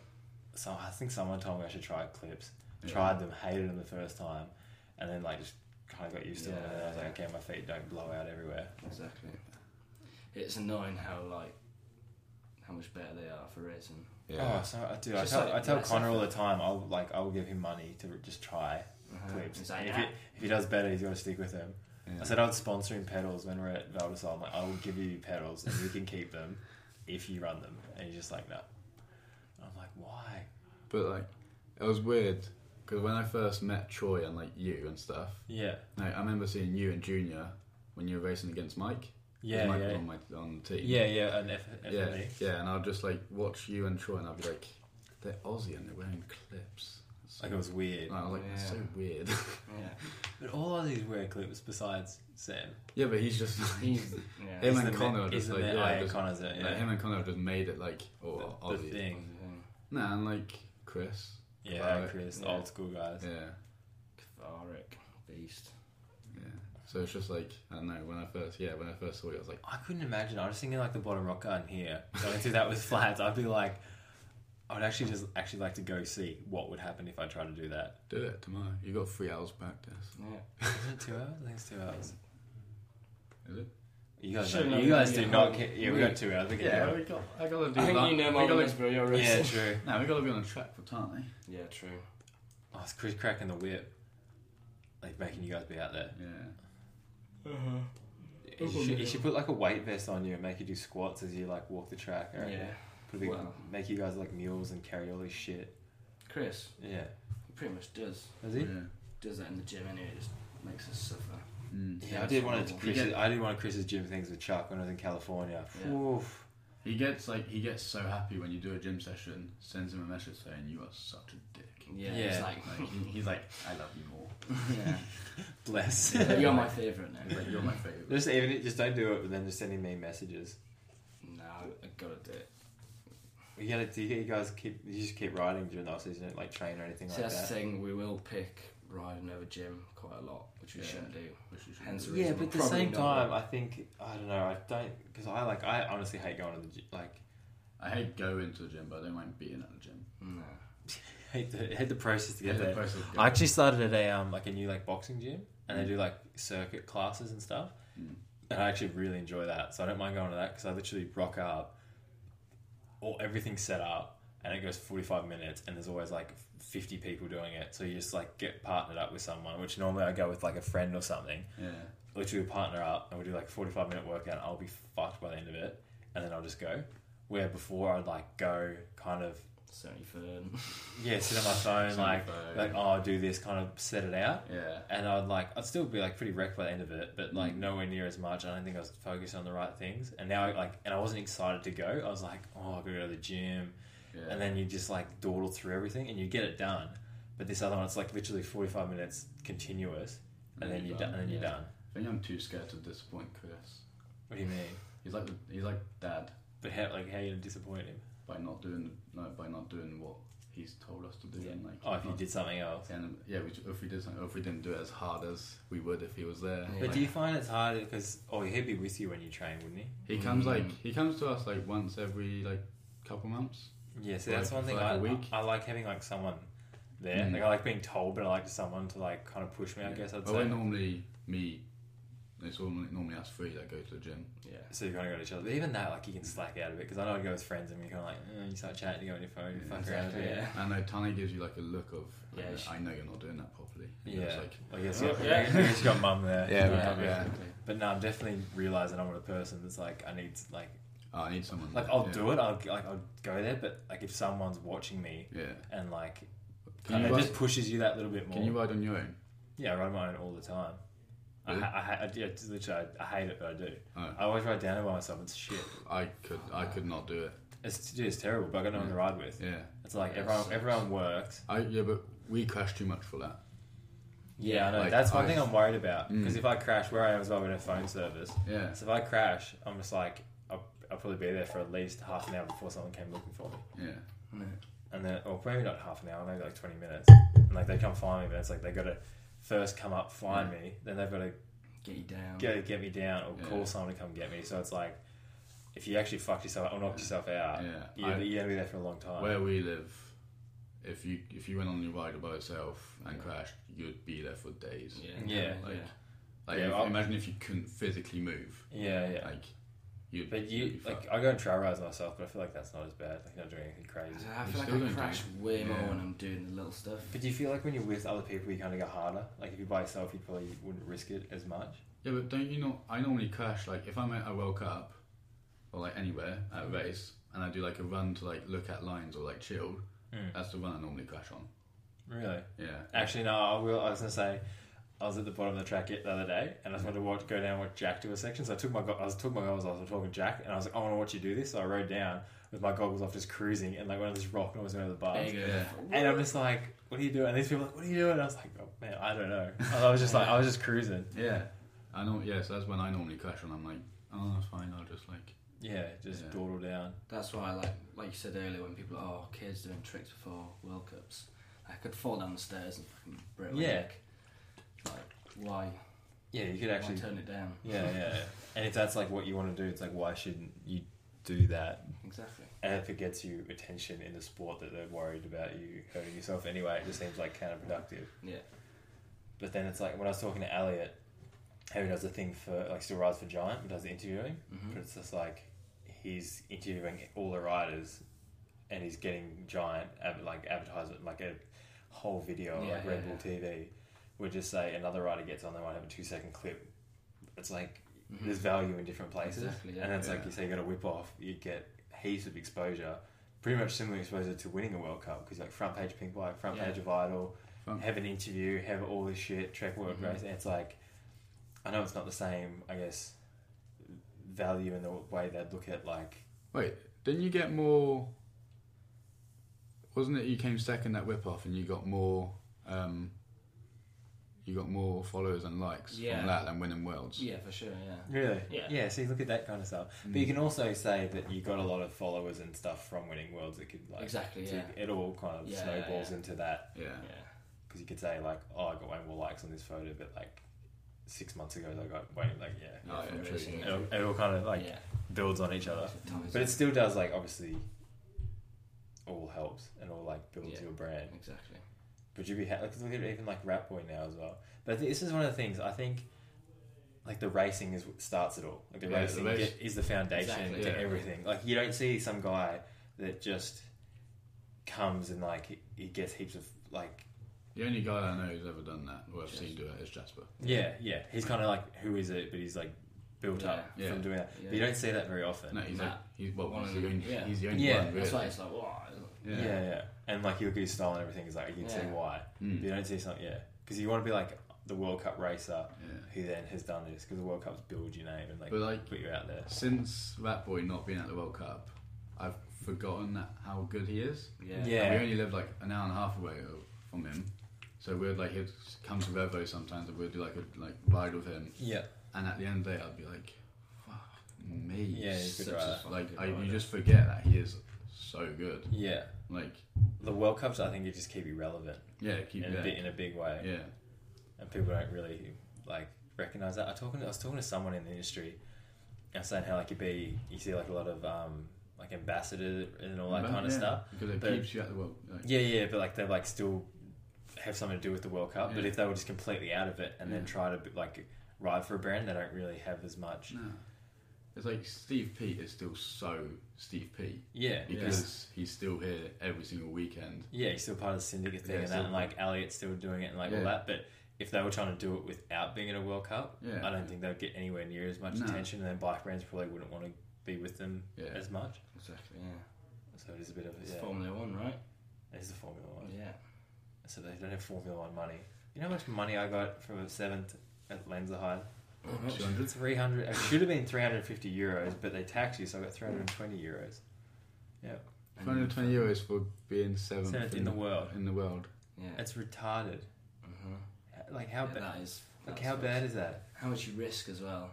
S1: so I think someone told me I should try clips.
S2: Yeah.
S1: Tried them, hated them the first time, and then like just kind of got used to them.
S3: Yeah.
S1: And then I was like, okay, my feet don't blow out everywhere.
S3: Exactly. It's annoying how like how much better they are for racing.
S2: Yeah.
S1: Oh, so I do. I
S3: Just
S1: tell,
S3: like
S1: I tell
S3: less
S1: Connor all the
S3: effort.
S1: time. I'll like I'll give him money to just try
S3: Uh-huh.
S1: clips.
S3: It's like,
S1: And if,
S3: nah.
S1: he, if he does better, he's got to stick with him.
S2: yeah.
S1: I said I'd sponsor him pedals when we're at Valdesol. I'm like, I will give you pedals and you can keep them if you run them. And he's just like, no. And I'm like, why?
S2: But like, it was weird because when I first met Troy and like you and stuff,
S1: Yeah,
S2: like, I remember seeing you and Junior when you were racing against Mike. 'Cause
S1: yeah,
S2: Mike was
S1: yeah,
S2: on my on the team.
S1: yeah, yeah. An F-
S2: yeah,
S1: FND.
S2: yeah. And E. I'll just like watch you and Troy, and I'll be like, they're Aussie and they're wearing clips. It's
S1: Like it was weird.
S2: And I was like, that's so
S3: Yeah.
S2: weird.
S3: Yeah.
S1: But all of these wear clips besides Sam.
S2: yeah, but he's just like,
S3: He's yeah.
S2: Him
S1: He's
S2: and
S1: the
S2: Connor
S1: ma-
S2: are
S1: he's
S2: just
S1: the
S2: like,
S1: ma-
S2: yeah,
S1: oh, yeah,
S2: just-
S1: Connor's it.
S2: like,
S1: Yeah.
S2: him and Connor have just made it like oh,
S1: the,
S2: Aussie.
S1: the thing.
S2: Nah, and like Chris.
S1: Yeah,
S2: Right.
S1: Chris, the
S3: Yeah.
S1: old school guys.
S2: Yeah,
S3: Kvaric, beast.
S2: yeah. So it's just like I don't know. When I first, yeah, when I first saw you, I was like.
S1: I couldn't imagine. I was thinking like the bottom rock garden here. Going through that with flats, I'd be like, I would actually just actually like to go see what would happen if I tried to do that.
S2: Do it tomorrow. You got three hours practice.
S3: Yeah.
S1: Isn't it two hours? I think it's two hours.
S2: Is it?
S1: You guys,
S3: Should've
S1: you
S3: known
S1: guys
S3: that,
S1: do
S3: yeah.
S1: not care. Yeah, we
S2: Yeah.
S1: got two hours. We can do
S2: we got. I gotta do.
S3: I think
S2: lunch.
S3: you know my
S2: we gotta,
S3: limits, bro. You're
S1: it. Yeah,
S3: racing.
S1: true.
S2: No, we gotta be on a track for time. Eh?
S3: Yeah. True.
S1: Oh, it's Chris cracking the whip. Like making you guys be out there.
S2: Yeah.
S3: Uh-huh.
S1: You should, you should put like a weight vest on you and make you do squats as you like walk the track. Or
S3: Yeah.
S1: Put a big,
S3: Wow.
S1: make you guys like mules and carry all this shit.
S3: Chris,
S1: Yeah.
S3: he pretty much does
S1: Does he?
S2: Yeah.
S3: does that in the gym anyway. Just makes us suffer.
S2: Mm.
S1: Yeah, I did one of
S3: You
S1: Chris's.
S2: get-
S1: I did one of Chris's gym things with Chuck when I was in California.
S3: Yeah.
S1: Oof.
S2: He gets like he gets so happy when you do a gym session. Sends him a message saying you are such a dick.
S3: Yeah.
S1: Yeah.
S3: It's like,
S2: Like, he- he's like, I love you more.
S3: yeah.
S1: Bless.
S3: But you're my favourite now.
S2: He's like, you're my favorite.
S1: just even just don't do it, but then just sending me messages.
S3: No, I gotta do it.
S1: You gotta, do you guys keep you just keep riding during the off season, don't like train or anything
S3: See,
S1: like
S3: that's
S1: that.
S3: the thing. We will pick riding over gym quite a lot, which we
S2: Yeah.
S3: shouldn't do.
S2: Which you should
S3: Hence
S2: do.
S3: the
S1: Yeah,
S3: reason
S1: but at the
S3: we're probably
S1: same
S3: not
S1: time,
S3: right.
S1: I think I don't know. I don't because I like I honestly hate going to the gym. Like
S2: I hate going to the gym, but I don't mind being at the gym.
S3: No.
S1: hate the hate the process to
S2: Yeah,
S1: get
S2: the
S1: there.
S2: process of
S1: I
S2: going.
S1: actually started at a um like a new like boxing gym, and they do like circuit classes and stuff.
S2: Mm.
S1: And I actually really enjoy that, so I don't mind going to that because I literally rock up, all everything's set up, and it goes forty five minutes, and there's always like fifty people doing it. So you just like get partnered up with someone, which normally I go with like a friend or something.
S2: Yeah.
S1: literally we'll partner up and we'll do like a 45 minute workout and I'll be fucked by the end of it and then I'll just go. Where before I'd like go kind of,
S3: Sony Fern.
S1: yeah, sit on my phone,
S2: Sit on
S1: like,
S2: your phone.
S1: like, oh, I'll do this, kind of set it out.
S2: Yeah.
S1: And I'd like, I'd still be like pretty wrecked by the end of it, but like nowhere near as much. I don't think I was focused on the right things. And now, I, like, and I wasn't excited to go. I was like, oh, I gotta go to the gym.
S2: Yeah.
S1: And then you just like dawdle through everything and you get it done. But this other one, it's like literally forty five minutes continuous, and then you're done. And then you're
S2: Yeah.
S1: done.
S2: I think I'm too scared to disappoint Chris.
S1: What do you mean?
S2: He's like the, he's like dad
S1: But how like how are you gonna disappoint him?
S2: by not doing no by not doing what he's told us to do.
S1: Yeah.
S2: And like
S1: Oh, if you
S2: not-
S1: did something else.
S2: And yeah, we, if we did something, or if we didn't do it as hard as we would if he was there.
S3: Yeah.
S1: But
S2: Like,
S1: do you find it's hard because oh he'd be with you when you train, wouldn't he?
S2: he comes
S1: Mm.
S2: like he comes to us like once every like couple months.
S1: Yeah, see,
S2: For
S1: that's
S2: like-
S1: one
S2: for
S1: thing
S2: like
S1: I,
S2: a week?
S1: I like having like someone there.
S2: Mm.
S1: Like I like being told, but I like someone to like kind of push me. I guess I'd
S2: But
S1: say.
S2: we're normally me. It's normally normally us three that go to the gym.
S3: Yeah.
S1: so you kind of go to each other. But even that, like, you can slack out a bit because I know I'd go with friends and you're kind of like, eh, you start chatting, you go on your phone, you
S2: Yeah,
S1: fuck around a
S3: exactly,
S1: bit.
S3: yeah.
S2: I know Tani gives you like a look of
S3: Yeah,
S2: I, know,
S3: she-
S2: I know you're not doing that properly. And
S1: Yeah.
S2: It's like
S1: I guess
S3: Yeah.
S1: yeah. you just got mum there.
S2: yeah,
S1: You know,
S2: yeah,
S1: probably. But no, I'm definitely realizing I'm not a person that's like I need like
S2: Oh, I need someone.
S1: like I'll
S2: yeah.
S1: do it. I'll like I'll go there, but like if someone's watching me
S2: Yeah.
S1: and like
S2: Can
S1: and
S2: you
S1: it
S2: ride,
S1: just pushes you that little bit more.
S2: can you ride on your own?
S1: Yeah, I ride my own all the time. I,
S2: Really?
S1: ha- I, ha- I, yeah, it's literally, I, I hate it, but I do.
S2: Oh.
S1: I always ride down by myself. It's shit.
S2: I could I could not do it.
S1: It's, dude, it's terrible, but I got no one to ride with.
S2: Yeah.
S1: It's like
S3: Yeah, it
S1: everyone,
S3: sucks.
S1: everyone works.
S2: I yeah, but we crash too much for that.
S1: Yeah,
S3: Yeah,
S1: I know.
S2: like,
S1: That's one
S2: I-
S1: thing I'm worried about
S2: Mm.
S1: because if I crash, where I am as well, we don't have phone service.
S2: Yeah.
S1: So if I crash, I'm just like, I'll, I'll probably be there for at least half an hour before someone came looking for me,
S2: Yeah.
S3: No.
S1: and then, or maybe not half an hour, maybe like 20 minutes, and like they come find me, but it's like they got to first come up, find
S2: Mm.
S1: me, then they've got to
S3: Get you down.
S1: get get me down or
S2: Yeah.
S1: call someone to come get me. So it's like, if you actually fucked yourself or knocked yourself out,
S2: Yeah.
S1: you're,
S2: I-
S1: you're gonna be there for a long time.
S2: Where we live, if you if you went on your ride by yourself and crashed, you'd be there for days.
S3: Yeah.
S1: Yeah.
S2: Like, like
S1: Yeah,
S2: if-
S1: I'll-
S2: imagine if you couldn't physically move.
S1: yeah, yeah.
S2: Like, you'd.
S1: But
S2: you'd be
S1: you
S2: fucked.
S1: like I go and try rides myself, but I feel like that's not as bad. Like you're not doing anything crazy.
S3: I
S2: You
S3: feel
S2: still
S3: like
S2: don't
S3: I crash way more
S2: Yeah.
S3: when I'm doing the little stuff.
S1: But do you feel like when you're with other people, you kind of go harder? Like if you're by yourself, you probably wouldn't risk it as much.
S2: Yeah, but don't you know? I normally crash like if I'm at a World Cup or like anywhere at a race, and I do like a run to like look at lines or like chill.
S1: Mm.
S2: That's the one I normally crash on.
S1: Really?
S2: Yeah.
S1: Actually, no. I will. I was gonna say. I was at the bottom of the track the other day, and I just wanted to watch, go down and watch Jack do a section. So I took my, go- I was took my goggles off. I was talking to Jack, and I was like, "I want to watch you do this." So I rode down with my goggles off, just cruising, and like went on this rock and almost went over the bars.
S3: There you go.
S2: Yeah.
S1: And I'm just like, what are you doing? And these people are like, what are you doing? And I was like, oh man, I don't know. And I was just like, I was just cruising.
S2: Yeah. I know. Yeah. So that's when I normally crash on. I'm like, oh, that's fine. I'll just like.
S1: Yeah, just
S2: Yeah.
S1: dawdle down.
S3: That's why, like, like you said earlier, when people are oh, kids doing tricks before World Cups, I could fall down the stairs and fucking break my
S1: Yeah.
S3: neck. Like, why?
S1: Yeah, you could actually.
S3: why turn it down?
S1: Yeah, yeah, yeah. And if that's like what you want to do, it's like, why shouldn't you do that?
S3: Exactly.
S1: And if it gets you attention in a sport that they're worried about you hurting yourself anyway, it just seems like counterproductive.
S3: Yeah.
S1: But then it's like when I was talking to Elliot, who does the thing for like still rides for Giant, and does the interviewing,
S3: Mhm.
S1: but it's just like he's interviewing all the riders, and he's getting Giant ad- like advertisement, like a whole video on
S3: Yeah,
S1: like
S3: yeah,
S1: Red Bull TV, would just say another rider gets on, they might have a two second clip. It's like
S3: Mhm.
S1: Mm-hmm. there's value in different places,
S3: Exactly, yeah.
S1: and it's
S2: Yeah.
S1: like you say you got to whip off, you get heaps of exposure. Pretty much similar exposure to winning a World Cup because like front page Pink Bike, front
S3: Yeah.
S1: page of Idol,
S2: Fun.
S1: have an interview, have all this shit, track world
S3: Mhm.
S1: race, and it's like, I know it's not the same, I guess, value in the way they'd look at like,
S2: Wait, didn't you get more? Wasn't it you came second at Whip Off and you got more? Um, you got more followers and likes
S3: Yeah.
S2: from that than winning worlds.
S3: Yeah, for sure. Yeah.
S1: really,
S3: Yeah. Mm.
S1: yeah. See, look at that kind of stuff. But you can also say that you got a lot of followers and stuff from winning worlds. It could like
S3: Exactly,
S1: so
S3: yeah.
S1: It all kind of
S3: Yeah, yeah,
S1: snowballs
S3: yeah.
S1: into that
S2: Yeah.
S3: Yeah.
S1: because you could say like, oh, I got way more likes on this photo, but like six months ago, I got way like yeah.
S2: Oh, yeah, true,
S3: Yeah.
S2: yeah.
S1: It all, it all kind of like
S3: yeah.
S1: builds on each other.
S3: Times
S1: But
S3: up.
S1: it still does like obviously all helps and all like builds
S3: Yeah.
S1: your brand.
S3: exactly.
S1: But you'd be ha- like, look at even like Rap Boy now as well. But th- this is one of the things I think like the racing is what starts it all. Like the
S2: Yeah, the
S1: racing
S2: race-
S1: ge- is the foundation
S3: Exactly,
S1: to
S2: yeah.
S1: everything. Like you don't see some guy that just comes and like he, he gets heaps of like
S2: The only guy I know who's ever done that or I've
S3: Jasper.
S2: seen do it is Jasper.
S1: yeah yeah he's kind of like who is it but he's like built up
S2: Yeah.
S1: from
S2: Yeah.
S1: doing that but you
S3: Yeah.
S1: don't see that very often
S2: No, he's
S3: Nah.
S2: like he's well,
S3: One
S2: he's,
S3: of
S2: the
S3: the-
S2: only,
S3: yeah.
S2: he's the only
S1: Yeah,
S2: one really.
S3: That's why it's like, wow.
S2: yeah.
S1: yeah. yeah and like you look at his style and everything is like you can see
S3: Yeah.
S1: why
S2: Mm.
S1: But you don't see something, yeah. Because you want to be like the World Cup racer
S2: Yeah.
S1: who then has done this because the World Cup's build your name and like,
S2: But like
S1: put you out there.
S2: since Rat Boy not being at the World Cup, I've forgotten that, how good he is.
S3: Yeah.
S1: Yeah.
S2: And we only live like an hour and a half away uh, from him. So we'd like he'd come to Revo sometimes, and we'd do like a like ride with him.
S1: Yeah.
S2: And at the end of the day, I'd be like, "Fuck me!"
S1: Yeah, he's a good
S2: Such a-
S1: rider.
S2: like
S1: Good
S2: I, you
S1: rider.
S2: just forget that he is so good.
S1: Yeah.
S2: Like
S1: The World Cups, I think, you just keep you relevant
S2: yeah, keep
S1: in, a
S2: yeah,
S1: bit, in a big way.
S2: yeah.
S1: and people don't really like recognize that. I talking, I was talking to someone in the industry. I was saying how like you be, you see like a lot of um like ambassador and all that
S2: But,
S1: kind of
S2: yeah,
S1: stuff.
S2: because it
S1: But-
S2: keeps you at the world. Like,
S1: Yeah, yeah, but like they like still have something to do with the World Cup. But
S2: Yeah.
S1: if they were just completely out of it and then
S2: Yeah.
S1: try to be, like ride for a brand, they don't really have as much.
S2: No. It's like Steve Pete is still so Steve Pete
S1: Yeah, because
S2: because he's still here every single weekend.
S1: yeah, he's still part of the syndicate thing
S2: Yeah,
S1: and that,
S2: still-
S1: and like Elliot's still doing it and like all
S2: Yeah.
S1: that. But if they were trying to do it without being in a World Cup,
S2: Yeah.
S1: I don't think they'd get anywhere near as much
S2: No.
S1: attention, and then bike brands probably wouldn't want to be with them
S2: Yeah.
S1: as much.
S2: Exactly.
S3: Yeah.
S1: So it is a bit of
S3: It's
S1: yeah,
S3: Formula One, right?
S1: it's the Formula One.
S3: Yeah.
S1: So they don't have Formula One money. You know how much money I got from a seventh at Lenzerheide?
S2: Two hundred.
S1: 300. It should have been 350 euros, but they tax you, so I got 320 euros.
S2: 120 euros for being seventh,
S1: Seventh in the world.
S2: In the world.
S3: Yeah.
S1: That's retarded.
S3: Uh-huh.
S1: Like how
S3: yeah,
S1: bad?
S3: that is.
S1: Like
S3: that's
S1: how
S3: fucked.
S1: bad is that?
S3: How much you risk as well.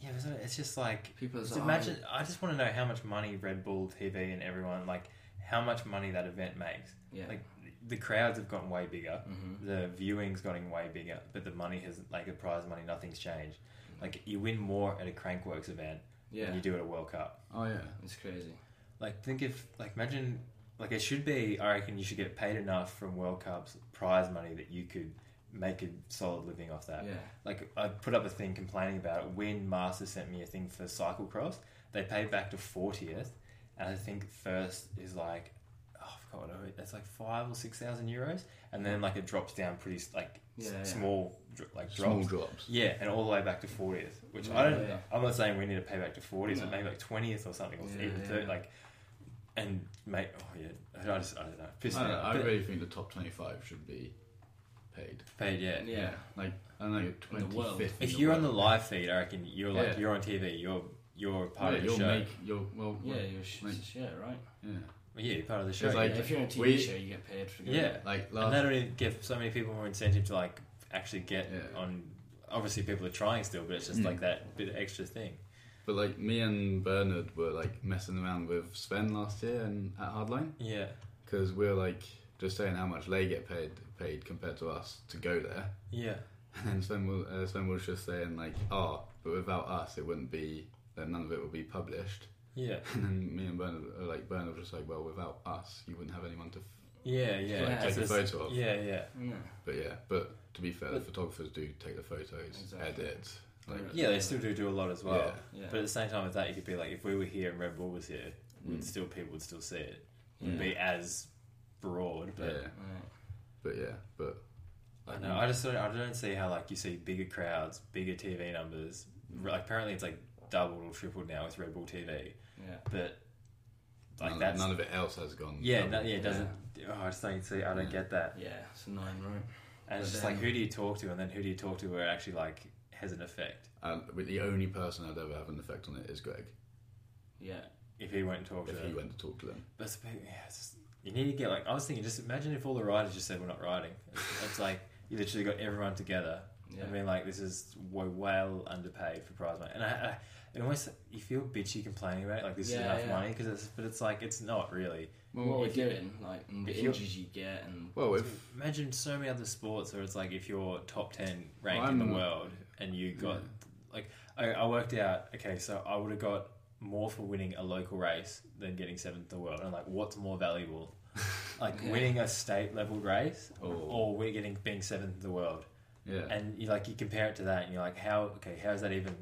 S1: Yeah, but it's just like
S3: People
S1: Just
S3: are
S1: imagine. I just want to know how much money Red Bull TV and everyone like how much money that event makes.
S3: Yeah.
S1: Like the crowds have gotten way bigger,
S3: Mhm.
S1: the viewing's gotten way bigger, but the money has like the prize money, nothing's changed. Like you win more at a Crankworks event
S3: Mm. Yeah.
S1: than you do at a World Cup.
S2: Oh yeah.
S3: It's crazy.
S1: Like think if like imagine like it should be. I reckon you should get paid enough from World Cups prize money that you could make a solid living off that
S3: Yeah.
S1: like I put up a thing complaining about it. When Master sent me a thing for cyclocross, they paid back to fortieth, and I think first is like, oh, I forgot what I That's like five or six thousand euros, and then like it drops down pretty s- like s-
S3: Yeah, yeah.
S1: small dr- like
S2: Small
S1: drops.
S2: drops.
S1: Yeah, and all the way back to fortieth, which
S3: Yeah,
S1: I don't.
S3: yeah.
S1: I'm not saying we need to pay back to fortieth, but
S3: No.
S1: maybe like twentieth or something, or
S3: Yeah,
S1: even
S3: yeah.
S1: third, like. And mate, oh yeah, I just I don't know.
S2: I,
S1: Pissed
S2: don't
S1: me
S2: know,
S1: off.
S2: I
S1: But-
S2: really think the top 25 should be paid.
S1: paid, yeah.
S3: Yeah.
S2: Like I don't know, 25th.
S3: In the world.
S2: in
S1: If you're on the
S2: world.
S1: live feed, I reckon you're like
S2: Yeah.
S1: you're on TV. You're you're part
S2: yeah,
S1: of the
S2: you'll
S1: show.
S2: make you'll well
S3: Yeah,
S2: yeah
S3: you're sh-
S2: Like-
S3: yeah, right.
S2: yeah.
S1: Well, yeah, you're part of the show.
S2: It's like-
S3: yeah, if you're on a TV
S2: we-
S3: show, you get paid for going.
S1: yeah,
S2: Like
S1: and
S2: last
S1: that only give so many people more incentive to like actually get
S2: Yeah.
S1: on. Obviously, people are trying still, but it's just
S2: Mm.
S1: like that bit of extra thing.
S2: but like me and Bernard were like messing around with Sven last year and at Hardline.
S1: Yeah,
S2: because we're like just saying how much they get paid paid compared to us to go there.
S1: yeah,
S2: And Sven was, uh, Sven was just saying like, oh, but without us, it wouldn't be. Then none of it would be published.
S1: yeah,
S2: And then me and Bernard, uh, like Bernard, was just like, well, without us, you wouldn't have anyone to f-
S1: yeah, yeah.
S3: Yeah.
S2: take
S1: It's
S2: a
S1: just-
S2: photo of.
S1: yeah, yeah,
S3: Yeah.
S2: But yeah, but to be fair, the
S1: But-
S2: photographers do take the photos,
S3: Exactly.
S2: edit. Like,
S1: yeah. They still do do a lot as well.
S2: Yeah.
S3: Yeah.
S1: But at the same time, with that, you could be like, if we were here and Red Bull was here, would
S2: Mm.
S1: still people would still see it.
S3: yeah.
S1: Wouldn't be as broad, but
S2: yeah,
S3: Right.
S2: but yeah, but
S1: I don't know. I just don't, I don't see how like you see bigger crowds, bigger TV numbers.
S2: Mm.
S1: Re- apparently, it's like doubled or tripled now with Red Bull TV,
S3: Yeah.
S1: but like
S2: none,
S1: that's
S2: none of it else has gone.
S1: yeah,
S2: public.
S1: no, yeah, it doesn't. Oh, I just don't see. I don't
S2: Yeah.
S1: get that.
S3: Yeah. It's annoying, right?
S1: And it's
S3: But
S1: just
S3: then-
S1: like, who do you talk to, and then who do you talk to where it actually like has an effect?
S2: And with the only person I'd ever have an effect on it is Greg
S3: Yeah.
S1: If he won't talk to
S2: if he
S1: them,
S2: went to talk to them.
S1: but it's- yeah, it's just, you need to get like I was thinking. Just imagine if all the riders just said we're not riding. It's, it's like you literally got everyone together
S3: Yeah.
S1: I mean, like this is we're well underpaid for prize money, and I, I it almost you feel bitchy complaining about it, like this is
S3: Yeah,
S1: enough
S3: yeah.
S1: money, cause it's but it's like it's not really.
S3: what we're doing, like and
S1: if
S3: the
S1: you're-
S3: injuries you get, and
S2: Well, if
S1: Imagine so many other sports where it's like if you're top ten ranked
S2: Well,
S1: in the
S2: I'm-
S1: world and you got
S2: Yeah.
S1: like I, I worked out okay, so I would have got more for winning a local race than getting seventh in the world, and I'm like what's more valuable, like
S3: Yeah.
S1: winning a state level race
S2: Or-
S1: or we're getting being seventh in the world,
S2: yeah,
S1: and you like you compare it to that and you're like how okay how's that even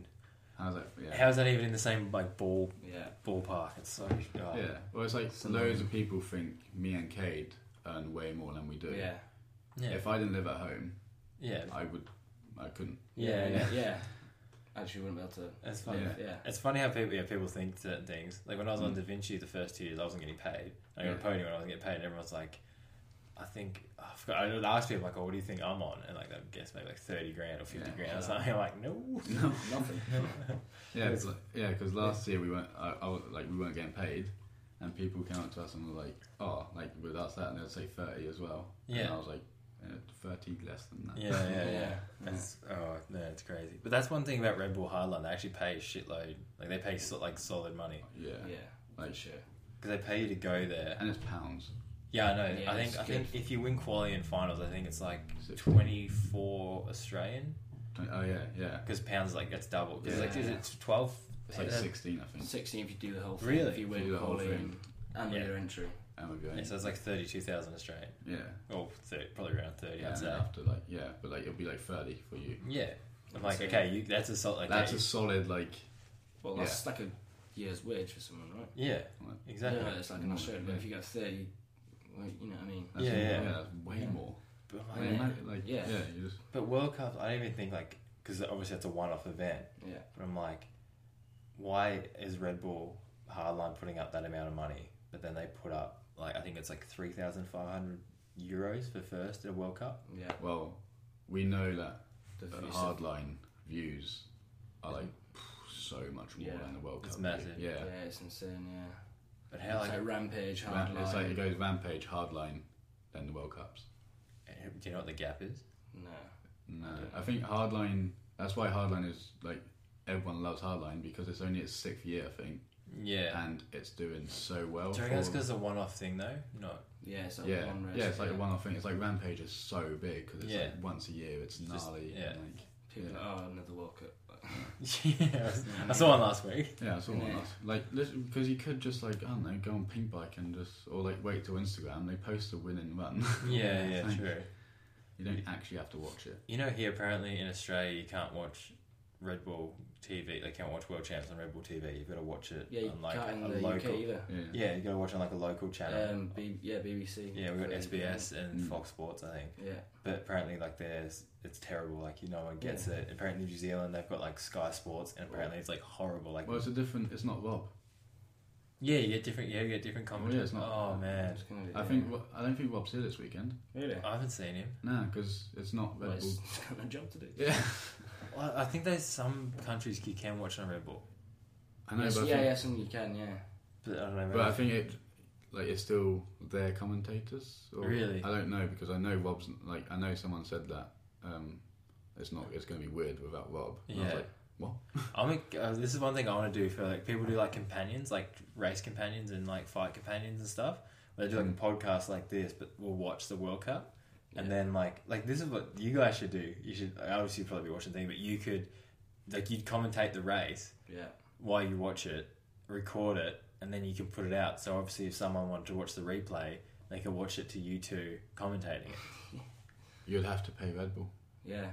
S2: how's that? Yeah,
S1: How's that even in the same like ball
S3: yeah,
S1: ballpark? It's so oh.
S2: yeah. Well, it's like
S3: So-
S2: loads of people think me and Cade earn way more than we do.
S3: yeah,
S1: yeah,
S2: If I didn't live at home,
S1: yeah.
S2: I would, I couldn't.
S1: Yeah, yeah.
S3: yeah. Actually, wouldn't be able
S1: It's funny.
S2: Yeah.
S3: to. Yeah,
S1: It's funny how people yeah, people think certain things. Like when I was on Da Vinci the first two years, I wasn't getting paid. I got a
S2: Yeah.
S1: podium and I wasn't getting paid, and everyone's like, I think oh, I forgot. I would ask people like, "Oh, what do you think I'm on?" And like, I guess maybe like thirty grand or fifty
S2: Yeah.
S1: grand or something. I'm like, no.
S2: No.
S3: nothing.
S2: Yeah, it's like, yeah. Because last year we weren't, I, I, was- like we weren't getting paid, and people came up to us and were like, "Oh, like with us that," and they'd say thirty as well.
S1: Yeah.
S2: And I was like, uh, fatigue less than that.
S1: Yeah, yeah, yeah.
S3: Yeah.
S1: That's oh no, it's crazy. But that's one thing about Red Bull Hardline. They actually pay a shitload. Like they pay so, like solid money
S2: yeah,
S3: Yeah,
S2: Like-
S3: for sure.
S1: because they pay you to go there.
S2: and it's pounds.
S1: Yeah, I know.
S3: Yeah,
S1: I think
S3: it's
S1: I think if you win quality and finals, I think it's like
S2: Is it-
S1: twenty four Australian
S2: Oh yeah, yeah.
S1: because pounds like that's double. Because like
S3: Yeah.
S1: is it twelve?
S2: It's like
S1: Yeah.
S2: sixteen, I think.
S3: Sixteen if you do the whole thing.
S1: Really?
S3: If you
S2: If you
S3: win
S2: do the whole
S3: qualifying
S2: thing.
S3: and
S1: Yeah.
S3: your entry.
S2: Am I
S1: Yeah,
S2: going?
S1: so it's like thirty two thousand Australian.
S2: Yeah,
S1: Oh, thir probably around thirty.
S2: yeah.
S1: I'd
S2: and
S1: say.
S2: After like yeah, but like it'll be like thirty for you.
S1: Yeah. I'm like,
S3: So-
S1: okay, you, that's a solid. Like,
S2: That's
S1: that-
S2: a solid like.
S3: Well, that's like a year's wage for someone, right?
S1: yeah,
S2: Like-
S1: exactly.
S3: Yeah, it's like an Australian. But if you got thirty, well, you know what I mean.
S2: That's
S1: Yeah, yeah.
S2: that's way
S3: Yeah.
S2: more.
S1: But, I'm
S2: Like,
S1: like,
S3: Yeah.
S2: imagine, like yeah.
S3: Yeah.
S2: you just
S1: but World Cup, I don't even think like because obviously that's a one off event.
S3: Yeah.
S1: But I'm like, why is Red Bull Hardline putting up that amount of money? But then they put up like I think it's like three thousand five hundred euros for first at a World Cup.
S3: Yeah.
S2: well, we know that
S3: The
S2: uh,
S3: views of-
S2: hardline views are like so much more
S3: Yeah.
S2: than the World Cup.
S1: It's
S2: view.
S1: massive.
S2: Yeah.
S3: Yeah, it's insane. Yeah.
S1: But how like
S3: so rampage,
S2: Ram-
S3: hardline.
S2: it's like it goes Rampage, Hardline, then the World Cups.
S1: do you know what the gap is?
S3: no.
S2: No,
S3: Yeah.
S2: I think Hardline. That's why Hardline is like everyone loves Hardline because it's only its sixth year, I think,
S1: Yeah.
S2: and it's doing so well.
S1: do you reckon that's
S2: for-
S1: because it's a one off thing though? No,
S3: Yeah, it's like
S2: yeah,
S3: one race.
S2: yeah, it's like a one-off thing. It's like Rampage is so big because it's
S1: Yeah.
S2: like once a year, it's
S1: Just-
S2: gnarly.
S1: yeah.
S2: and, like,
S3: People
S2: yeah.
S3: are like, oh, another World Cup. Like,
S1: yeah, I saw one last week.
S2: Yeah, it's all
S3: Yeah.
S2: on us. Like, because you could just like I don't know, go on Pink Bike and just, or like wait till Instagram. They post a win and run.
S1: Yeah, yeah,
S2: Thank
S1: true.
S2: you don't actually have to watch it.
S1: You know, here apparently in Australia you can't watch Red Bull TV. They can't watch World Champs on Red Bull TV. You've got to watch it
S3: yeah, you
S1: on like
S3: can't
S1: a
S3: in the
S1: local.
S3: UK either.
S2: Yeah.
S1: Yeah, you got to watch on like a local channel.
S3: Um, B- yeah, BBC.
S1: yeah, we got
S3: So,
S1: SBS and
S2: Mm.
S1: Fox Sports, I think.
S3: Yeah.
S1: But apparently, like, there's it's terrible. Like, you no one gets
S3: Yeah.
S1: it. Apparently, New Zealand they've got like Sky Sports, and apparently it's like horrible. Like,
S2: Well, it's a different. It's not Rob.
S1: yeah, you get different. Yeah, you get different commentary.
S2: it's not-
S1: oh man,
S3: It's gonna be-
S2: I think. Ro- I don't think Rob's here this weekend.
S3: Really?
S1: Oh, I haven't seen him.
S2: No, because it's not
S3: Well,
S2: Red Bull.
S3: it's got a job to do.
S2: Yeah.
S1: Well, I think there's some countries you can watch on Red Bull,
S2: I know,
S3: Yes,
S2: but, I
S3: yeah,
S2: think,
S3: yeah, something you can, yeah.
S1: but I don't know.
S2: but I think it like it's still their commentators. Or,
S1: Really?
S2: I don't know because I know Rob's like I know someone said that um, it's not. It's going to be weird without Rob. And I was
S1: Yeah.
S2: like, what?
S1: I'm a, uh, this is one thing I want to do for like people do like companions, like race companions and like fight companions and stuff. They do like a
S2: Mm.
S1: podcast like this, but we'll watch the World Cup, and then like like this is what you guys should do. You should obviously you'd probably be watching the thing, but you could like you'd commentate the race
S3: Yeah.
S1: while you watch it, record it, and then you can put it out. So obviously, if someone wanted to watch the replay, they could watch it to you two commentating it.
S2: You'd have to pay Red Bull.
S3: Yeah.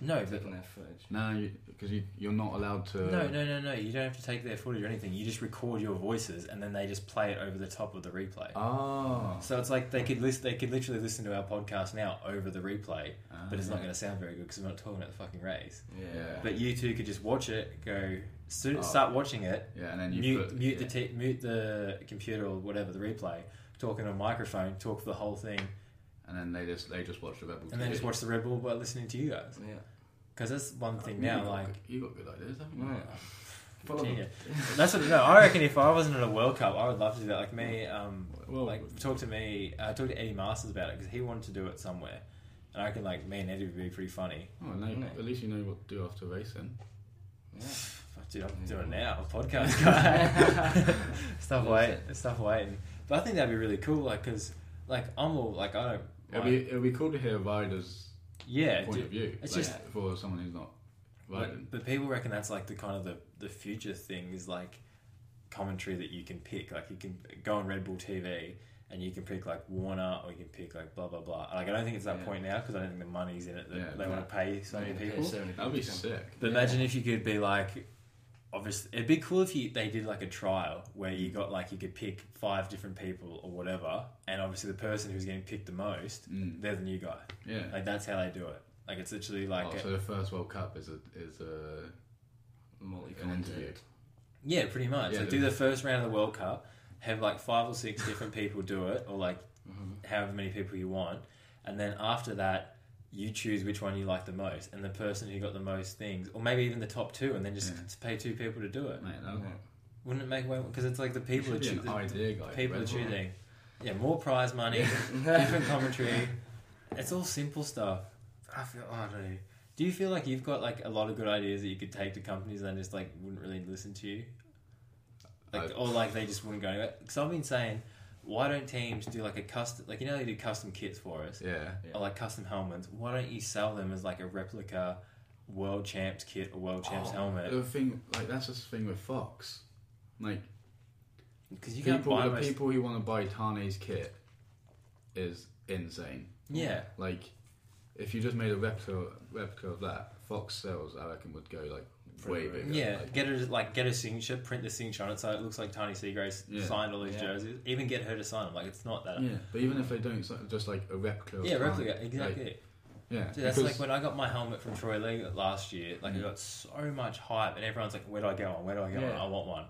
S1: No, but
S3: Taking their footage.
S2: No, because you, you, are not allowed to.
S1: No, no, no, no. You don't have to take their footage or anything. You just record your voices, and then they just play it over the top of the replay.
S2: Oh.
S1: So it's like they could list, they could literally listen to our podcast now over the replay, but it's not going to sound very good because we're not talking about the fucking race.
S3: Yeah.
S2: Yeah.
S1: But you two could just watch it, go stu-
S2: Oh.
S1: start watching it,
S2: Yeah, and then you
S1: mute,
S2: put,
S1: mute
S2: yeah.
S1: the t- mute the computer or whatever the replay, talk in a microphone, talk for the whole thing,
S2: and then they just they just watch the Red Bull.
S1: and then just watch the Red Bull while listening to you guys.
S3: Yeah.
S1: Because that's one thing
S2: you
S1: now,
S2: got
S1: like.
S2: good- you got good ideas, haven't you?
S3: Yeah. Follow
S1: Yeah.
S3: them.
S1: That's what no. I reckon if I wasn't at a World Cup, I would love to do that. Like me, um,
S2: Well,
S1: like talk to me. I talked to Eddie Masters about it because he wanted to do it somewhere, and I reckon like me and Eddie would be pretty funny.
S2: Oh, no,
S3: Yeah.
S2: at least you know what to do after racing.
S3: Yeah.
S1: Fuck, Dude, I'm doing it now. I'm a podcast guy. stuff wait, stuff waiting. But I think that'd be really cool. Like, cause like I'm all like I don't.
S2: It'll
S1: like-
S2: be it'll be cool to hear a rider's
S1: yeah,
S2: point
S1: dude.
S2: of view.
S1: it's
S2: like,
S1: just-
S2: for someone who's not riding.
S1: But, but people reckon that's like the kind of the, the future thing is like commentary that you can pick. Like you can go on Red Bull TV and you can pick like Warner or you can pick like blah blah blah. Like I don't think it's that
S3: Yeah.
S1: point now because I don't think the money's in it that
S2: Yeah.
S1: they want to pay so many
S3: They're gonna pay
S1: people.
S3: so many
S2: That'd be
S3: people to
S2: sick.
S1: But
S3: Yeah.
S1: imagine if you could be like, obviously, it'd be cool if you they did like a trial where you got like you could pick five different people or whatever, and obviously the person who's getting picked the most,
S2: Mm.
S1: they're the new guy.
S2: Yeah.
S1: Like that's how they do it. Like it's literally like
S2: oh,
S1: a-
S2: so the first World Cup is a is a
S3: come.
S2: an interview.
S3: Multi-content.
S1: Yeah, pretty much.
S2: Yeah,
S1: like,
S2: they-
S1: do the first round of the World Cup, have like five or six different people do it, or like
S2: Mm-hmm.
S3: Mhm.
S1: however many people you want, and then after that, you choose which one you like the most, and the person who got the most things, or maybe even the top two, and then just
S2: Yeah.
S1: pay two people to do it.
S2: Mate, that
S3: Yeah.
S1: Wouldn't it make way? Because it's like the
S2: you
S1: people are
S2: should be
S1: choosing.
S2: an idea guy. for
S1: People are
S2: Red Bull.
S1: choosing. Yeah, more prize money, different commentary. It's all simple stuff. I feel. I don't know. Do you feel like you've got like a lot of good ideas that you could take to companies and they just like wouldn't really listen to you, like
S2: I-
S1: or like they just wouldn't go anywhere? Because I've been saying, why don't teams do like a custom, like you know they do custom kits for us
S2: Yeah.
S1: or like custom helmets? Why don't you sell them as like a replica world champs kit or world champs
S2: Oh,
S1: helmet?
S2: The thing, like that's just the thing with Fox. Like
S1: Because you can't
S2: people,
S1: buy
S2: the
S1: most.
S2: people who want to buy Tane's kit is insane.
S1: Yeah,
S2: Like, if you just made a replica replica of that, Fox sales, I reckon, would go like way
S3: Pretty
S2: bigger.
S1: yeah.
S2: Like,
S1: Get her to, like get a signature, print the signature on it so it looks like Tiny Seagrace
S2: Yeah.
S1: signed all these
S3: Yeah.
S1: jerseys. Even get her to sign them. Like it's not that.
S2: yeah. But even if they don't, so- just like a replica. Of
S1: Yeah,
S2: Tane,
S1: replica,
S2: like,
S1: exactly.
S2: yeah.
S1: Dude, that's
S2: because- Mm.
S1: like when I got my helmet from Troy Lee last year. Like, I got so much hype, and everyone's like, "Where do I get one? Where do I get one?
S3: Yeah.
S1: I want one."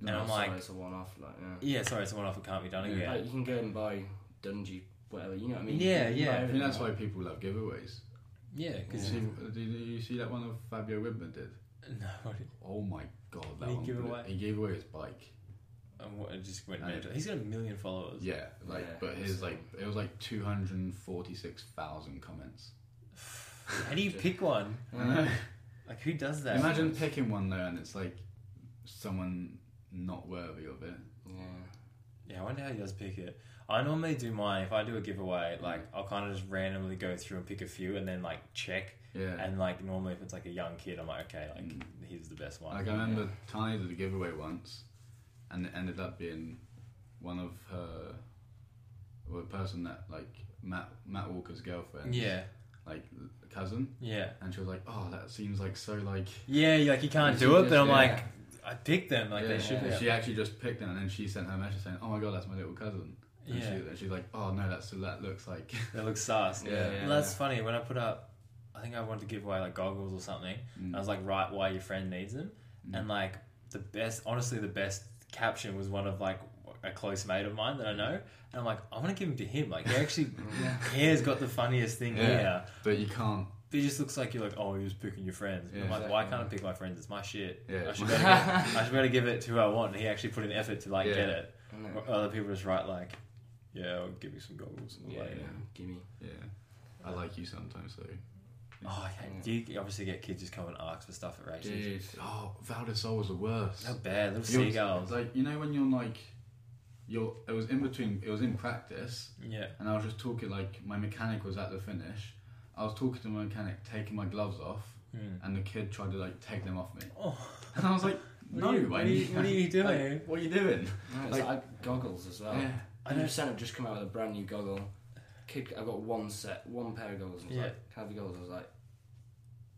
S1: And
S3: No,
S1: I'm
S3: sorry,
S1: like-
S3: it's a one-off, like yeah.
S1: Yeah, sorry, it's one off. It can't be done
S2: Yeah.
S1: again.
S3: Like, you can go and buy Dungey, whatever. You know what I mean?
S1: Yeah,
S3: You can
S1: yeah. I
S3: buy
S2: I
S3: everything,
S2: think that's
S3: like-
S2: why people love giveaways.
S1: Yeah,
S2: Did
S1: because
S2: you, see, did you see that one of Fabio Ribman did?
S1: no,
S2: Oh my god, that
S1: He
S2: one.
S1: gave
S2: blew-
S1: away-
S2: He gave away his bike.
S1: I wa- I just went
S2: No.
S1: mental. He's got a million followers.
S2: Yeah, like
S3: Yeah,
S2: but
S3: that's
S2: his like it was like two hundred and forty six thousand comments.
S1: How do you pick one?
S3: Yeah.
S1: Like, who does that?
S2: Imagine picking one though, and it's like someone not worthy of it.
S3: Yeah.
S1: Yeah, I wonder how he does pick it. I normally do mine if I do a
S2: Mm.
S1: giveaway. Like, I'll kind of just randomly go through and pick a few, and then like check.
S2: Yeah,
S1: And like normally, if it's like a young kid, I'm like, okay, like
S2: Mm.
S1: here's the best one.
S2: like I remember Tiny did a giveaway once, and it ended up being one of her, well, a person that like Matt Matt Walker's girlfriend.
S1: yeah,
S2: like cousin,
S1: yeah.
S2: and she was like, "Oh, that seems like so like."
S1: Yeah, you're like you can't
S2: You
S1: do
S2: should
S1: it, but
S2: just-
S1: I'm
S2: yeah.
S1: like, I picked them. Like
S2: Yeah,
S1: they should
S2: and
S1: be.
S2: She actually just picked them, and then she sent her a message saying, "Oh my god, that's my little cousin." And
S1: Yeah.
S2: she, and she's like, "Oh no, that's that looks like."
S1: They look sus.
S2: Yeah.
S1: Well, that's funny. When I put up, I think I wanted to give away like goggles or something.
S2: mm.
S1: and I was like, write why your friend needs them,
S2: Mm-hmm.
S1: and like the best, honestly, the best caption was one of like a close mate of mine that I know, and I'm like, I want to give them to him. Like he actually cares. Got the funniest thing
S2: Yeah.
S1: here.
S2: but you can't.
S1: But it just looks like you're like, oh, he was picking your friends.
S2: Yeah.
S1: I'm like, why can't I pick my friends? It's my shit.
S2: Yeah.
S1: I should better give, I should better give it to who I want. And he actually put in effort to like
S2: Yeah.
S1: get it.
S3: Yeah.
S1: Or Other people just write like, yeah, I'll give you some goggles.
S3: Yeah,
S1: Like,
S3: yeah. Gimme.
S2: Yeah, I like you sometimes though.
S1: Oh, yeah.
S3: Yeah.
S1: Do you obviously get kids just come and ask for stuff at races?
S3: Dude.
S2: Oh, Valdesol was the worst.
S1: How bad, little
S2: You're-
S1: seagulls.
S2: Like you know when you're like, you're. It was in between. It was in practice,
S1: yeah.
S2: and I was just talking. Like my mechanic was at the finish. I was talking to my mechanic, taking my gloves off,
S1: Hmm.
S2: and the kid tried to like take them off me,
S1: Oh,
S2: and I was like,
S1: What
S2: "No,
S1: are you-
S2: why
S1: what are you- what are you
S2: like,
S1: doing?
S2: what are you doing?"
S3: No, it's
S2: Like-
S3: like, goggles as well.
S2: Yeah.
S3: I know Senna have just come out with a brand new goggle. Kid, I got one set, one pair of goggles. And I was
S1: Yeah.
S3: like, can I have your goggles? I was like,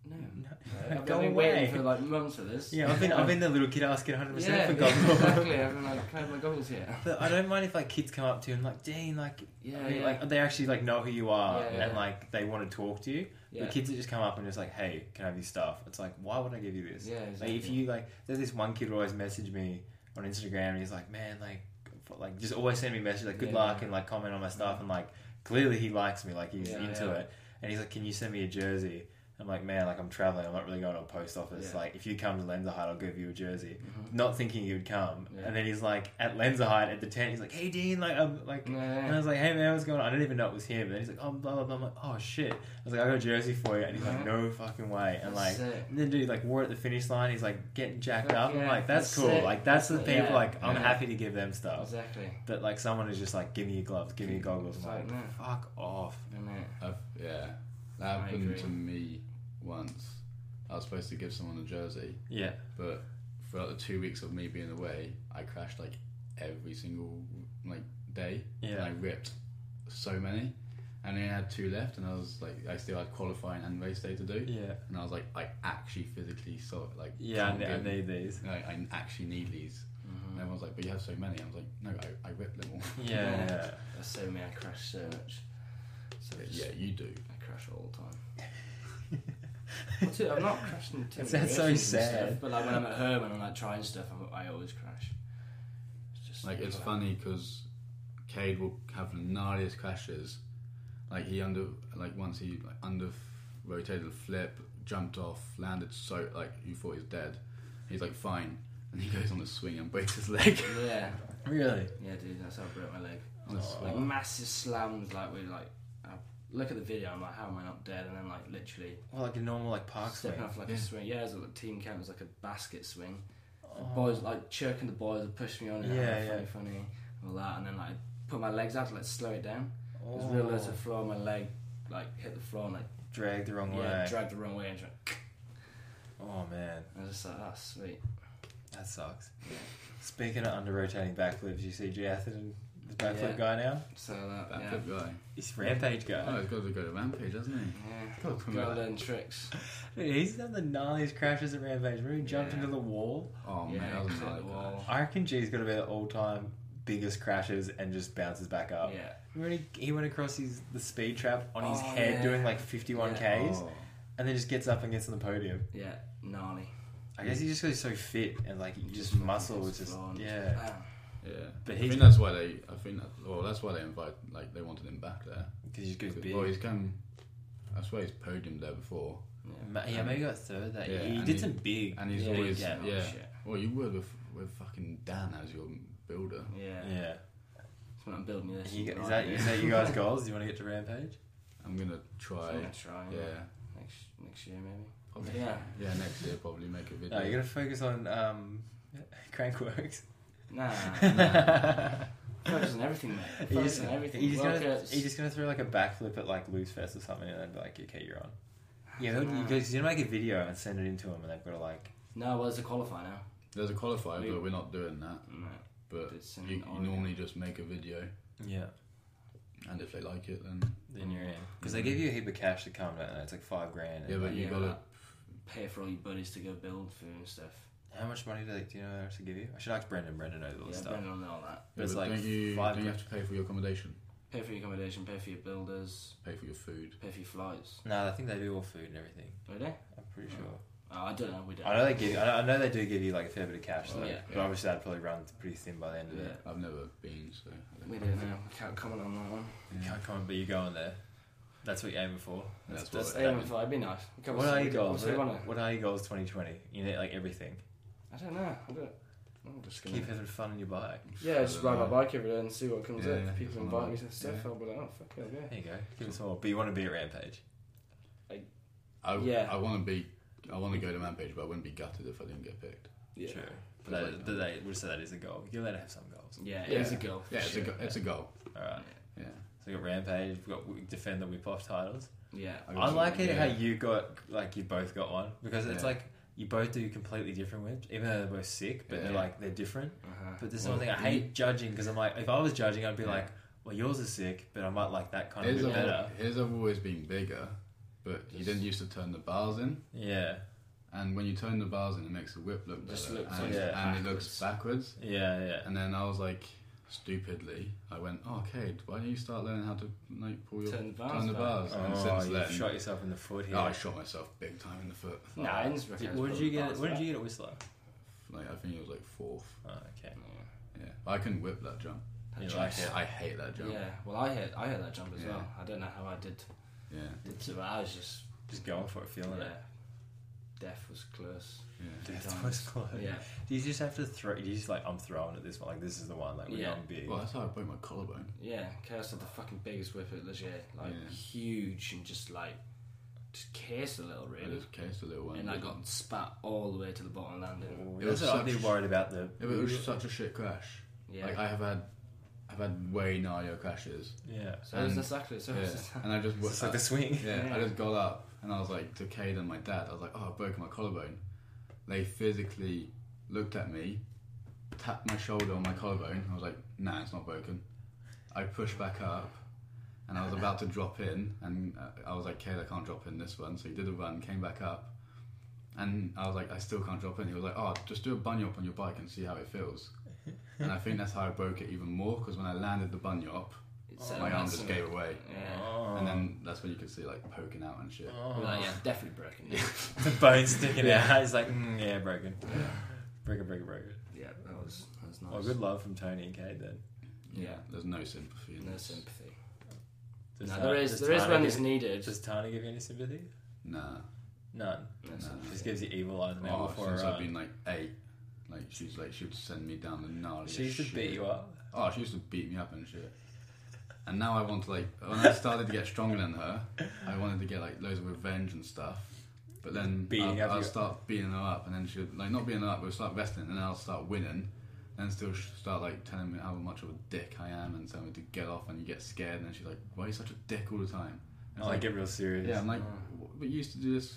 S3: no.
S1: No,
S3: I've,
S1: go
S3: I've been
S1: away.
S3: waiting for like months for this.
S1: yeah, I've been, I've been the little kid asking 100%
S3: yeah,
S1: for
S3: yeah,
S1: goggles.
S3: exactly. I've been like, "Oh, can I have my goggles here?
S1: but I don't mind if like kids come up to you and like, Dean, like,
S3: Yeah,
S1: I mean,
S3: yeah.
S1: like they actually like know who you are
S3: Yeah,
S1: and
S3: yeah.
S1: like they want to talk to you.
S3: yeah.
S1: The kids that just come up and just like, hey, can I have your stuff? It's like, why would I give you this?
S3: Yeah,
S1: Like
S3: exactly.
S1: if you like, there's this one kid who always messaged me on Instagram, and he's like, "Man, like, f- like just always send me messages like, good
S3: Yeah.
S1: luck and like comment on my stuff." And like, clearly he likes me, like he's
S3: Yeah,
S1: into
S3: yeah.
S1: it. And he's like, "Can you send me a jersey?" I'm like, "Man, like I'm traveling. I'm not really going to a post office.
S3: Yeah.
S1: Like, if you come to Lenzerheide, I'll give you a jersey."
S3: Mm-hmm.
S1: Not thinking he would come,
S3: Yeah.
S1: and then he's like at Lenzerheide at the tent. He's like, "Hey Dean, like, I'm like."
S3: Yeah,
S1: And I
S3: yeah.
S1: was like, hey man, what's going on? I didn't even know it was him. And then he's like, oh, blah, blah, blah. I'm like, oh shit. I was like, I got a jersey for you. And he's like,
S3: Yeah.
S1: no fucking way. And like,
S3: That's sick.
S1: and then dude like wore it at the finish line. He's like getting jacked
S3: Fuck
S1: up. I'm
S3: yeah,
S1: like, that's,
S3: that's
S1: cool.
S3: sick.
S1: Like that's the
S3: That's
S1: people.
S3: like- yeah.
S1: Like I'm
S2: Yeah.
S1: happy to give them stuff.
S3: exactly.
S1: But like someone is just like, give me your gloves, give me your goggles. I'm
S3: It's
S1: like,
S3: like, no.
S1: fuck off.
S3: Isn't it?
S2: I've, yeah, that
S3: I
S2: happened
S3: agree.
S2: to me once. I was supposed to give someone a jersey,
S1: Yeah.
S2: but throughout the two weeks of me being away, I crashed like every single like day. And
S1: Yeah.
S2: I ripped so many, and then I had two left, and I was like, I still had qualifying and race day to do,
S1: Yeah.
S2: and I was like, I actually physically saw it, like
S1: Yeah. I,
S2: can't
S1: ne- I
S2: give-
S1: need these.
S2: like, I actually need these. And
S3: Mhm.
S2: everyone's like, but you have so many. I was like, no, I, I ripped them all.
S1: Yeah. yeah.
S3: Yeah. That's so me. I crash so much. So just,
S2: yeah, you do.
S3: I crash all the time. Well, too, I'm not crashing too
S1: It
S3: many
S1: sounds so
S3: races and
S1: sad.
S3: Stuff, but like when I'm at home and I'm like trying stuff, I'm, I always crash. It's just
S2: Like it's funny because Cade will have the gnarliest crashes. Like he under like once he like under rotated a flip, jumped off, landed so like you thought he was dead. He's like fine, and he goes on the swing and breaks his leg.
S3: Yeah,
S1: Really?
S3: yeah, dude. That's how I broke my leg.
S2: on the
S1: Oh.
S2: swing.
S3: Like massive slams, like with like I look at the video. I'm like, how am I not dead? And then like literally
S1: Well, like a normal like park swing.
S3: stepping off like a swing. Yeah, it was a team camp. It was like a basket swing. The
S1: Oh.
S3: boys like chirking the boys would push me on. And
S1: Yeah,
S3: yeah,
S1: yeah.
S3: Funny, funny, and all that. And then like put my legs out to like slow it down. It was
S1: Oh.
S3: real low to the floor. My leg like hit the floor and like
S1: Dragged the wrong
S3: yeah,
S1: way.
S3: dragged the wrong way. And just-
S1: oh man,
S3: I was just like, that's sweet.
S1: that sucks. Speaking of under rotating backflips, you see Jathan, the backflip
S3: Yeah.
S1: guy now.
S3: So that yeah.
S2: Backflip guy.
S1: He's rampage
S2: Oh,
S1: guy.
S2: he's got to go to Rampage, hasn't he?
S3: Yeah,
S2: Gotta promote
S3: gotta
S2: that.
S3: learn tricks.
S1: Dude, he's done the gnarliest crashes at rampage. Remember he jumped
S3: Yeah.
S1: into the wall.
S2: Oh
S3: yeah,
S2: man, that was Oh,
S3: clear
S2: another
S3: the wall.
S1: I reckon G's got to be the all time biggest crashes and just bounces back up.
S3: Yeah,
S1: Remember when he, he went across his the speed trap on his
S3: Oh,
S1: head
S3: yeah.
S1: doing like 51
S2: guy.
S1: Ks
S2: Oh.
S1: and then just gets up and gets on the podium.
S3: yeah, gnarly.
S1: I guess he just goes so fit and like he just muscle was just
S3: fucking
S1: yeah.
S3: bam.
S2: Yeah,
S1: But
S2: I
S1: he's-
S2: think that's why they. I think that, well, that's why they invite like they wanted him back there.
S1: Because he just goes big.
S2: Well, he's come. I swear he's podiumed there before,
S3: Yeah.
S1: Ma- yeah, maybe got third that
S2: Yeah,
S1: year. He
S2: and
S1: did
S2: he-
S1: some big.
S2: and he's
S1: Yeah,
S2: always yeah.
S1: yeah.
S2: Well, you would with with fucking Dan as your builder.
S3: Yeah. yeah.
S1: Yeah.
S3: That's when I'm building this.
S1: You,
S3: right
S1: is, that,
S3: here.
S1: is that you guys' goals? Do you want to get to Rampage?
S2: I'm gonna
S3: So
S2: try.
S3: I'm gonna try
S2: Yeah,
S3: next next year maybe.
S2: probably.
S3: Yeah.
S2: yeah. Next year, probably make a video.
S1: No, you got to focus on um, Crankworks.
S3: Nah, focus on everything, mate.
S1: He
S3: Focus
S1: just,
S3: on everything.
S1: he just
S3: Work
S1: gonna,
S3: outs.
S1: he just gonna throw like a backflip at like Loose Fest or something, and they'd be like, "Okay, you're on." Yeah, they'll- you
S3: Nah.
S1: guys, you're gonna make a video and send it in to them, and they've got to like,
S3: No, well, there's a qualifier now.
S2: There's a qualifier,
S3: We-
S2: but we're not doing that.
S3: No,
S2: But
S3: it's in
S2: you, you
S3: Oregon.
S2: normally just make a video,
S1: yeah,
S2: and if they like it, then
S1: then you're in. Because they give you a heap of cash to come, and it's like five grand. and,
S2: yeah. But
S1: like,
S2: you
S3: yeah.
S2: gotta.
S3: pay for all your buddies to go build food and stuff.
S1: how much money do they? Do you know they actually give you? I should ask Brendan. Brendan knows all
S3: Yeah,
S1: this stuff.
S3: Brendan on all that.
S1: But it's
S2: yeah, but
S1: like
S2: don't you
S1: five
S2: don't you
S1: grand.
S2: have to pay for your accommodation,
S3: Pay for your accommodation. Pay for your builders.
S2: pay for your food?
S3: Pay for your flights.
S1: No, I think they do all food and everything.
S3: Do they?
S1: I'm pretty sure.
S3: Oh, I don't know. We don't.
S1: I know they give. I know, I know they do give you like a fair bit of cash, though.
S3: Well, yeah.
S1: But obviously, that'd probably run pretty thin by the end of
S3: Yeah.
S1: it.
S2: I've never been, so I don't
S3: We
S2: know.
S3: don't know. We can't comment on that one.
S1: You
S2: Yeah.
S1: can't comment, but you're going there. That's what you're aiming for.
S2: That's
S1: that's,
S2: what
S3: Aim for it'd be nice.
S1: what,
S3: Come on,
S1: are
S3: see-
S1: your goals?
S3: see
S1: What,
S3: one of-
S1: what are your goals? 2020. You need like everything.
S3: I don't know. I don't. I'm just gonna.
S1: Keep having fun on your bike.
S3: Yeah, just
S2: I
S3: ride
S2: don't
S3: my
S2: know.
S3: bike every day and see what comes
S2: Yeah,
S3: up. If
S2: just
S3: people
S2: wanna
S3: invite
S2: like-
S3: me to stuff,
S2: yeah.
S3: I'll be like, oh, fuck it, yeah.
S1: There you go. Give us all. But you want to be at Rampage.
S2: I,
S3: Yeah.
S2: I want to be. I want to go to Manpage, but I wouldn't be gutted if I didn't get picked.
S3: Yeah,
S1: True. But
S2: Like,
S1: that, but that, we'll say that is a goal. You're allowed to have some goals.
S3: yeah,
S2: Yeah.
S3: it's a goal. for
S2: Yeah, it's
S3: sure.
S2: a, go- it's a goal.
S1: All right.
S2: Yeah.
S1: So we got Rampage. We've got we defend the Whip Off titles.
S3: Yeah,
S2: I
S1: I
S2: got
S1: like
S2: some-
S1: it
S2: yeah.
S1: how you got like you both got one because it's
S2: Yeah.
S1: like you both do completely different whips, even though they're both sick, but they're
S2: Yeah.
S1: like they're different.
S3: uh-huh.
S1: But this is
S2: Well,
S1: one thing I
S2: you-
S1: hate judging because I'm like, if I was judging, I'd be
S2: Yeah.
S1: like, well, yours is sick, but I might like that kind of
S2: His,
S1: bit
S2: have,
S1: better.
S2: his have always been bigger, but you didn't used to turn the bars in.
S1: Yeah,
S2: And when you turn the bars in, it makes the whip look better.
S3: Just looks
S2: and,
S1: like
S2: and it looks
S3: backwards.
S2: backwards.
S1: yeah, yeah.
S2: And then I was like, stupidly, I went, oh, Cade, why don't you start learning how to like pull your
S3: Turn the bars
S2: the
S3: back."
S2: bars? And
S1: Oh,
S2: since
S1: you
S2: then,
S1: shot yourself in the foot here.
S2: oh, I shot myself big time in the foot.
S3: Nah, Innsbruck
S1: Did-
S3: has
S1: what did
S3: probably
S1: you get?
S3: bars
S1: What did
S3: back.
S1: you get at Whistler?
S2: Like I think it was like fourth.
S1: Oh, okay.
S2: Yeah, but I couldn't whip that jump.
S3: That
S1: You
S3: jump-
S1: like it?
S2: I hate that jump.
S3: Yeah, well, I heard I heard that jump as
S2: Yeah.
S3: well. I don't know how I did
S2: yeah.
S3: did to it. I was just
S1: Just going for it, feeling
S3: yeah.
S1: it.
S3: Death was close.
S2: yeah.
S1: Death
S3: Sometimes.
S1: was close.
S3: Yeah,
S1: Do you just have to throw? Do you just like I'm throwing at this one? Like this is the one. Like we're
S3: Yeah.
S1: going big.
S2: Well, that's how I broke my collarbone.
S3: yeah. Chaos had the fucking biggest whip at Leger, like
S2: Yeah.
S3: huge and just like just cased a little
S2: I
S3: really,
S2: just cased a little one.
S3: and I got spat all the way to the bottom landing.
S1: Ooh,
S2: It
S1: That's
S2: was
S1: what I'd be
S2: such-
S1: worried about. The
S2: Yeah, but it was such a shit crash.
S3: Yeah,
S2: Like I have had, I've had way gnarlier crashes.
S1: yeah.
S3: so it was
S2: and-
S3: exactly so. it
S2: Yeah.
S3: was just-
S2: And I just
S1: It's
S2: whipped.
S1: like the swing.
S2: yeah,
S3: Yeah.
S2: I just got up and I was like to Cade and my dad. I was like, oh, I broke my collarbone. They physically looked at me, tapped my shoulder on my collarbone. I was like, nah, it's not broken. I pushed back up. And I was about to drop in, and uh, I was like, "Cade, I can't drop in this one." So he did a run, came back up, and I was like, "I still can't drop in." He was like, "Oh, just do a bunyop on your bike and see how it feels." and I think that's how I broke it even more because when I landed the bunyop,
S3: It set
S2: Oh, my
S3: a
S2: arm
S3: massive-
S2: just gave away.
S3: Yeah.
S1: Oh.
S2: And then that's when you can see like poking out and shit.
S1: Oh.
S3: We're like, yeah, definitely broken. Yeah,
S1: the bone sticking out. It's like, mm, yeah, broken. Broken, broken, broken.
S3: yeah that was that was nice.
S1: Oh, good love from Tony and Kate then.
S2: Yeah, there's no sympathy. In
S3: No
S2: this.
S3: sympathy.
S1: Does
S3: no,
S1: Ta-
S3: there is
S1: does
S3: there is
S1: Tana
S3: when
S1: give-
S3: it's needed.
S1: Does Tana give you any sympathy?
S2: Nah.
S1: None.
S3: No
S2: Nah.
S3: sympathy.
S1: Just gives you evil eyes and uh,
S2: Oh,
S1: evil for
S2: since
S1: a
S2: I've
S1: run.
S2: been like eight, like she's Oh, like she would send me down the gnarliest.
S1: She used to
S2: shit.
S1: beat you up.
S2: Oh, she used to beat me up and shit. And now I want to like when I started to get stronger than her, I wanted to get like loads of revenge and stuff. But then
S1: Beating
S2: I'll,
S1: up
S2: I'll
S1: your-
S2: start beating her up, and then she'll like not beating her up, but start wrestling, and then I'll start winning, and still sh- start like telling me how much of a dick I am, and telling me to get off, and you get scared, and then she's like, "Why are you such a dick all the time?" And it's
S1: Oh, I like, get real serious.
S2: yeah, I'm like,
S3: Oh.
S2: "W- but you used to do this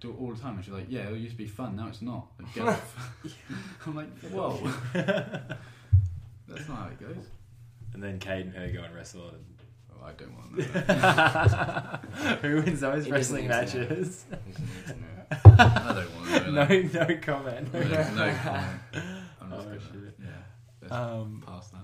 S2: do it all the time, and she's like, "Yeah, it used to be fun, now it's not." Like, get off. I'm like, "Oh." "Whoa, that's not how it goes."
S1: and then Cade and her go and wrestle. And
S2: Oh, I don't want to know. that.
S1: Who wins those
S3: He doesn't
S1: wrestling
S3: need to know.
S1: matches?
S3: He doesn't need to know.
S2: I don't want
S1: no,
S2: to know. that.
S1: no comment.
S2: no, no comment. I'm just
S1: Oh,
S2: gonna,
S1: shit.
S2: yeah, let's
S1: Um,
S2: pass that.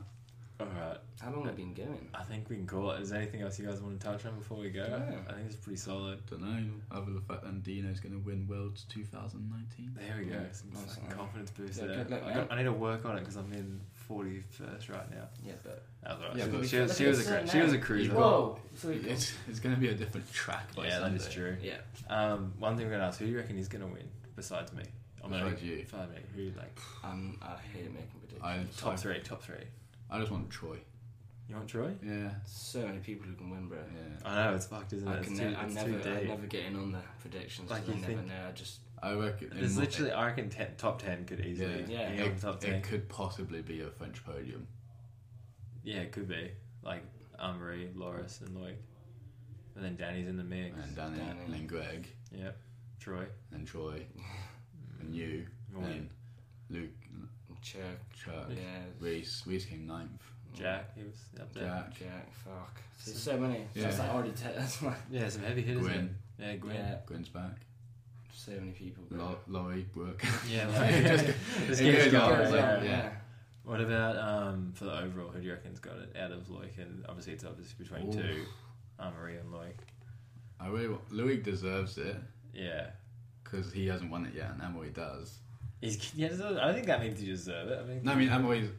S1: all right.
S3: How long have we been going?
S1: I think we can call it. Is there anything else you guys want to touch on before we go?
S3: Yeah.
S1: I think it's pretty solid.
S2: Don't know. Other than the fact that Dino's going to win Worlds 2019.
S1: There we go.
S3: Mm,
S1: Some
S3: nice
S1: fucking
S3: one.
S1: confidence boost
S3: Yeah,
S1: there.
S3: good luck,
S1: I, got,
S3: mate.
S1: I need to work on it because I'm in 41st right now.
S3: Yeah, but
S1: That was all right.
S2: Yeah,
S1: she, was,
S2: but we-
S1: she, was, she was a
S3: Let's
S1: cru-
S3: do
S1: she was a
S3: it
S1: cruiser.
S3: now. Whoa! So we-
S2: It's, it's going to be a different track by
S1: Yeah, that
S2: Sunday.
S1: is true.
S3: yeah.
S1: Um, one thing we're gonna ask: Who do you reckon is gonna win besides me?
S2: Besides you.
S1: Besides me, who like
S3: Um, I hate making predictions.
S2: I,
S1: top
S2: I,
S1: three? Top three.
S2: I just want Troy.
S1: You want Troy?
S2: Yeah,
S3: so many people who can win, bro.
S2: yeah.
S1: I know it's fucked, isn't
S3: I
S1: it?
S3: can
S1: It's
S3: ne-
S1: too,
S3: I
S1: it's
S3: never,
S1: too deep.
S3: I never get in on the predictions.
S1: Like
S3: 'cause
S1: you
S3: I never
S1: think-
S3: know. I just
S2: I reckon in
S1: There's
S2: my-
S1: literally, I reckon, ten, top ten could easily.
S3: Yeah.
S1: be
S2: it,
S1: on top
S2: it,
S1: ten.
S2: could possibly be a French podium.
S1: yeah, it could be like Amory, Loris, and Loic, and then Danny's in the mix.
S2: And Danny,
S3: Danny.
S2: and then Greg,
S1: Yep, Troy.
S2: and Troy, and you,
S1: Morning.
S2: and Luke,
S3: check.
S2: Chuck,
S3: Yeah, Mm.
S2: Reese. Reese came ninth.
S1: Jack, he was up there.
S2: Jack,
S3: Jack. Fuck. There's so many.
S2: Yeah.
S3: That's like already. Te- that's like
S1: Yeah, some heavy hitters.
S2: Gwyn.
S1: in it. Yeah, Gwyn.
S3: yeah.
S2: Gwen's back.
S3: So many people. Bro.
S2: Lo- Laurie, Brooke.
S1: Yeah,
S2: It
S1: like-
S2: just-
S1: Just
S2: it
S1: keeps
S2: goes
S1: going,
S2: on,
S1: yeah.
S2: yeah.
S1: What about um, for the overall? Who do you reckon's got it out of Loic? And obviously, it's obviously between
S2: Ooh.
S1: two, Amory and Loic.
S2: I really want, Louis deserves it
S1: Yeah,
S2: because he hasn't won it yet, and Amoy does.
S1: he's. Yeah, does- I don't think that means you deserve it. I mean,
S2: No, I mean Amoy's.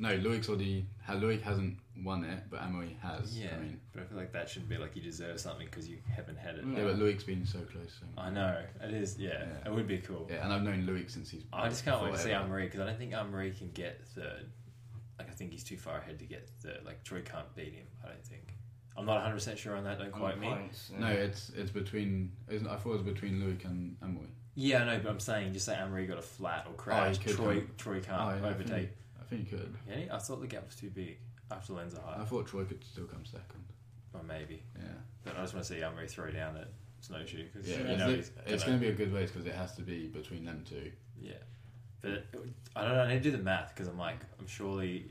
S2: No, Louis already. ha- Louis hasn't won it, but Amoy has.
S1: yeah,
S2: I mean,
S1: but I feel like that shouldn't be like you deserve something because you haven't had it.
S3: Mm.
S2: yeah, but Louis's been so close. So.
S1: I know it is. Yeah, it
S2: Yeah.
S1: would be cool.
S2: Yeah, and I've known Louis since he's.
S1: I just can't wait to see
S2: forever.
S1: Amory because I don't think Amory can get third. Like I think he's too far ahead to get third. Like Troy can't beat him. I don't think. I'm not 100 percent sure on that. Don't
S3: On
S1: quote me.
S3: points, yeah.
S2: No, it's it's between. Isn't, I thought it was between Louis and Amoy.
S1: Yeah, I know, but I'm saying just say Amory got a flat or crashed.
S2: Oh, could
S1: Troy, Troy can't
S2: Oh, yeah, I think-
S1: overtake.
S2: I think you could.
S1: Yeah, I thought the gap was too big after Lenza
S2: I
S1: High.
S2: thought Troy could still come second.
S1: Or maybe,
S2: Yeah,
S1: but I just want to see Amory throw down at snowshoe because
S2: yeah.
S1: you
S2: it's
S1: know
S2: li-
S1: he's
S2: it's
S1: gonna-
S2: going to be a good race because it has to be between them two.
S1: Yeah, but I don't know. I need to do the math because I'm like, I'm surely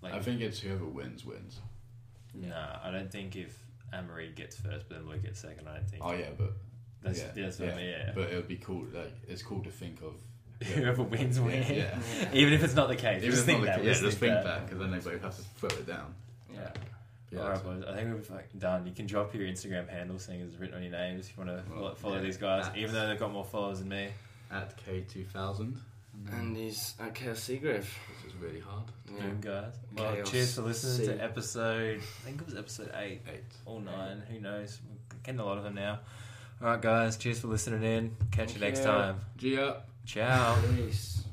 S1: like,
S2: I think it's whoever wins wins.
S1: nah, I don't think if Amory gets first, but then Luke gets second. I don't think.
S2: Oh yeah, but
S1: that's
S2: yeah,
S1: that's what I mean. Yeah,
S2: But it would be cool. Like it's cool to think of.
S1: whoever wins
S2: Yeah,
S1: wins.
S2: yeah.
S3: Yeah.
S1: Even if it's not the case,
S2: Even
S1: just
S2: if not
S1: think
S2: the-
S1: that.
S2: yeah, just think that because then they both have to throw it down.
S3: Yeah.
S2: Yeah,
S1: All right, boys.
S2: that's-
S1: I think we've like, done. You can drop your Instagram handle, seeing as it's written on your names. If you want to
S2: Well,
S1: follow
S2: yeah.
S1: these guys,
S2: At-
S1: even though they've got more followers than me.
S2: At K two thousand,
S3: And he's at Chaos Seagrave.
S2: which is really hard.
S3: Yeah.
S1: Boom, guys. Well,
S3: Chaos.
S1: cheers for listening
S3: See.
S1: to episode. I think it was episode eight
S2: Eight.
S1: or nine. Who knows? We're getting a lot of them now. All right, guys. Cheers for listening in. Catch you
S3: Thank
S1: next
S3: you.
S1: time.
S2: G up.
S1: Ciao.
S3: Peace.